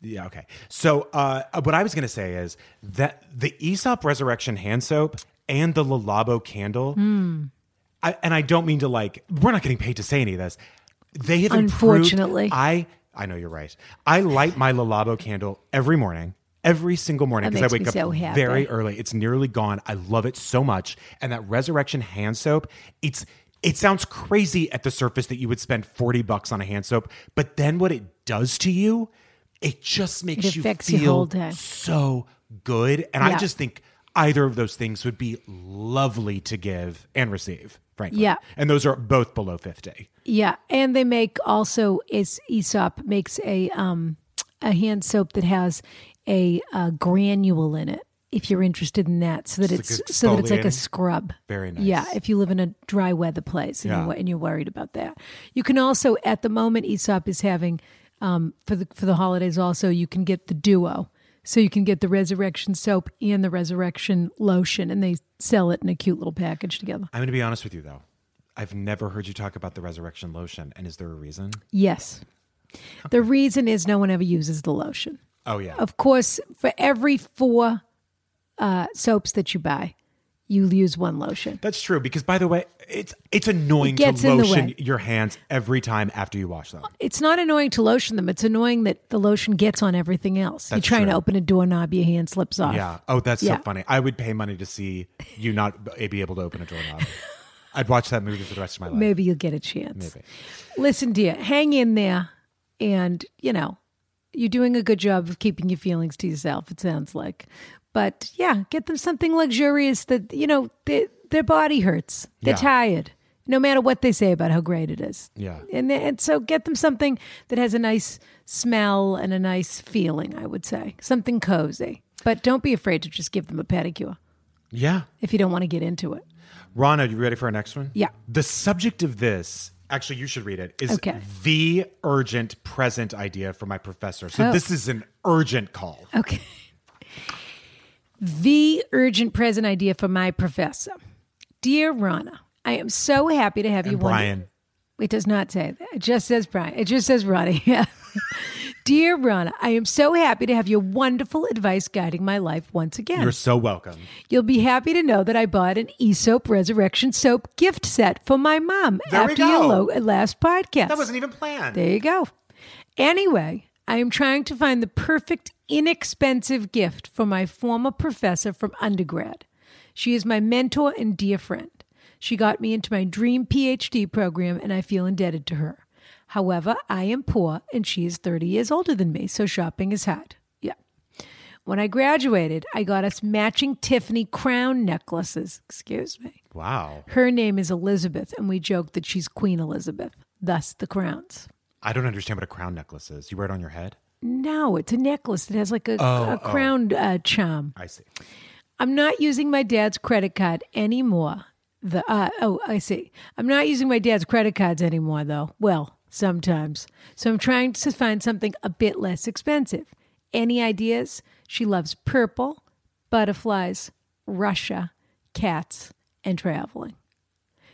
S2: yeah, okay. So uh, what I was going to say is that the Aesop Resurrection hand soap and the Lalabo candle, I, and I don't mean to like, we're not getting paid to say any of this. They have
S3: Unfortunately.
S2: improved. I I know you're right. I light my Lalabo candle every morning. Every single morning
S3: That
S2: because I
S3: makes me
S2: wake up
S3: so happy.
S2: very early. It's nearly gone. I love it so much. And that resurrection hand soap, it's it sounds crazy at the surface that you would spend 40 bucks on a hand soap, but then what it does to you, it just makes you
S3: affects
S2: feel
S3: your whole day.
S2: so good. And
S3: Yeah.
S2: I just think either of those things would be lovely to give and receive, frankly.
S3: Yeah.
S2: And those are both below 50.
S3: Yeah, and they make also is Aesop makes a um a hand soap that has a, uh granule in it. If you're interested in that, so that
S2: It's
S3: it's
S2: like
S3: so that it's like a
S2: exfoliating.
S3: scrub.
S2: Very nice.
S3: Yeah, if you live in a dry weather place and,
S2: Yeah.
S3: you're, wo- and you're worried about that, you can also at the moment Aesop is having um, for the for the holidays. Also, you can get the duo, so you can get the resurrection soap and the resurrection lotion, and they sell it in a cute little package together.
S2: I'm going to be honest with you though. I've never heard you talk about the resurrection lotion. And is there a reason?
S3: Yes, The reason is no one ever uses the lotion.
S2: Oh yeah.
S3: Of course, for every four uh, soaps that you buy, you use one lotion.
S2: That's true because by the way, it's it's annoying
S3: It gets
S2: to
S3: in the
S2: lotion
S3: way.
S2: your hands every time after you wash them.
S3: It's not annoying to lotion them. It's annoying that the lotion gets on everything else. You're
S2: That's
S3: trying to
S2: true.
S3: open a doorknob, your hand slips off.
S2: Yeah. Oh, that's
S3: Yeah.
S2: so funny. I would pay money to see you not b- be able to open a doorknob. I'd watch that movie for the rest of my life.
S3: Maybe you'll get a chance. Listen, dear, hang in there. And, you know, you're doing a good job of keeping your feelings to yourself, it sounds like. But yeah, get them something luxurious that, you know, they, their body hurts. They're
S2: Yeah.
S3: tired, no matter what they say about how great it is.
S2: Yeah.
S3: And, then- and so get them something that has a nice smell and a nice feeling, I would say, something cozy. But don't be afraid to just give them a pedicure
S2: Yeah.
S3: if you don't want to get into it.
S2: Ron, are you ready for our next one?
S3: Yeah.
S2: The subject of this, actually, you should read it, is
S3: Okay.
S2: the urgent present idea for my professor. So
S3: Oh.
S2: this is an urgent call.
S3: Okay. The urgent present idea for my professor. Dear Rana, I am so happy to have you. wonder-
S2: Brian.
S3: It does not say that. It just says Brian. It just says Ronnie. Yeah. Dear Rana, I am so happy to have your wonderful advice guiding my life once again.
S2: You're so welcome.
S3: You'll be happy to know that I bought an Aesop Resurrection Soap gift set for my mom
S2: There we
S3: after your
S2: go.
S3: lo- last podcast.
S2: That wasn't even planned.
S3: There you go. Anyway, I am trying to find the perfect inexpensive gift for my former professor from undergrad. She is my mentor and dear friend. She got me into my dream PhD program, and I feel indebted to her. However, I am poor, and she is 30 years older than me, so shopping is hard. Yeah. When I graduated, I got us matching Tiffany crown necklaces. Excuse me.
S2: wow.
S3: Her name is Elizabeth, and we joke that she's Queen Elizabeth, thus the crowns.
S2: I don't understand what a crown necklace is. You wear it on your head?
S3: No, it's a necklace that has like a, a crown uh, charm.
S2: I see.
S3: I'm not using my dad's credit card anymore. The uh, oh, I see. I'm not using my dad's credit cards anymore though. Well, sometimes. So I'm trying to find something a bit less expensive. Any ideas? She loves purple, butterflies, Russia, cats, and traveling.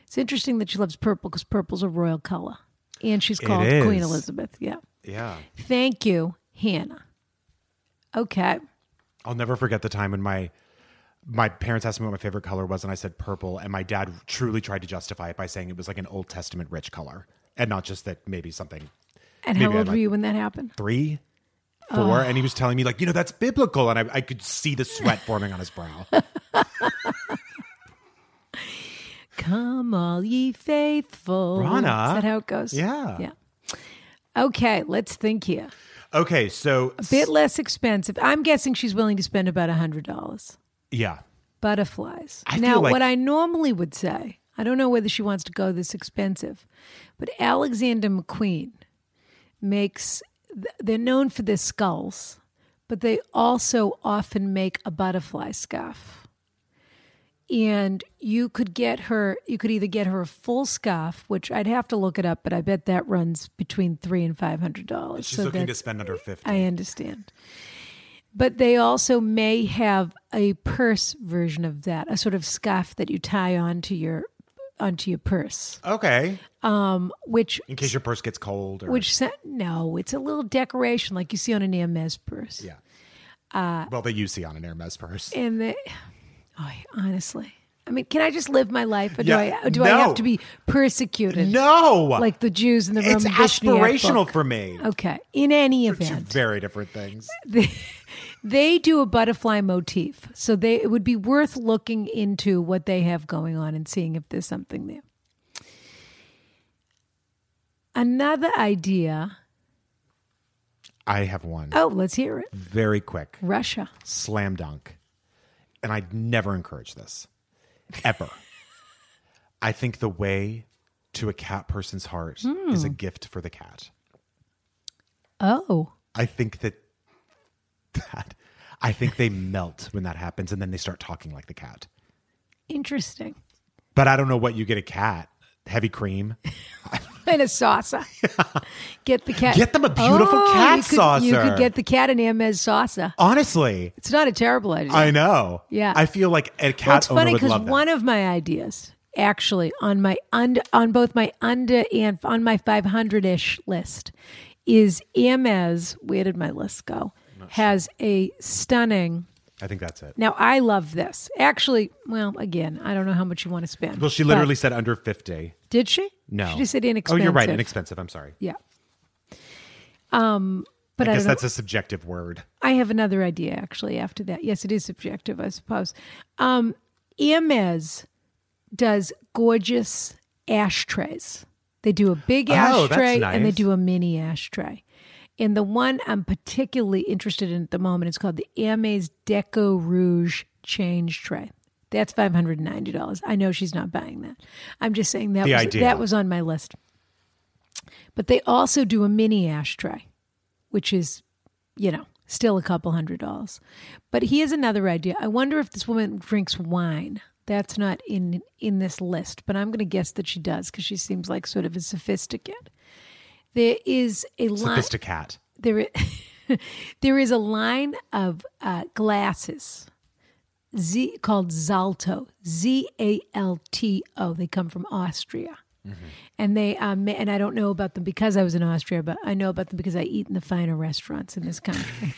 S3: It's interesting that she loves purple because purple's a royal color, and she's called Queen
S2: is.
S3: Elizabeth. Yeah.
S2: Yeah.
S3: Thank you, Hannah. Okay.
S2: I'll never forget the time when my my parents asked me what my favorite color was, and I said purple. And my dad truly tried to justify it by saying it was like an Old Testament rich color, and not just that maybe something
S3: And
S2: Maybe
S3: how
S2: I
S3: old were
S2: like-
S3: you when that happened?
S2: three, four. And he was telling me like, you know, that's biblical, and I, I could see the sweat forming on his brow.
S3: Come, all ye faithful.
S2: Rana.
S3: Is that how it goes?
S2: Yeah.
S3: Yeah. Okay, let's think here.
S2: Okay, so
S3: Bit less expensive. I'm guessing she's willing to spend about a hundred dollars.
S2: yeah,
S3: Butterflies.
S2: I
S3: now,
S2: feel like-
S3: what I normally would say, I don't know whether she wants to go this expensive, but Alexander McQueen makes. th- They're known for their skulls, but they also often make a butterfly scarf. and you could get her you could either get her a full scarf which i'd have to look it up but i bet that runs between three and five hundred dollars
S2: she's looking to spend under fifty.
S3: i understand but they also may have a purse version of that a sort of scarf that you tie onto your onto your purse
S2: okay,
S3: which
S2: in case your purse gets cold, or
S3: which sa- no it's a little decoration like you see on an hermes purse
S2: yeah, well, that you see on an Hermes purse.
S3: and the oh, honestly i mean can i just live my life or
S2: Yeah,
S3: do i do i have
S2: no.
S3: to be persecuted
S2: No,
S3: like the Jews in the Roman
S2: it's aspirational
S3: Vishniak book. Oh,
S2: for me.
S3: Okay. In any
S2: Two
S3: event,
S2: very different things.
S3: they do a butterfly motif, so they it would be worth looking into what they have going on and seeing if there's something there. Another idea.
S2: I have one
S3: Oh, let's hear it.
S2: very quick.
S3: Russia.
S2: slam dunk. And I'd never encourage this ever. I think the way to a cat person's heart is
S3: Hmm.
S2: a gift for the cat.
S3: Oh,
S2: I think that that I think they melt when that happens and then they start talking like the cat.
S3: interesting.
S2: But I don't know what you get a cat. Heavy cream.
S3: And a saucer. Get the cat.
S2: Get them a beautiful
S3: Oh,
S2: cat
S3: you could- You
S2: saucer.
S3: could get the cat an Hermes saucer.
S2: Honestly,
S3: It's not a terrible idea.
S2: I know.
S3: Yeah.
S2: I feel like a cat
S3: Well, it's
S2: owner
S3: funny
S2: would
S3: because
S2: love that.
S3: one of my ideas, actually, on my under, on both my under and on my 500 ish list, is Amez. Where did my list go? Has a stunning.
S2: I think that's it.
S3: Now I love this. Actually, well, again, I don't know how much you want to spend.
S2: Well, she literally said under 50.
S3: But- did she?
S2: No.
S3: she just said
S2: Oh,
S3: inexpensive.
S2: you're right. Inexpensive. I'm sorry.
S3: yeah. Um, but I,
S2: I guess
S3: don't know.
S2: that's a subjective word.
S3: I have another idea actually after that. Yes, it is subjective, I suppose. Um, Amez does gorgeous ashtrays. They do a big
S2: Oh, that's
S3: ashtray and they
S2: nice.
S3: do a mini ashtray. And the one I'm particularly interested in at the moment is called the Amez Deco Rouge Change Tray. That's five hundred and ninety dollars. I know she's not buying that. I'm just saying that
S2: The
S3: was
S2: idea.
S3: that was on my list. But they also do a mini ashtray, which is you know, still a couple hundred dollars. But here's another idea. I wonder if this woman drinks wine. That's not in in this list, but I'm going to guess that she does because she seems like sort of a sophisticate. There is a line.
S2: Sophisticat.
S3: There i- there is a line of uh, glasses Z, called Zalto, Z A L T O. They come from Austria. And they, um, and I don't know about them because I was in Austria, but I know about them because I eat in the finer restaurants in this country.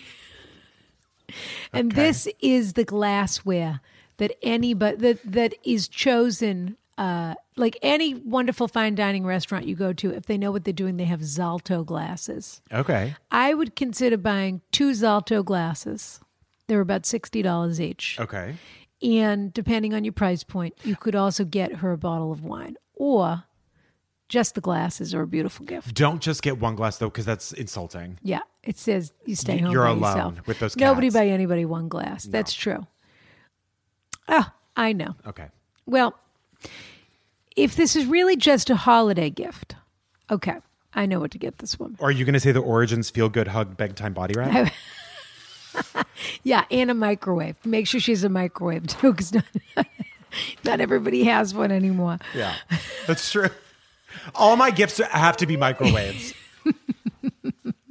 S3: And this is the glassware that anybody that that is chosen. Uh, like any wonderful fine dining restaurant you go to, if they know what they're doing, they have Zalto glasses.
S2: Okay.
S3: I would consider buying two Zalto glasses. They're about sixty dollars each,
S2: Okay.
S3: and depending on your price point, you could also get her a bottle of wine, or just the glasses are a beautiful gift.
S2: Don't just get one glass though, because that's insulting.
S3: Yeah, it says you stay
S2: Y-
S3: home.
S2: you're
S3: by
S2: alone
S3: yourself.
S2: with those
S3: Nobody
S2: cats.
S3: buy anybody one glass. That's true. Oh, I know.
S2: Okay.
S3: Well, if this is really just a holiday gift, okay, I know what to get this woman.
S2: Are you going to say the origins feel good hug bedtime body wrap?
S3: Yeah, and a microwave. Make sure she has a microwave too, because not, not everybody has one anymore.
S2: yeah, that's true. All my gifts have to be microwaves.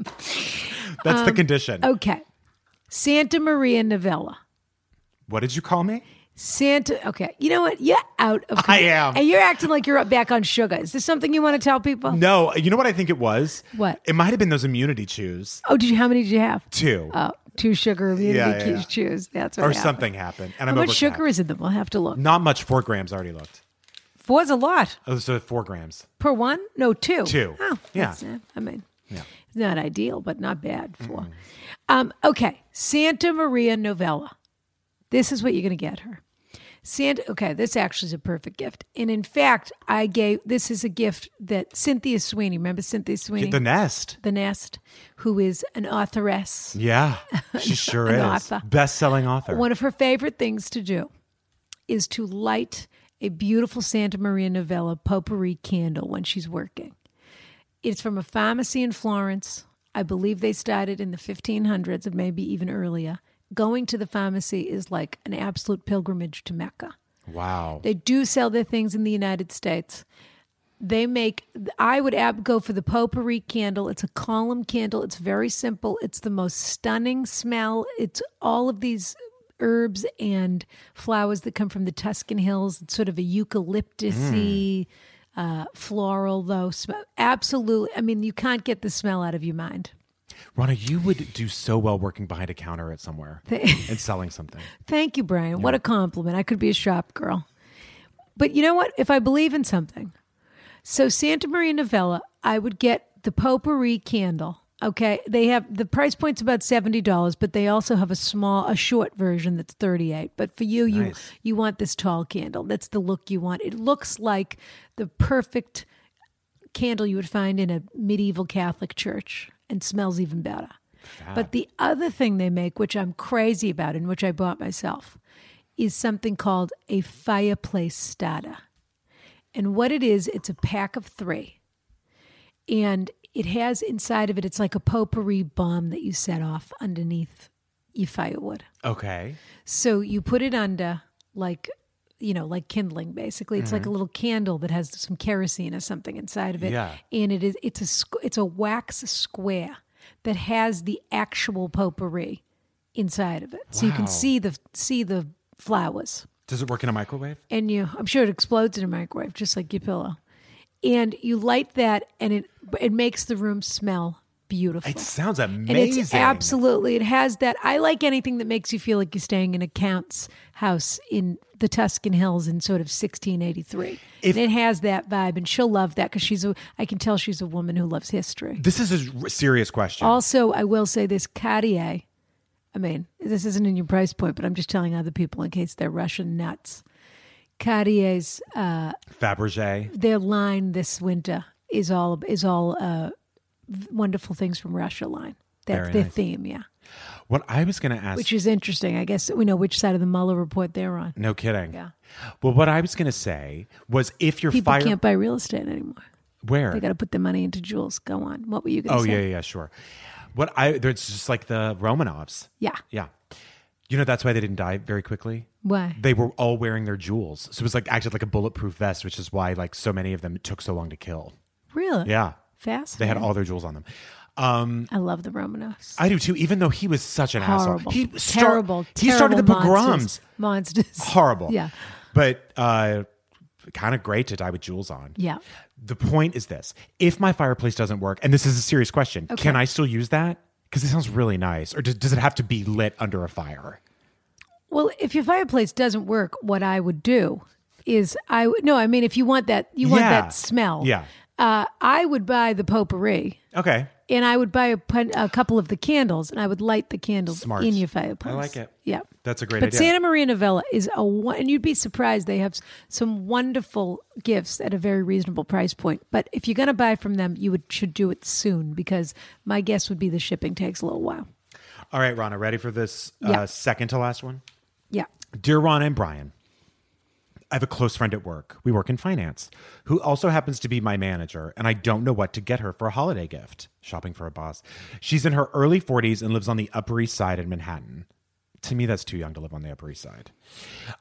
S2: that's
S3: Um,
S2: the condition.
S3: Okay. Santa Maria Novella.
S2: What did you call me?
S3: Santa. Okay. You know what? You're out of.
S2: I am.
S3: And you're acting like you're up back on sugar. Is this something you want to tell people?
S2: No, you know what I think it was.
S3: What?
S2: It might have been those immunity chews
S3: Oh, did you? How many did you have?
S2: too,
S3: Oh, two sugar immunity
S2: Yeah, yeah,
S3: cues
S2: yeah.
S3: choose. That's what
S2: or
S3: happened.
S2: something happened. And
S3: How
S2: I'm
S3: much
S2: overcapped.
S3: Oh, sugar is in them? We'll have to look.
S2: Not much. Four grams I already looked.
S3: Four's a lot
S2: Oh, so four grams.
S3: per one. No, two.
S2: Two.
S3: Oh,
S2: Yeah.
S3: that's- I mean, it's not ideal, but not bad for.
S2: Mm-hmm.
S3: Um, okay, Santa Maria Novella. This is what you're going to get her. Santa. Okay, this actually is a perfect gift, and in fact, I gave this is a gift that Cynthia Sweeney. Remember Cynthia Sweeney,
S2: The nest.
S3: the Nest, who is an authoress.
S2: Yeah, she sure
S3: An
S2: is.
S3: author.
S2: Best selling author.
S3: One of her favorite things to do is to light a beautiful Santa Maria Novella potpourri candle when she's working. It's from a pharmacy in Florence. I believe they started in the 1500s, or maybe even earlier. Going to the pharmacy is like an absolute pilgrimage to Mecca.
S2: wow.
S3: They do sell their things in the United States. They make, I would ab- go for the potpourri candle. It's a column candle. It's very simple. It's the most stunning smell. It's all of these herbs and flowers that come from the Tuscan hills. It's sort of a eucalyptus y, uh, floral, though. Sm- absolutely. I mean, you can't get the smell out of your mind.
S2: Rana, you would do so well working behind a counter at somewhere and selling something.
S3: Thank you, Brian. What a compliment. I could be a shop girl. But you know what? If I believe in something, so Santa Maria Novella, I would get the potpourri candle. Okay. They have the price point's about $70, but they also have a small, a short version that's 38. But for you, you you want this tall candle. That's the look you want. It looks like the perfect candle you would find in a medieval Catholic church and smells even better. But the other thing they make, which I'm crazy about and which I bought myself, is something called a fireplace starter. And what it is, it's a pack of three. And it has inside of it, it's like a potpourri bomb that you set off underneath your firewood.
S2: Okay.
S3: So you put it under like you know, like kindling basically. It's
S2: Mm-hmm.
S3: like a little candle that has some kerosene or something inside of it.
S2: Yeah.
S3: And it is it's a squ- it's a wax square that has the actual potpourri inside of it. So you
S2: Wow.
S3: can see the see the flowers
S2: Does it work in a microwave?
S3: and you I'm sure it explodes in a microwave just like your pillow. And you light that and it it makes the room smell beautiful.
S2: It sounds amazing.
S3: and it's absolutely it has that i like anything that makes you feel like you're staying in a count's house in the tuscan hills in sort of 1683
S2: If-
S3: and it has that vibe and she'll love that because she's a i can tell she's a woman who loves history
S2: This is a r- serious question.
S3: also i will say this cartier i mean this isn't in your price point but i'm just telling other people in case they're russian nuts cartier's
S2: Fabergé.
S3: their line this winter is all is all uh, wonderful things from russia line that's
S2: Very
S3: their
S2: nice.
S3: theme yeah
S2: What I was going to ask.
S3: which is interesting. I guess we know which side of the Mueller report they're on.
S2: no kidding.
S3: Yeah.
S2: Well, what I was going to say was if you're
S3: People
S2: fired,
S3: can't buy real estate anymore.
S2: where
S3: They got to put their money into jewels. Go on. What were you going to
S2: Oh
S3: say?
S2: yeah, yeah, yeah, sure. What I there's just like the Romanovs.
S3: Yeah.
S2: Yeah. You know that's why they didn't die very quickly.
S3: Why?
S2: They were all wearing their jewels, so it was like acted like a bulletproof vest, which is why like so many of them took so long to kill.
S3: Really?
S2: Yeah,
S3: Fast.
S2: they had all their jewels on them. Um,
S3: I love the Romanovs.
S2: I do too. Even though he was such an
S3: Horrible.
S2: asshole, he star-
S3: terrible.
S2: He started the
S3: terrible
S2: pogroms.
S3: Monsters. Monsters.
S2: Horrible.
S3: Yeah.
S2: but uh, kind of great to die with jewels on.
S3: Yeah.
S2: The point is this if my fireplace doesn't work, and this is a serious question, can I still use that? Because it sounds really nice. Or does, does it have to be lit under a fire?
S3: Well, if your fireplace doesn't work, what I would do is I would no. I mean, if you want that, you want
S2: Yeah.
S3: that smell.
S2: Yeah.
S3: Uh, I would buy the potpourri.
S2: Okay.
S3: and I would buy a, pun- a couple of the candles and I would light the candles
S2: Smart.
S3: in your fireplace.
S2: I like it.
S3: Yeah.
S2: That's a great
S3: but
S2: idea.
S3: Santa Maria Novella is a one, and you'd be surprised they have s- some wonderful gifts at a very reasonable price point. But if you're going to buy from them, you would should do it soon because my guess would be the shipping takes a little while.
S2: All right, Rana, ready for this
S3: Yeah.
S2: uh, second to last one?
S3: Yeah.
S2: Dear Ron and Brian, I have a close friend at work. We work in finance, who also happens to be my manager, and I don't know what to get her for a holiday gift. Shopping for a boss. She's in her early 40s and lives on the Upper East Side in Manhattan. To me, that's too young to live on the Upper East Side.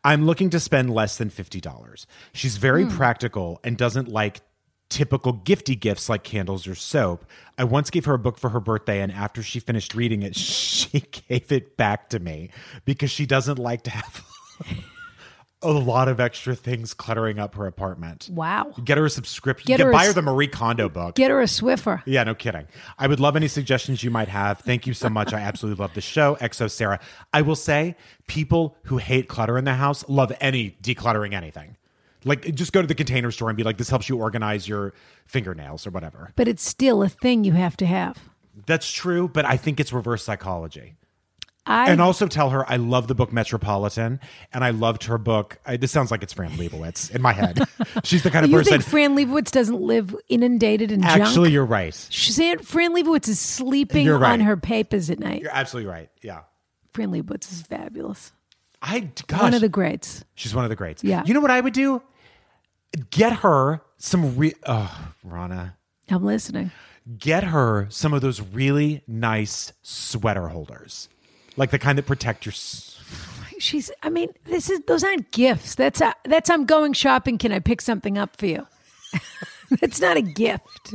S2: I'm looking to spend less than $50. She's very practical and doesn't like typical gifty gifts like candles or soap. I once gave her a book for her birthday, and after she finished reading it, she gave it back to me because she doesn't like to have a lot of extra things cluttering up her apartment.
S3: Wow.
S2: Get her a subscription.
S3: Get
S2: Get
S3: her a
S2: buy
S3: s-
S2: her the Marie Kondo book.
S3: Get her a Swiffer.
S2: yeah, no kidding. I would love any suggestions you might have. Thank you so much. I absolutely love the show. Exo Sarah. I will say, people who hate clutter in the house love any decluttering anything. Like, just go to the container store and be like, this helps you organize your fingernails or whatever.
S3: But it's still a thing you have to have.
S2: That's true, but I think it's reverse psychology.
S3: I
S2: and also tell her I love the book Metropolitan, and I loved her book. I, this sounds like it's Fran Lebowitz in my head. She's the kind of
S3: you
S2: person.
S3: think Fran Leibowitz doesn't live inundated and
S2: actually,
S3: junk?
S2: you're right.
S3: She's, Fran Leibowitz is sleeping
S2: You're right.
S3: on her papers at night.
S2: You're absolutely right. Yeah,
S3: Fran Leibowitz is fabulous.
S2: I gosh,
S3: One of the greats.
S2: she's one of the greats.
S3: Yeah.
S2: you know what I would do? Get her some re. Oh, Rana,
S3: I'm listening.
S2: get her some of those really nice sweater holders, like the kind that protect your. s-
S3: She's. I mean, this is those aren't gifts. That's a, that's I'm going shopping. Can I pick something up for you? that's not a gift.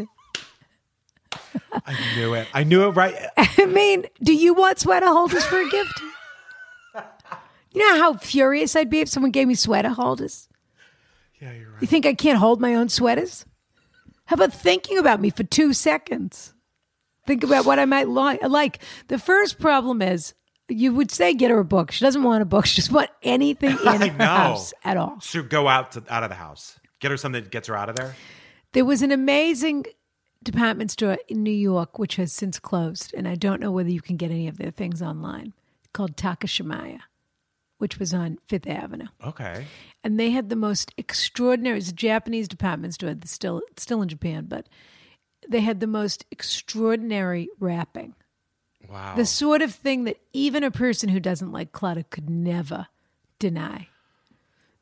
S2: I knew it. I knew it right.
S3: I mean, do you want sweater holders for a gift? You know how furious I'd be if someone gave me sweater holders.
S2: yeah, you're right.
S3: You think I can't hold my own sweaters? How about thinking about me for two seconds? Think about what I might li- like. The first problem is you would say get her a book. She doesn't want a book. She just want anything in her
S2: know.
S3: house at all.
S2: So go out to, out of the house. Get her something that gets her out of there.
S3: There was an amazing department store in New York, which has since closed, and I don't know whether you can get any of their things online. Called Takashimaya, which was on Fifth Avenue.
S2: Okay.
S3: and they had the most extraordinary. It's a Japanese department store. It's still it's still in Japan, but they had the most extraordinary wrapping.
S2: Wow.
S3: The sort of thing that even a person who doesn't like clutter could never deny.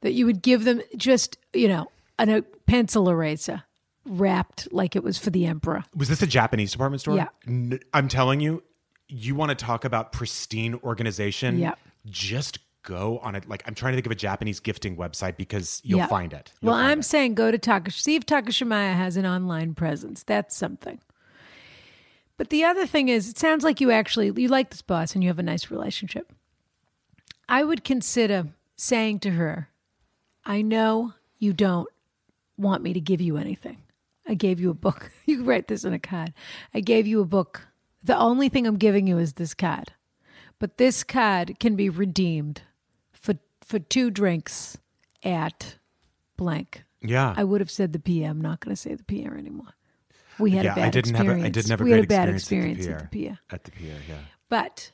S3: That you would give them just you know an, a pencil eraser wrapped like it was for the emperor.
S2: Was this a Japanese department store?
S3: Yeah.
S2: N- I'm telling you, you want to talk about pristine organization?
S3: Yeah.
S2: Just go on it. Like, I'm trying to think of a Japanese gifting website because you'll
S3: Yeah.
S2: find it. You'll
S3: Well,
S2: find
S3: I'm
S2: it.
S3: saying go to Takash. See if Takashimaya has an online presence. That's something. But the other thing is, it sounds like you actually you like this boss and you have a nice relationship. I would consider saying to her, "I know you don't want me to give you anything. I gave you a book. You can write this on a card. I gave you a book. The only thing I'm giving you is this card. But this card can be redeemed for for two drinks at blank.
S2: Yeah.
S3: I would have said the PM. I'm not going to say the PR anymore. We had
S2: yeah,
S3: a bad
S2: I didn't
S3: experience.
S2: have a, I didn't have a
S3: we
S2: great
S3: had a bad
S2: experience,
S3: experience,
S2: at the pier.
S3: PR.
S2: At the pier, yeah.
S3: But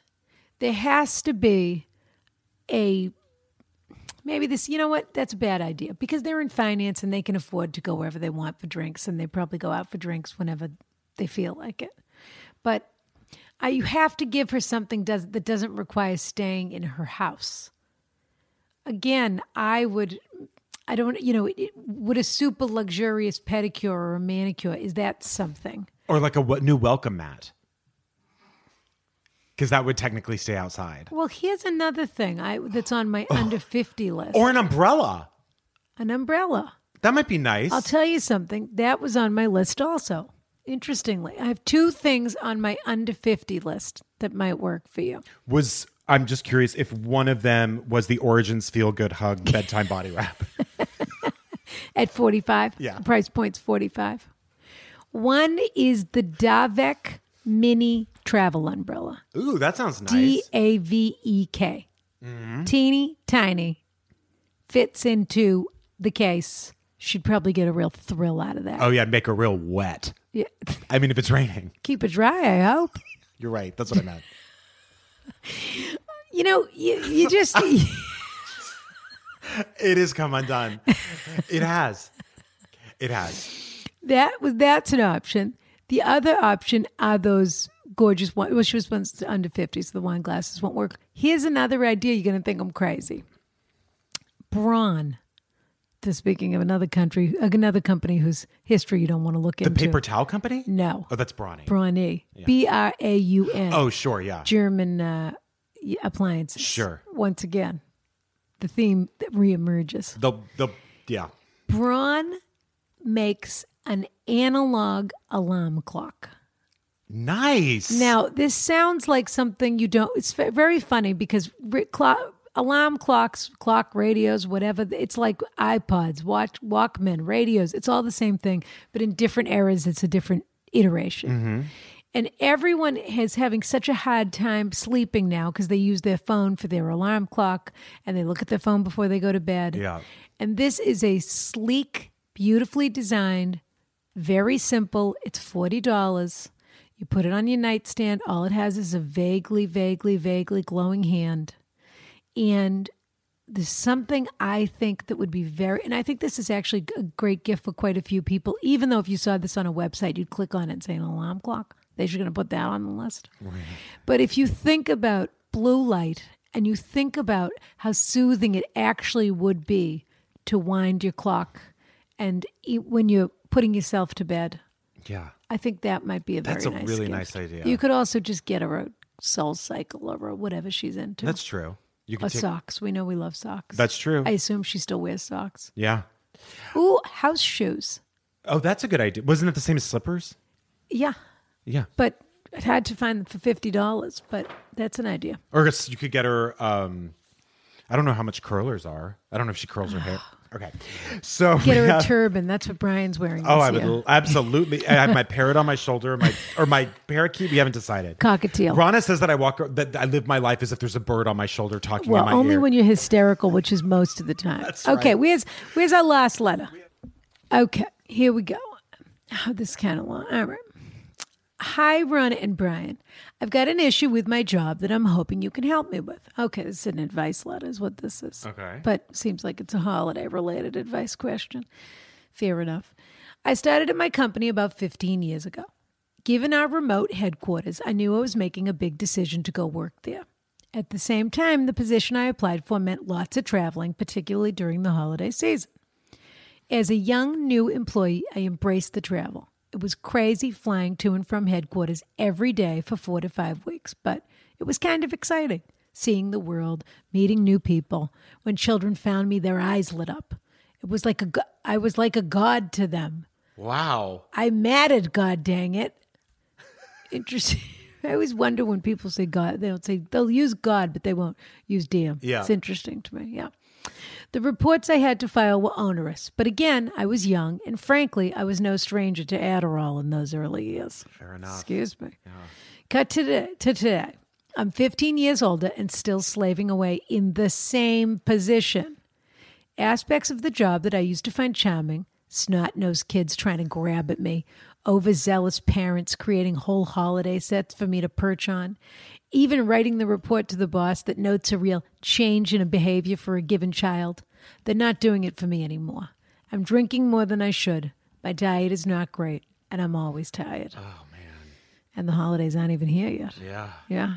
S3: there has to be a maybe this, you know what? That's a bad idea because they're in finance and they can afford to go wherever they want for drinks and they probably go out for drinks whenever they feel like it. But I, you have to give her something does, that doesn't require staying in her house. Again, I would, I don't, you know, it, would a super luxurious pedicure or a manicure, is that something?
S2: Or like a w- new welcome mat. Because that would technically stay outside.
S3: Well, here's another thing I, that's on my under 50 list
S2: Or an umbrella.
S3: an umbrella.
S2: That might be nice.
S3: I'll tell you something that was on my list also. Interestingly, I have two things on my under 50 list that might work for you.
S2: was I'm just curious if one of them was the Origins Feel Good Hug Bedtime Body Wrap.
S3: At 45,
S2: Yeah.
S3: the price point's 45. One is the Davek Mini Travel Umbrella.
S2: Ooh, that sounds nice. Mm-hmm.
S3: D A V E K. Teeny tiny. Fits into the case. She'd probably get a real thrill out of that.
S2: oh yeah, make her real wet.
S3: Yeah.
S2: I mean, if it's raining,
S3: Keep it dry, I hope.
S2: you're right. That's what I meant.
S3: You know, you, you just.
S2: it has come undone. It has. It has.
S3: That was that's an option. The other option are those gorgeous wine. Well, she was once under fifty, so the wine glasses won't work. Here's another idea. You're going to think I'm crazy. Braun. To speaking of another country, another company whose history you don't want to look
S2: The
S3: into.
S2: paper towel company?
S3: No,
S2: Oh, that's brawny.
S3: Braun. B R A U N.
S2: oh, sure, yeah.
S3: German uh, y- appliances.
S2: Sure.
S3: Once again, the theme that reemerges.
S2: The the yeah.
S3: Braun makes an analog alarm clock.
S2: Nice.
S3: Now, this sounds like something you don't. It's ve- very funny because re- clock, alarm clocks, clock radios, whatever. It's like iPods, watch Walkman, radios. It's all the same thing, but in different eras, it's a different iteration. And everyone is having such a hard time sleeping now because they use their phone for their alarm clock and they look at their phone before they go to bed.
S2: Yeah.
S3: And this is a sleek, beautifully designed, very simple. It's $40. You put it on your nightstand. All it has is a vaguely, vaguely, vaguely glowing hand. And there's something I think that would be very, and I think this is actually a great gift for quite a few people. Even though if you saw this on a website, you'd click on it and say an alarm clock. They're going to put that on the list. But if you think about blue light and you think about how soothing it actually would be to wind your clock and e when you're putting yourself to bed,
S2: yeah.
S3: I think that might be a
S2: That's
S3: very
S2: a
S3: nice
S2: really
S3: gift.
S2: nice idea.
S3: You could also just get her a soul cycle or a whatever she's into.
S2: That's true. You can
S3: or
S2: take
S3: socks. We know we love socks.
S2: That's true.
S3: I assume she still wears socks.
S2: yeah.
S3: Ooh, house shoes.
S2: Oh, that's a good idea. Wasn't it the same as slippers?
S3: Yeah,
S2: Yeah.
S3: but I had to find them for fifty dollars. But that's an idea.
S2: Or s- you could get her. Um, I don't know how much curlers are. I don't know if she curls her hair. Okay, so
S3: Get
S2: we
S3: her a
S2: have-
S3: turban. That's what Brian's wearing.
S2: Oh,
S3: this
S2: I would
S3: year.
S2: l- absolutely. I have my parrot on my shoulder, or my or my parakeet. We haven't decided.
S3: Cockatiel.
S2: Rana says that I walk that I live my life as if there's a bird on my shoulder talking in
S3: Well,
S2: my
S3: only
S2: ear.
S3: when you're hysterical, which is most of the time. okay,
S2: right.
S3: where's where's our last letter? Okay, here we go. Oh, this is kind of long. All right. Hi, Ron and Brian. I've got an issue with my job that I'm hoping you can help me with. Okay, this is an advice letter, is what this is.
S2: Okay.
S3: But seems like it's a holiday related advice question. Fair enough. I started at my company about 15 years ago. Given our remote headquarters, I knew I was making a big decision to go work there. At the same time, the position I applied for meant lots of traveling, particularly during the holiday season. As a young new employee, I embraced the travel. It was crazy flying to and from headquarters every day for four to five weeks, but it was kind of exciting seeing the world, meeting new people. When children found me, their eyes lit up. It was like a go- I was like a god to them.
S2: wow.
S3: I matted, god dang it. Interesting. I always wonder when people say God, they don't say, they'll use God, but they won't use damn.
S2: Yeah.
S3: It's interesting to me. Yeah. The reports I had to file were onerous, but again, I was young, and frankly, I was no stranger to Adderall in those early years.
S2: Fair enough.
S3: Excuse me. Cut to, the, to today. I'm 15 years older and still slaving away in the same position. Aspects of the job that I used to find charming snot nosed kids trying to grab at me, overzealous parents creating whole holiday sets for me to perch on, even writing the report to the boss that notes a real change in a behavior for a given child. They're not doing it for me anymore. I'm drinking more than I should. My diet is not great, and I'm always tired.
S2: Oh man.
S3: And the holidays aren't even here yet.
S2: Yeah.
S3: Yeah.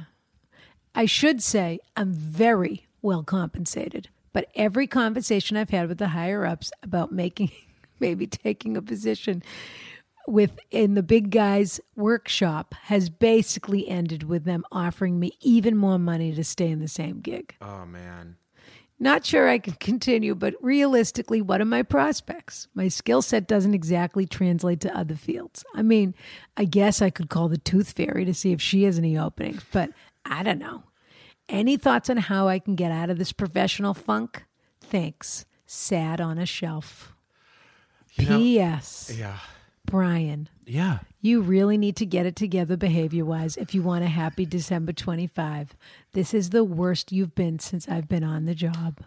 S3: I should say I'm very well compensated, but every conversation I've had with the higher ups about making maybe taking a position within the big guys workshop has basically ended with them offering me even more money to stay in the same gig.
S2: Oh man.
S3: Not sure I can continue, but realistically, what are my prospects? My skill set doesn't exactly translate to other fields. I mean, I guess I could call the tooth fairy to see if she has any openings, but I don't know. Any thoughts on how I can get out of this professional funk? Thanks. Sad on a shelf.
S2: know- eh.
S3: P.S.
S2: Yeah.
S3: Brian,
S2: Yeah.
S3: you really need to get it together behavior wise if you want a happy December 25. This is the worst you've been since I've been on the job.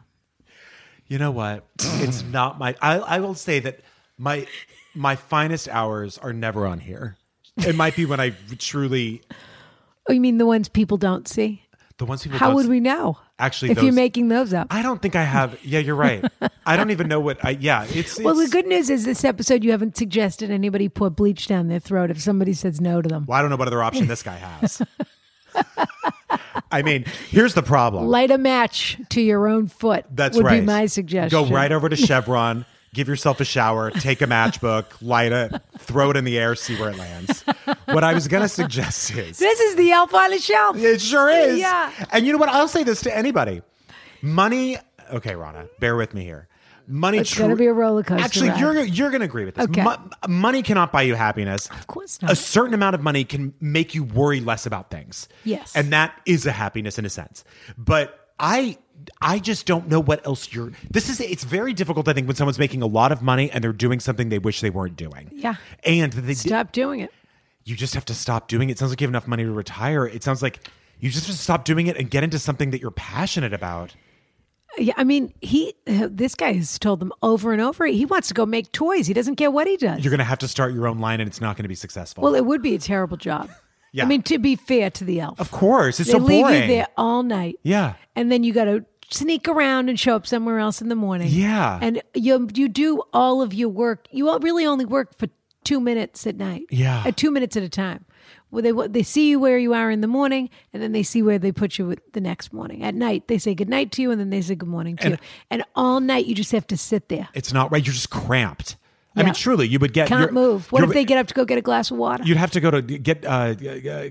S2: You know what? it's not my. I, I will say that my my finest hours are never on here. It might be when I truly
S3: Oh, you mean the ones people don't see?
S2: the ones people.
S3: How
S2: don't
S3: would
S2: see-
S3: we know?
S2: Actually,
S3: if
S2: those-
S3: you're making those up.
S2: I don't think I have. Yeah, you're right. I don't even know what I. Yeah, it's.
S3: well, the
S2: it's-
S3: good news is this episode you haven't suggested anybody pour bleach down their throat if somebody says no to them.
S2: Well, I don't know what other option this guy has. I mean, here's the problem.
S3: Light a match to your own foot.
S2: That's
S3: would
S2: right.
S3: be my suggestion.
S2: Go right over to Chevron, give yourself a shower, take a matchbook, light it, throw it in the air, see where it lands. What I was going to suggest is
S3: This is the elf on the shelf.
S2: it sure is.
S3: Yeah.
S2: And you know what? I'll say this to anybody. Money. Okay, Rana, bear with me here. Money.
S3: It's gonna be a roller coaster
S2: Actually,
S3: ride.
S2: you're you're gonna agree with this.
S3: Okay.
S2: Mo- money cannot buy you happiness. Of
S3: course not.
S2: A certain amount of money can make you worry less about things.
S3: Yes.
S2: And that is a happiness in a sense. But I I just don't know what else you're this is it's very difficult, I think, when someone's making a lot of money and they're doing something they wish they weren't doing.
S3: Yeah.
S2: And they
S3: Stop doing it.
S2: you just have to stop doing it. It sounds like you have enough money to retire. It sounds like you just have to stop doing it and get into something that you're passionate about.
S3: Yeah, I mean, he. This guy has told them over and over. He wants to go make toys. He doesn't care what he does.
S2: You're gonna have to start your own line and it's not gonna be successful.
S3: well, it would be a terrible job.
S2: Yeah.
S3: I mean, to be fair to the elf,
S2: of course. It's
S3: they
S2: so
S3: leave
S2: boring.
S3: you there all night.
S2: Yeah.
S3: and then you got to sneak around and show up somewhere else in the morning.
S2: Yeah.
S3: and you you do all of your work. You all really only work for two minutes at night.
S2: Yeah.
S3: at two minutes at a time. Well, they they see you where you are in the morning, and then they see where they put you the next morning. At night, they say good night to you, and then they say good morning to you. And all night, you just have to sit there.
S2: it's not right. You're just cramped. I
S3: Yeah.
S2: mean, truly, you would get
S3: Can't
S2: you're-
S3: move. What
S2: you're-
S3: if they get up to go get a glass of water?
S2: You'd have to go to get uh, uh,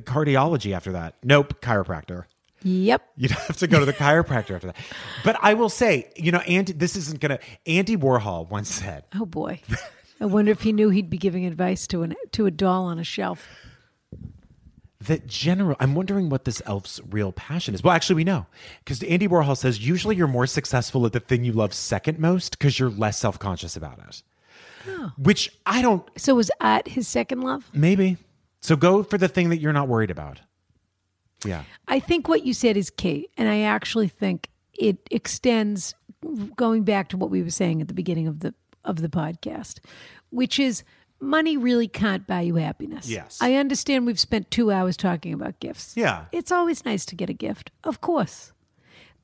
S2: cardiology after that. Nope, chiropractor.
S3: yep.
S2: You'd have to go to the chiropractor after that. But I will say, you know, Andy, this isn't gonna. Andy Warhol once said,
S3: Oh boy. I wonder if he knew he'd be giving advice to an to a doll on a shelf.
S2: that general i'm wondering what this elf's real passion is well actually we know because andy warhol says usually you're more successful at the thing you love second most because you're less self-conscious about it which i don't
S3: So was art his second love?
S2: maybe so go for the thing that you're not worried about yeah
S3: I think what you said is key, and I actually think it extends going back to what we were saying at the beginning of the of the podcast, which is money really can't buy you happiness.
S2: Yes.
S3: I understand we've spent 2 hours talking about gifts.
S2: Yeah.
S3: It's always nice to get a gift, of course.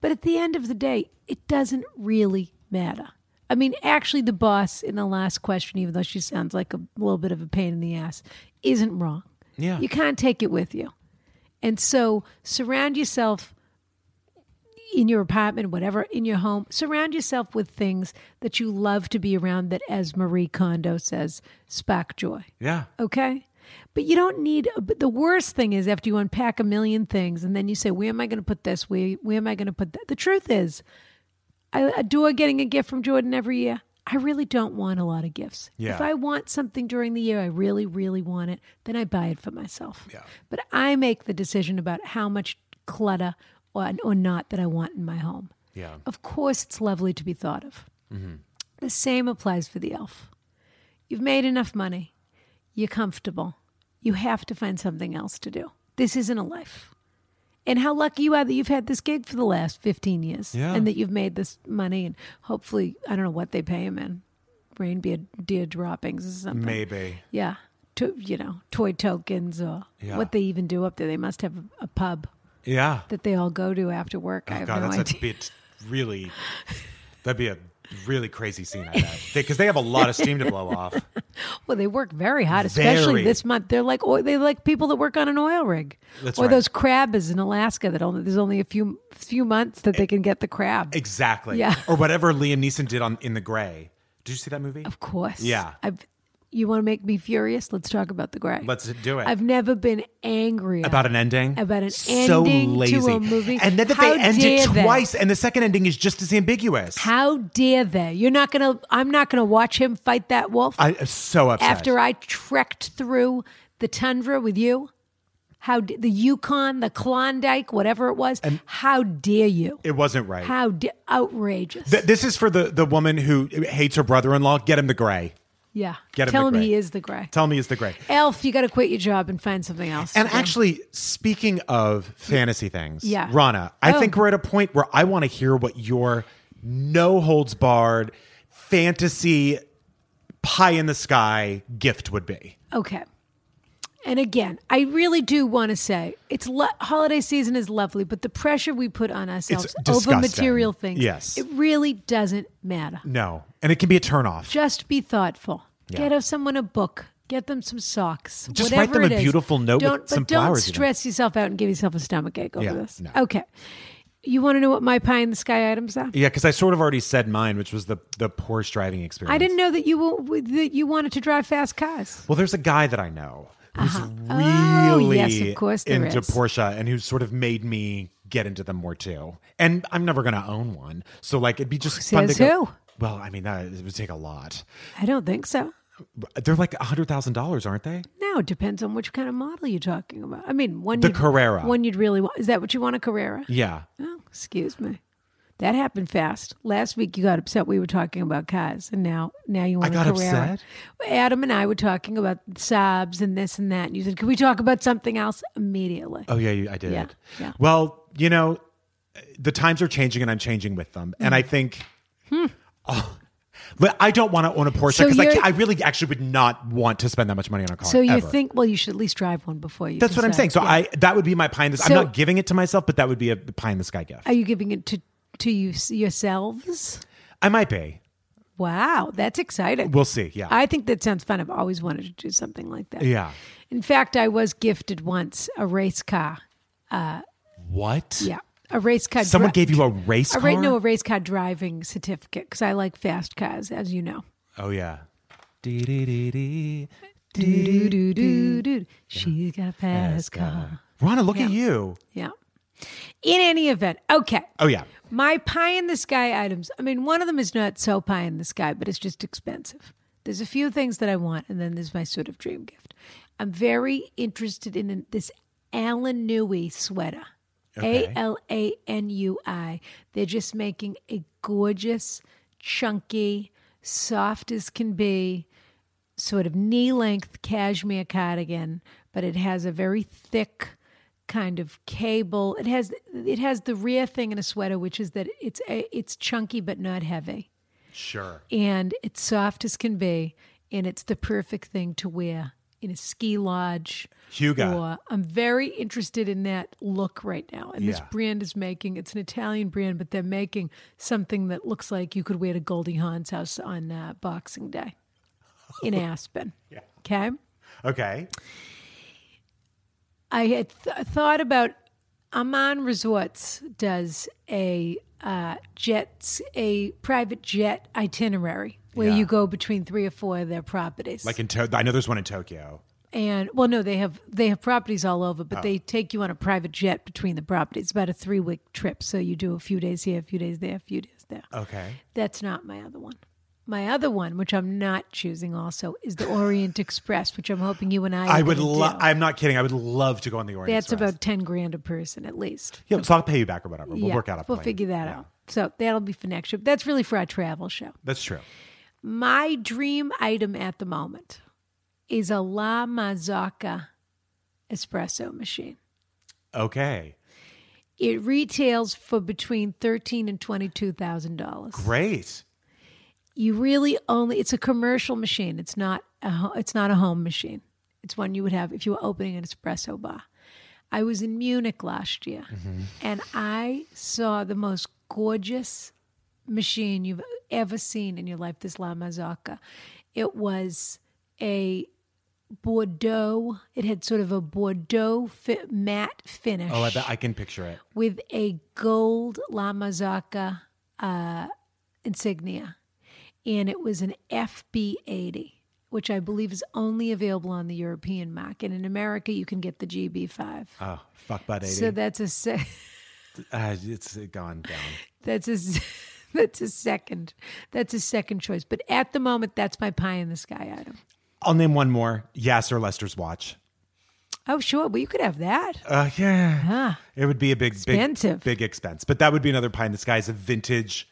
S3: But at the end of the day, it doesn't really matter. I mean, actually, the boss in the last question, even though she sounds like a little bit of a pain in the ass, isn't wrong.
S2: Yeah.
S3: You can't take it with you. And so surround yourself in your apartment, whatever, in your home, surround yourself with things that you love to be around that, as Marie Kondo says, spark joy.
S2: yeah
S3: Okay. But you don't need, uh, but the worst thing is after you unpack a million things and then you say, where am I going to put this? Where, where am I going to put that? The truth is, I adore getting a gift from Jordan every year. I really don't want a lot of gifts.
S2: Yeah.
S3: If I want something during the year, I really, really want it, then I buy it for myself. Yeah. But I make the decision about how much clutter or, or not that I want in my home.
S2: Yeah.
S3: Of course, it's lovely to be thought of.
S2: Mm-hmm.
S3: The same applies for the elf. You've made enough money, you're comfortable, you have to find something else to do. This isn't a life. And how lucky you are that you've had this gig for the last 15 years
S2: Yeah.
S3: and that you've made this money. And hopefully, I don't know what they pay him in reindeer deer droppings or something.
S2: Maybe.
S3: Yeah. To, you know, toy tokens or
S2: Yeah.
S3: what they even do up there. They must have a, a pub
S2: Yeah.
S3: that they all go to after work. I
S2: Oh
S3: have
S2: God,
S3: no
S2: that's
S3: idea.
S2: a bit really. That'd be a really crazy scene, I bet, because they have a lot of steam to blow off.
S3: Well, they work very hard, especially
S2: Very.
S3: this month. They're like oil, they like people that work on an oil rig,
S2: That's
S3: or
S2: right.
S3: those crabbers in Alaska that only there's only a few few months that they can get the crab.
S2: Exactly.
S3: Yeah.
S2: Or whatever Liam Neeson did on in the Gray. Did you see that movie?
S3: Of course,
S2: Yeah.
S3: I've, you want to make me furious? Let's talk about the gray.
S2: Let's do it.
S3: I've never been angry
S2: about an ending.
S3: About an
S2: so
S3: ending to
S2: lazy.
S3: a movie.
S2: And then that
S3: How
S2: they end it
S3: dare they?
S2: twice, and the second ending is just as ambiguous.
S3: How dare they? You're not gonna. I'm not gonna watch him fight that wolf
S2: I am so upset.
S3: after I trekked through the tundra with you. How d- the Yukon, the Klondike, whatever it was. how dare you?
S2: it wasn't right.
S3: How d- outrageous!
S2: Th- this is for the the woman who hates her brother in law. Get him the Gray.
S3: yeah,
S2: Get him
S3: tell
S2: the
S3: him
S2: gray.
S3: he is the gray
S2: Tell me, it's the Gray.
S3: elf. You got to quit your job and find something else.
S2: And
S3: to do.
S2: actually, speaking of fantasy things,
S3: Yeah.
S2: Rana, I
S3: Oh.
S2: think we're at a point where I want to hear what your no holds barred fantasy pie in the sky gift would be.
S3: okay. And again, I really do want to say it's lo- holiday season is lovely, but the pressure we put on ourselves over
S2: disgusting.
S3: material things,
S2: Yes.
S3: it really doesn't matter.
S2: No, and it can be a turnoff.
S3: just be thoughtful.
S2: Yeah.
S3: Get someone a book. Get them some socks.
S2: Just
S3: whatever
S2: write them
S3: it
S2: a
S3: is.
S2: beautiful note with
S3: Don't, but
S2: some
S3: don't
S2: flowers in it.
S3: stress yourself out and give yourself a stomach ache over
S2: Yeah,
S3: this.
S2: no.
S3: Okay. You want to know what my pie in the sky items are?
S2: Yeah, because I sort of already said mine, which was the the Porsche driving experience.
S3: I didn't know that you were, that you wanted to drive fast cars.
S2: Well, there's a guy that I know who's
S3: Oh,
S2: really
S3: yes, of course there
S2: into
S3: is.
S2: Porsche and who's sort of made me get into them more too. And I'm never going to own one, so like it'd be just fun to
S3: says
S2: go.
S3: who?
S2: Well, I mean, that, it would take a lot.
S3: I don't think so.
S2: They're like hundred thousand dollars, aren't they?
S3: No, it depends on which kind of model you're talking about. I mean, one
S2: The
S3: you'd-
S2: Carrera.
S3: One you'd really want. Is that what you want? A Carrera?
S2: Yeah.
S3: Oh, excuse me. That happened fast. Last week you got upset we were talking about cars, and now now you want
S2: got
S3: a Carrera.
S2: upset?
S3: Adam and I were talking about Saabs and this and that, and you said, "Can we talk about something else immediately?"
S2: Oh yeah, you, I did.
S3: Yeah, yeah.
S2: Well, you know, the times are changing, and I'm changing with them. And I
S3: Hmm.
S2: think, oh, but I don't want to own a Porsche
S3: So
S2: because I,
S3: you're-
S2: ca- I really actually would not want to spend that much money on a car.
S3: so you
S2: ever.
S3: think, well, you should at least drive one before you.
S2: That's what I'm saying.
S3: decide.
S2: So
S3: Yeah.
S2: I that would be my pie in the.
S3: So-
S2: I'm not giving it to myself, but that would be a pie in the sky gift.
S3: are
S2: I,
S3: you giving it to to you yourselves?
S2: might be.
S3: Wow, that's exciting.
S2: We'll see. Yeah.
S3: I think that sounds fun. I've always wanted to do something like that.
S2: yeah.
S3: In fact, I was gifted once a race car.
S2: What?
S3: Yeah, a race car.
S2: Someone
S3: dri-
S2: gave you a race
S3: a
S2: car.
S3: ra- no a race car driving certificate because I like fast cars, as you know.
S2: oh yeah. Dee-dee-dee-dee.
S3: Do, do, do, do. She's got a fast car.
S2: Rana, look at you.
S3: Yeah. In any event, okay.
S2: Oh yeah.
S3: My pie in the sky items. I mean, one of them is not so pie in the sky, but it's just expensive. There's a few things that I want, and then there's my sort of dream gift. I'm very interested in this Alan Nui sweater. A
S2: Okay.
S3: L A N U I. They're just making a gorgeous, chunky, soft as can be, sort of knee length cashmere cardigan, but it has a very thick kind of cable. It has it has the rare thing in a sweater, which is that it's a, it's chunky but not heavy,
S2: Sure.
S3: and it's soft as can be, and it's the perfect thing to wear in a ski lodge.
S2: Hugo.
S3: Or I'm very interested in that look right now. And this
S2: Yeah.
S3: brand is making it's an Italian brand, but they're making something that looks like you could wear to Goldie Hawn's house on uh, Boxing Day in Aspen. Okay.
S2: Okay.
S3: I had th- thought about Amman Resorts does a uh, jets a private jet itinerary where you go between three or four of their properties.
S2: Like in to- I know there's one in Tokyo.
S3: and well, no, they have they have properties all over,
S2: Oh.
S3: but they take you on a private jet between the properties. It's about a three week trip, so you do a few days here, a few days there, a few days there.
S2: Okay.
S3: That's not my other one. My other one, which I'm not choosing, also is the Orient Express, which I'm hoping you and I. are
S2: I would
S3: gonna
S2: love.
S3: do.
S2: I'm not kidding. I would love to go on the Orient
S3: That's
S2: Express.
S3: about ten grand a person at least.
S2: Yeah, so I'll pay you back or whatever. We'll work out a
S3: We'll
S2: plan.
S3: figure that out. So that'll be for next show. That's really for our travel show.
S2: That's true.
S3: My dream item at the moment is a La Mazzocca espresso machine.
S2: Okay.
S3: It retails for between thirteen and twenty-two thousand dollars.
S2: Great.
S3: You really only—it's a commercial machine. It's not a—it's not a home machine. It's one you would have if you were opening an espresso bar. I was in Munich last year,
S2: Mm-hmm.
S3: and I saw the most gorgeous machine you've ever seen in your life. This La Mazzocca. It was a Bordeaux. It had sort of a Bordeaux fi- matte finish
S2: Oh, I bet I can picture it.
S3: with a gold La Mazzocca uh, insignia. And it was an FB80, which I believe is only available on the European market. In America, you can get the GB5.
S2: Oh, fuck butt 80.
S3: so that's a se-
S2: uh, it's gone down.
S3: that's a s- that's a second that's a second choice. But at the moment, that's my pie in the sky item.
S2: I'll name one more. Yes or Lester's watch.
S3: Oh sure, well you could have that.
S2: Uh, yeah. It would be a big, big,
S3: Ah. Expensive.
S2: big expense. But that would be another pie in the sky is a vintage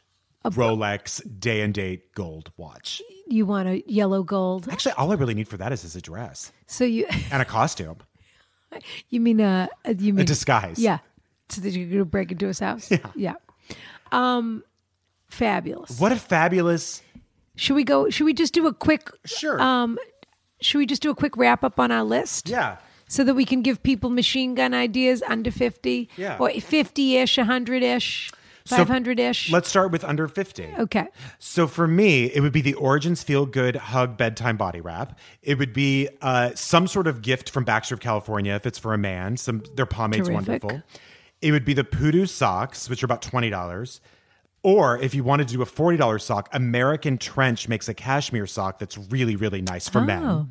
S2: Rolex day and date gold watch.
S3: You want a yellow gold?
S2: Actually, all I really need for that is his address
S3: So you
S2: and a costume,
S3: you mean a you mean
S2: a disguise.
S3: Yeah. So that you're going to break into his house? Yeah. Yeah. Um, fabulous.
S2: What a fabulous.
S3: Should we go? Should we just do a quick,
S2: Sure.
S3: Um, should we just do a quick wrap up on our list?
S2: yeah.
S3: So that we can give people machine gun ideas under 50
S2: Yeah.
S3: or 50 ish, 100 ish, 500 ish.
S2: Let's start with under 50.
S3: okay.
S2: So for me, it would be the Origins Feel Good Hug Bedtime Body Wrap. It would be uh, some sort of gift from Baxter of California if it's for a man. Some their pomade's
S3: Terrific.
S2: wonderful. It would be the Poodoo socks, which are about twenty dollars. Or if you wanted to do a forty dollars sock, American Trench makes a cashmere sock that's really really nice for
S3: Oh.
S2: men.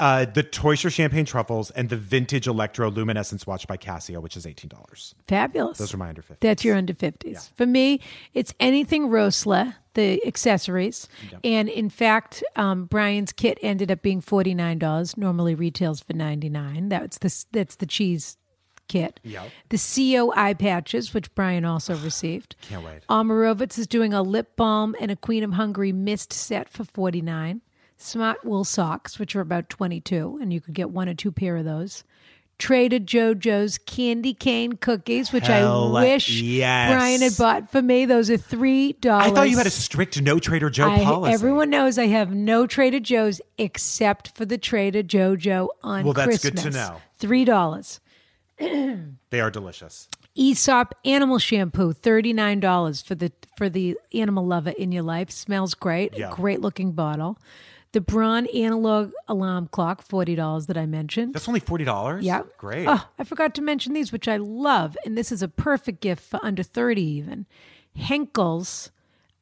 S2: Uh, the Toyster Champagne Truffles and the Vintage Electro Luminescence Watch by Casio, which is eighteen dollars.
S3: Fabulous.
S2: Those are my under fifty.
S3: That's your under 50s. For me, it's anything Rosla, the accessories. And in fact, um, Brian's kit ended up being $49, normally retails for 99. That's the that's the cheese kit.
S2: Yep.
S3: The CO eye patches, which Brian also received.
S2: Can't wait.
S3: Omarovitz is doing a lip balm and a Queen of Hungary mist set for 49. Smart wool socks, which are about 22, and you could get one or two pair of those. Trader Jojo's candy cane cookies, which
S2: Hell
S3: I wish
S2: yes.
S3: Brian had bought for me. Those are three dollars.
S2: I thought you had a strict no Trader Joe policy.
S3: Everyone knows I have no Trader Joe's except for the Trader Jojo on
S2: Well, that's
S3: Christmas.
S2: good to know.
S3: Three dollars.
S2: they are delicious.
S3: Aesop animal shampoo, thirty nine dollars for the for the animal lover in your life. Smells great,
S2: Yeah.
S3: great looking bottle. The Braun analog alarm clock, forty dollars that I mentioned.
S2: That's only forty dollars.
S3: Yeah.
S2: great.
S3: Oh, I forgot to mention these, which I love, and this is a perfect gift for under thirty even. Henkel's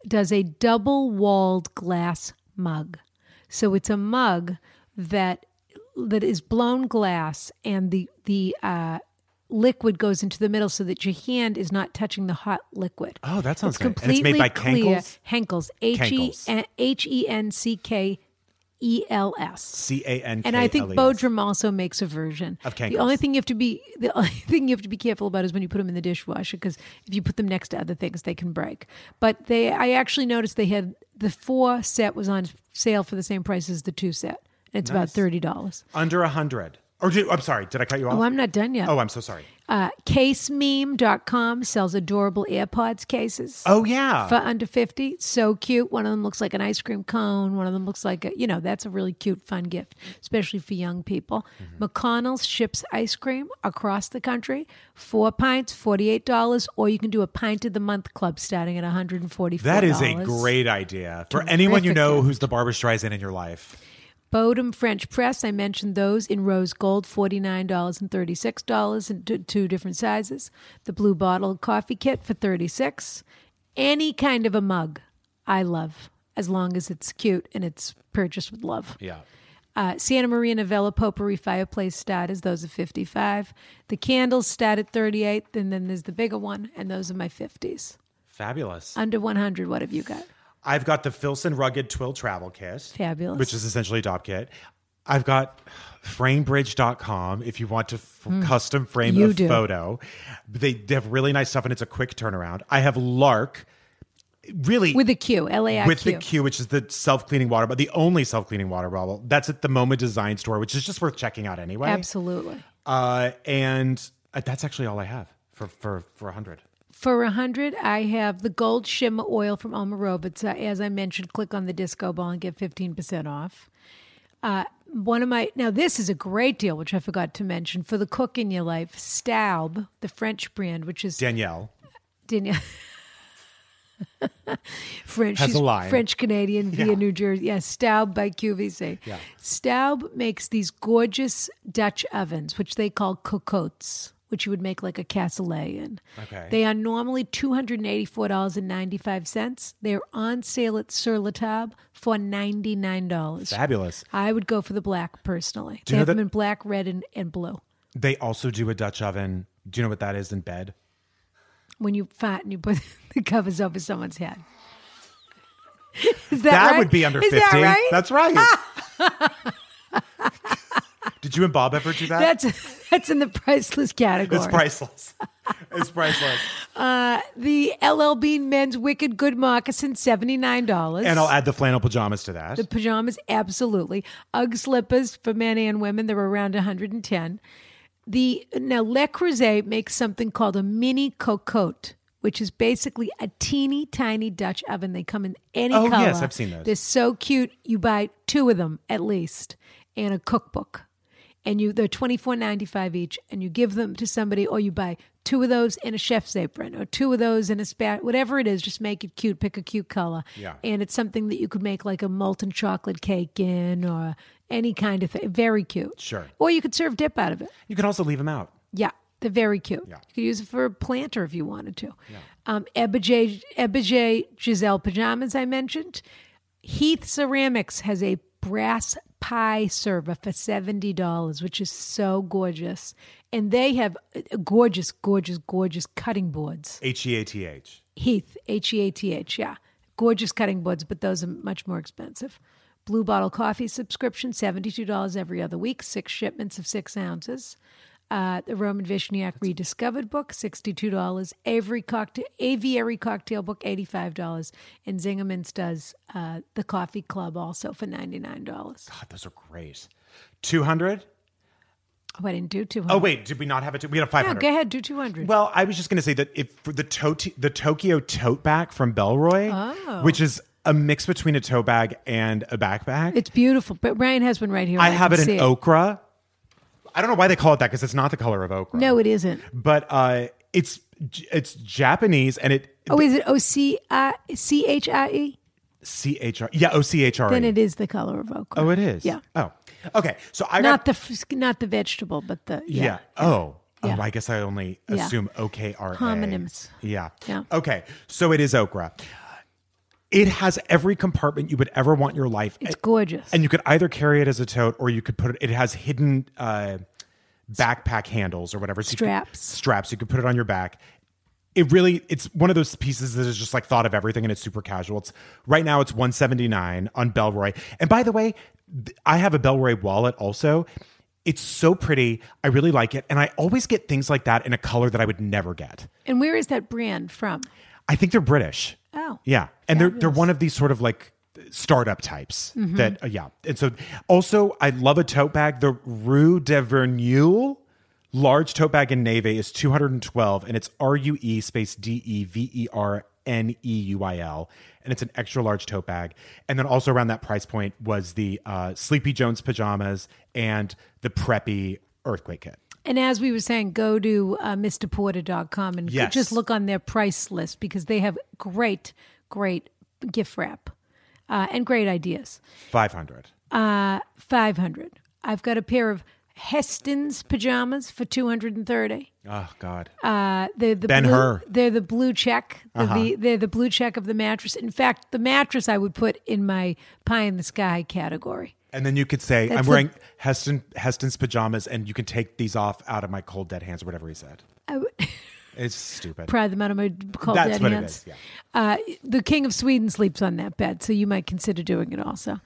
S3: does a double walled glass mug, so it's a mug that that is blown glass, and the the uh, liquid goes into the middle so that your hand is not touching the hot liquid.
S2: Oh, that sounds
S3: it's
S2: good. And
S3: completely
S2: it's made by
S3: clear.
S2: Kankles?
S3: Henkels, H E
S2: Kankles.
S3: N- H E N C K E L S.
S2: C A N K.
S3: And I think Bodrum also makes a version.
S2: Of
S3: the
S2: Kankles.
S3: only thing you have to be the only thing you have to be careful about is when you put them in the dishwasher because if you put them next to other things, they can break. But they, I actually noticed they had the four set was on sale for the same price as the two set. And it's about thirty dollars.
S2: under a hundred. Or do, I'm sorry, did I cut you off?
S3: Oh, I'm not done yet.
S2: oh, I'm so sorry.
S3: Uh, casememe.com sells adorable AirPods cases.
S2: Oh yeah,
S3: for under 50 so cute one of them looks like an ice cream cone one of them looks like a you know that's a really cute fun gift especially for young people
S2: Mm-hmm.
S3: mcconnell's ships ice cream across the country four pints $48 or you can do a pint of the month club starting at $144
S2: that is a great idea for anyone you
S3: Terrific
S2: know
S3: gift.
S2: who's the Barbara Streisand in your life.
S3: Bodum French Press. I mentioned those in rose gold, $49 and $36 in t- two different sizes. The blue bottle coffee kit for 36 Any kind of a mug, I love, as long as it's cute and it's purchased with love.
S2: Yeah.
S3: Uh, Santa Maria Novella Potpourri Fireplace starters, those are 55 The candles start at 38 and then there's the bigger one, and those are my 50s.
S2: Fabulous.
S3: Under 100, what have you got?
S2: I've got the Filson Rugged Twill Travel Kit.
S3: Fabulous.
S2: Which is essentially a dop kit. I've got framebridge.com if you want to f- custom frame
S3: Hmm. You
S2: a
S3: do.
S2: photo. They, they have really nice stuff and it's a quick turnaround. I have Lark, really
S3: with a Q, L A I Q.
S2: with the Q, which is the self cleaning water bottle, the only self cleaning water bottle. That's at the MoMA Design Store, which is just worth checking out anyway.
S3: Absolutely.
S2: Uh, and uh, that's actually all I have for for for a hundred.
S3: For a hundred, I have the gold shimmer oil from Omaroba. Uh, as I mentioned, click on the disco ball and get fifteen percent off. Uh, one of my now this is a great deal, which I forgot to mention for the cook in your life, Staub, the French brand, which is
S2: Danielle,
S3: Danielle. French,
S2: Has a
S3: she's
S2: line.
S3: French Canadian via
S2: Yeah.
S3: New Jersey. Yes, Staub by QVC. Yeah. Staub makes these gorgeous Dutch ovens, which they call cocottes, which you would make like a cassoulet in.
S2: Okay.
S3: They are normally two hundred and eighty-four dollars and ninety-five cents. They're on sale at Sur La Table for ninety-nine dollars.
S2: fabulous.
S3: I would go for the black personally.
S2: you
S3: they
S2: know
S3: have them
S2: that-
S3: in black, red, and, and blue.
S2: They also do a Dutch oven. Do you know what that is in bed?
S3: when you fart and you put the covers over someone's head. Is that,
S2: That
S3: right?
S2: would be under
S3: Is
S2: fifty.
S3: That right?
S2: That's right. Did you and Bob ever do that?
S3: that's that's in the priceless category.
S2: it's priceless. it's priceless.
S3: The LL Bean Men's Wicked Good Moccasin, seventy nine dollars.
S2: And I'll add the flannel pajamas to that.
S3: the pajamas, absolutely. UGG slippers for men and women, they're around one hundred and ten. The now Le Creuset makes something called a mini cocotte, which is basically a teeny tiny Dutch oven. They come in any
S2: Oh,
S3: color.
S2: yes, I've seen those.
S3: They're so cute. You buy two of them at least, and a cookbook, and you they're twenty four ninety five each, and you give them to somebody, or you buy two of those and a chef's apron, or two of those and a spat, whatever it is. Just make it cute. Pick a cute color.
S2: Yeah.
S3: And it's something that you could make like a molten chocolate cake in, or any kind of thing. Very cute.
S2: Sure.
S3: Or you could serve dip out of it.
S2: you can also leave them out.
S3: Yeah, they're very cute. You could use it for a planter if you wanted to. Um, Ebijay, Ebijay Giselle pajamas I mentioned. Heath Ceramics has a brass pie server for seventy dollars, which is so gorgeous, and they have uh, gorgeous, gorgeous, gorgeous cutting boards.
S2: H E A T H.
S3: Heath, H E A T H, yeah. Gorgeous cutting boards, but those are much more expensive. Blue Bottle Coffee subscription, $72 every other week, six shipments of six ounces. Uh, the Roman Vishniak Rediscovered book, $62. Every cocktail, Aviary Cocktail book, $85. And Zingerman's does uh, the Coffee Club also for $99.
S2: God, those are great. Two hundred.
S3: Oh, I didn't do 200.
S2: Oh wait, did we not have it? We had a five
S3: No,
S2: hundred.
S3: go ahead, do 200.
S2: Well, I was just going to say that if for the to- the Tokyo tote bag from Belroy,
S3: Oh.
S2: which is a mix between a tote bag and a backpack,
S3: it's beautiful, but Ryan has one right here.
S2: I
S3: and
S2: have
S3: can
S2: it
S3: see
S2: in okra. I don't know why they call it that because it's not the color of okra.
S3: No, it isn't.
S2: but uh, it's it's Japanese and it
S3: Oh, is it O C I C H I E?
S2: C H R yeah O C H R. E.
S3: Then it is the color of okra.
S2: Oh, it is.
S3: Yeah.
S2: Oh, okay. So I
S3: Not
S2: got
S3: the f- not the vegetable, but the E.
S2: yeah.
S3: yeah.
S2: Oh.
S3: Yeah.
S2: Oh, I guess I only
S3: Yeah.
S2: assume OKRA.
S3: Homonyms.
S2: Yeah.
S3: Yeah.
S2: Okay. So it is okra. It has every compartment you would ever want in your life.
S3: It's gorgeous.
S2: And you could either carry it as a tote or you could put it, it has hidden uh, backpack handles or whatever. So you could-
S3: Straps.
S2: straps. You could put it on your back. It really, it's one of those pieces that is just like thought of everything and it's super casual. It's right now it's 179 on Belroy. And by the way, th- I have a Belroy wallet also. It's so pretty. I really like it. And I always get things like that in a color that I would never get.
S3: and where is that brand from?
S2: I think they're British.
S3: Oh.
S2: Yeah. And they're they're one of these sort of like startup types that uh, yeah. And so also I love a tote bag. The Rue de Verneuil large tote bag in Neve is 212 and it's R U E space D E V E R N E U I L and it's an extra large tote bag. And then also around that price point was the uh, Sleepy Jones pajamas and the preppy earthquake kit.
S3: And as we were saying, go to uh, MrPorter.com and
S2: Yes.
S3: just look on their price list because they have great, great gift wrap uh, and great ideas.
S2: 500.
S3: Uh, 500. I've got a pair of Heston's pajamas for 230.
S2: Oh god.
S3: Uh, they're the
S2: Ben
S3: blue,
S2: Hur. Uh-huh.
S3: They're the blue check. They're, the, they're the blue check of the mattress. In fact, the mattress I would put in my pie in the sky category.
S2: And then you could say,
S3: That's
S2: "I'm
S3: a-
S2: wearing Heston Heston's pajamas," and you can take these off out of my cold dead hands, or whatever he said.
S3: I would-
S2: It's stupid.
S3: pry them out of my cold
S2: That's
S3: dead
S2: what it
S3: hands.
S2: is, yeah.
S3: Uh, the King of Sweden sleeps on that bed, so you might consider doing it also.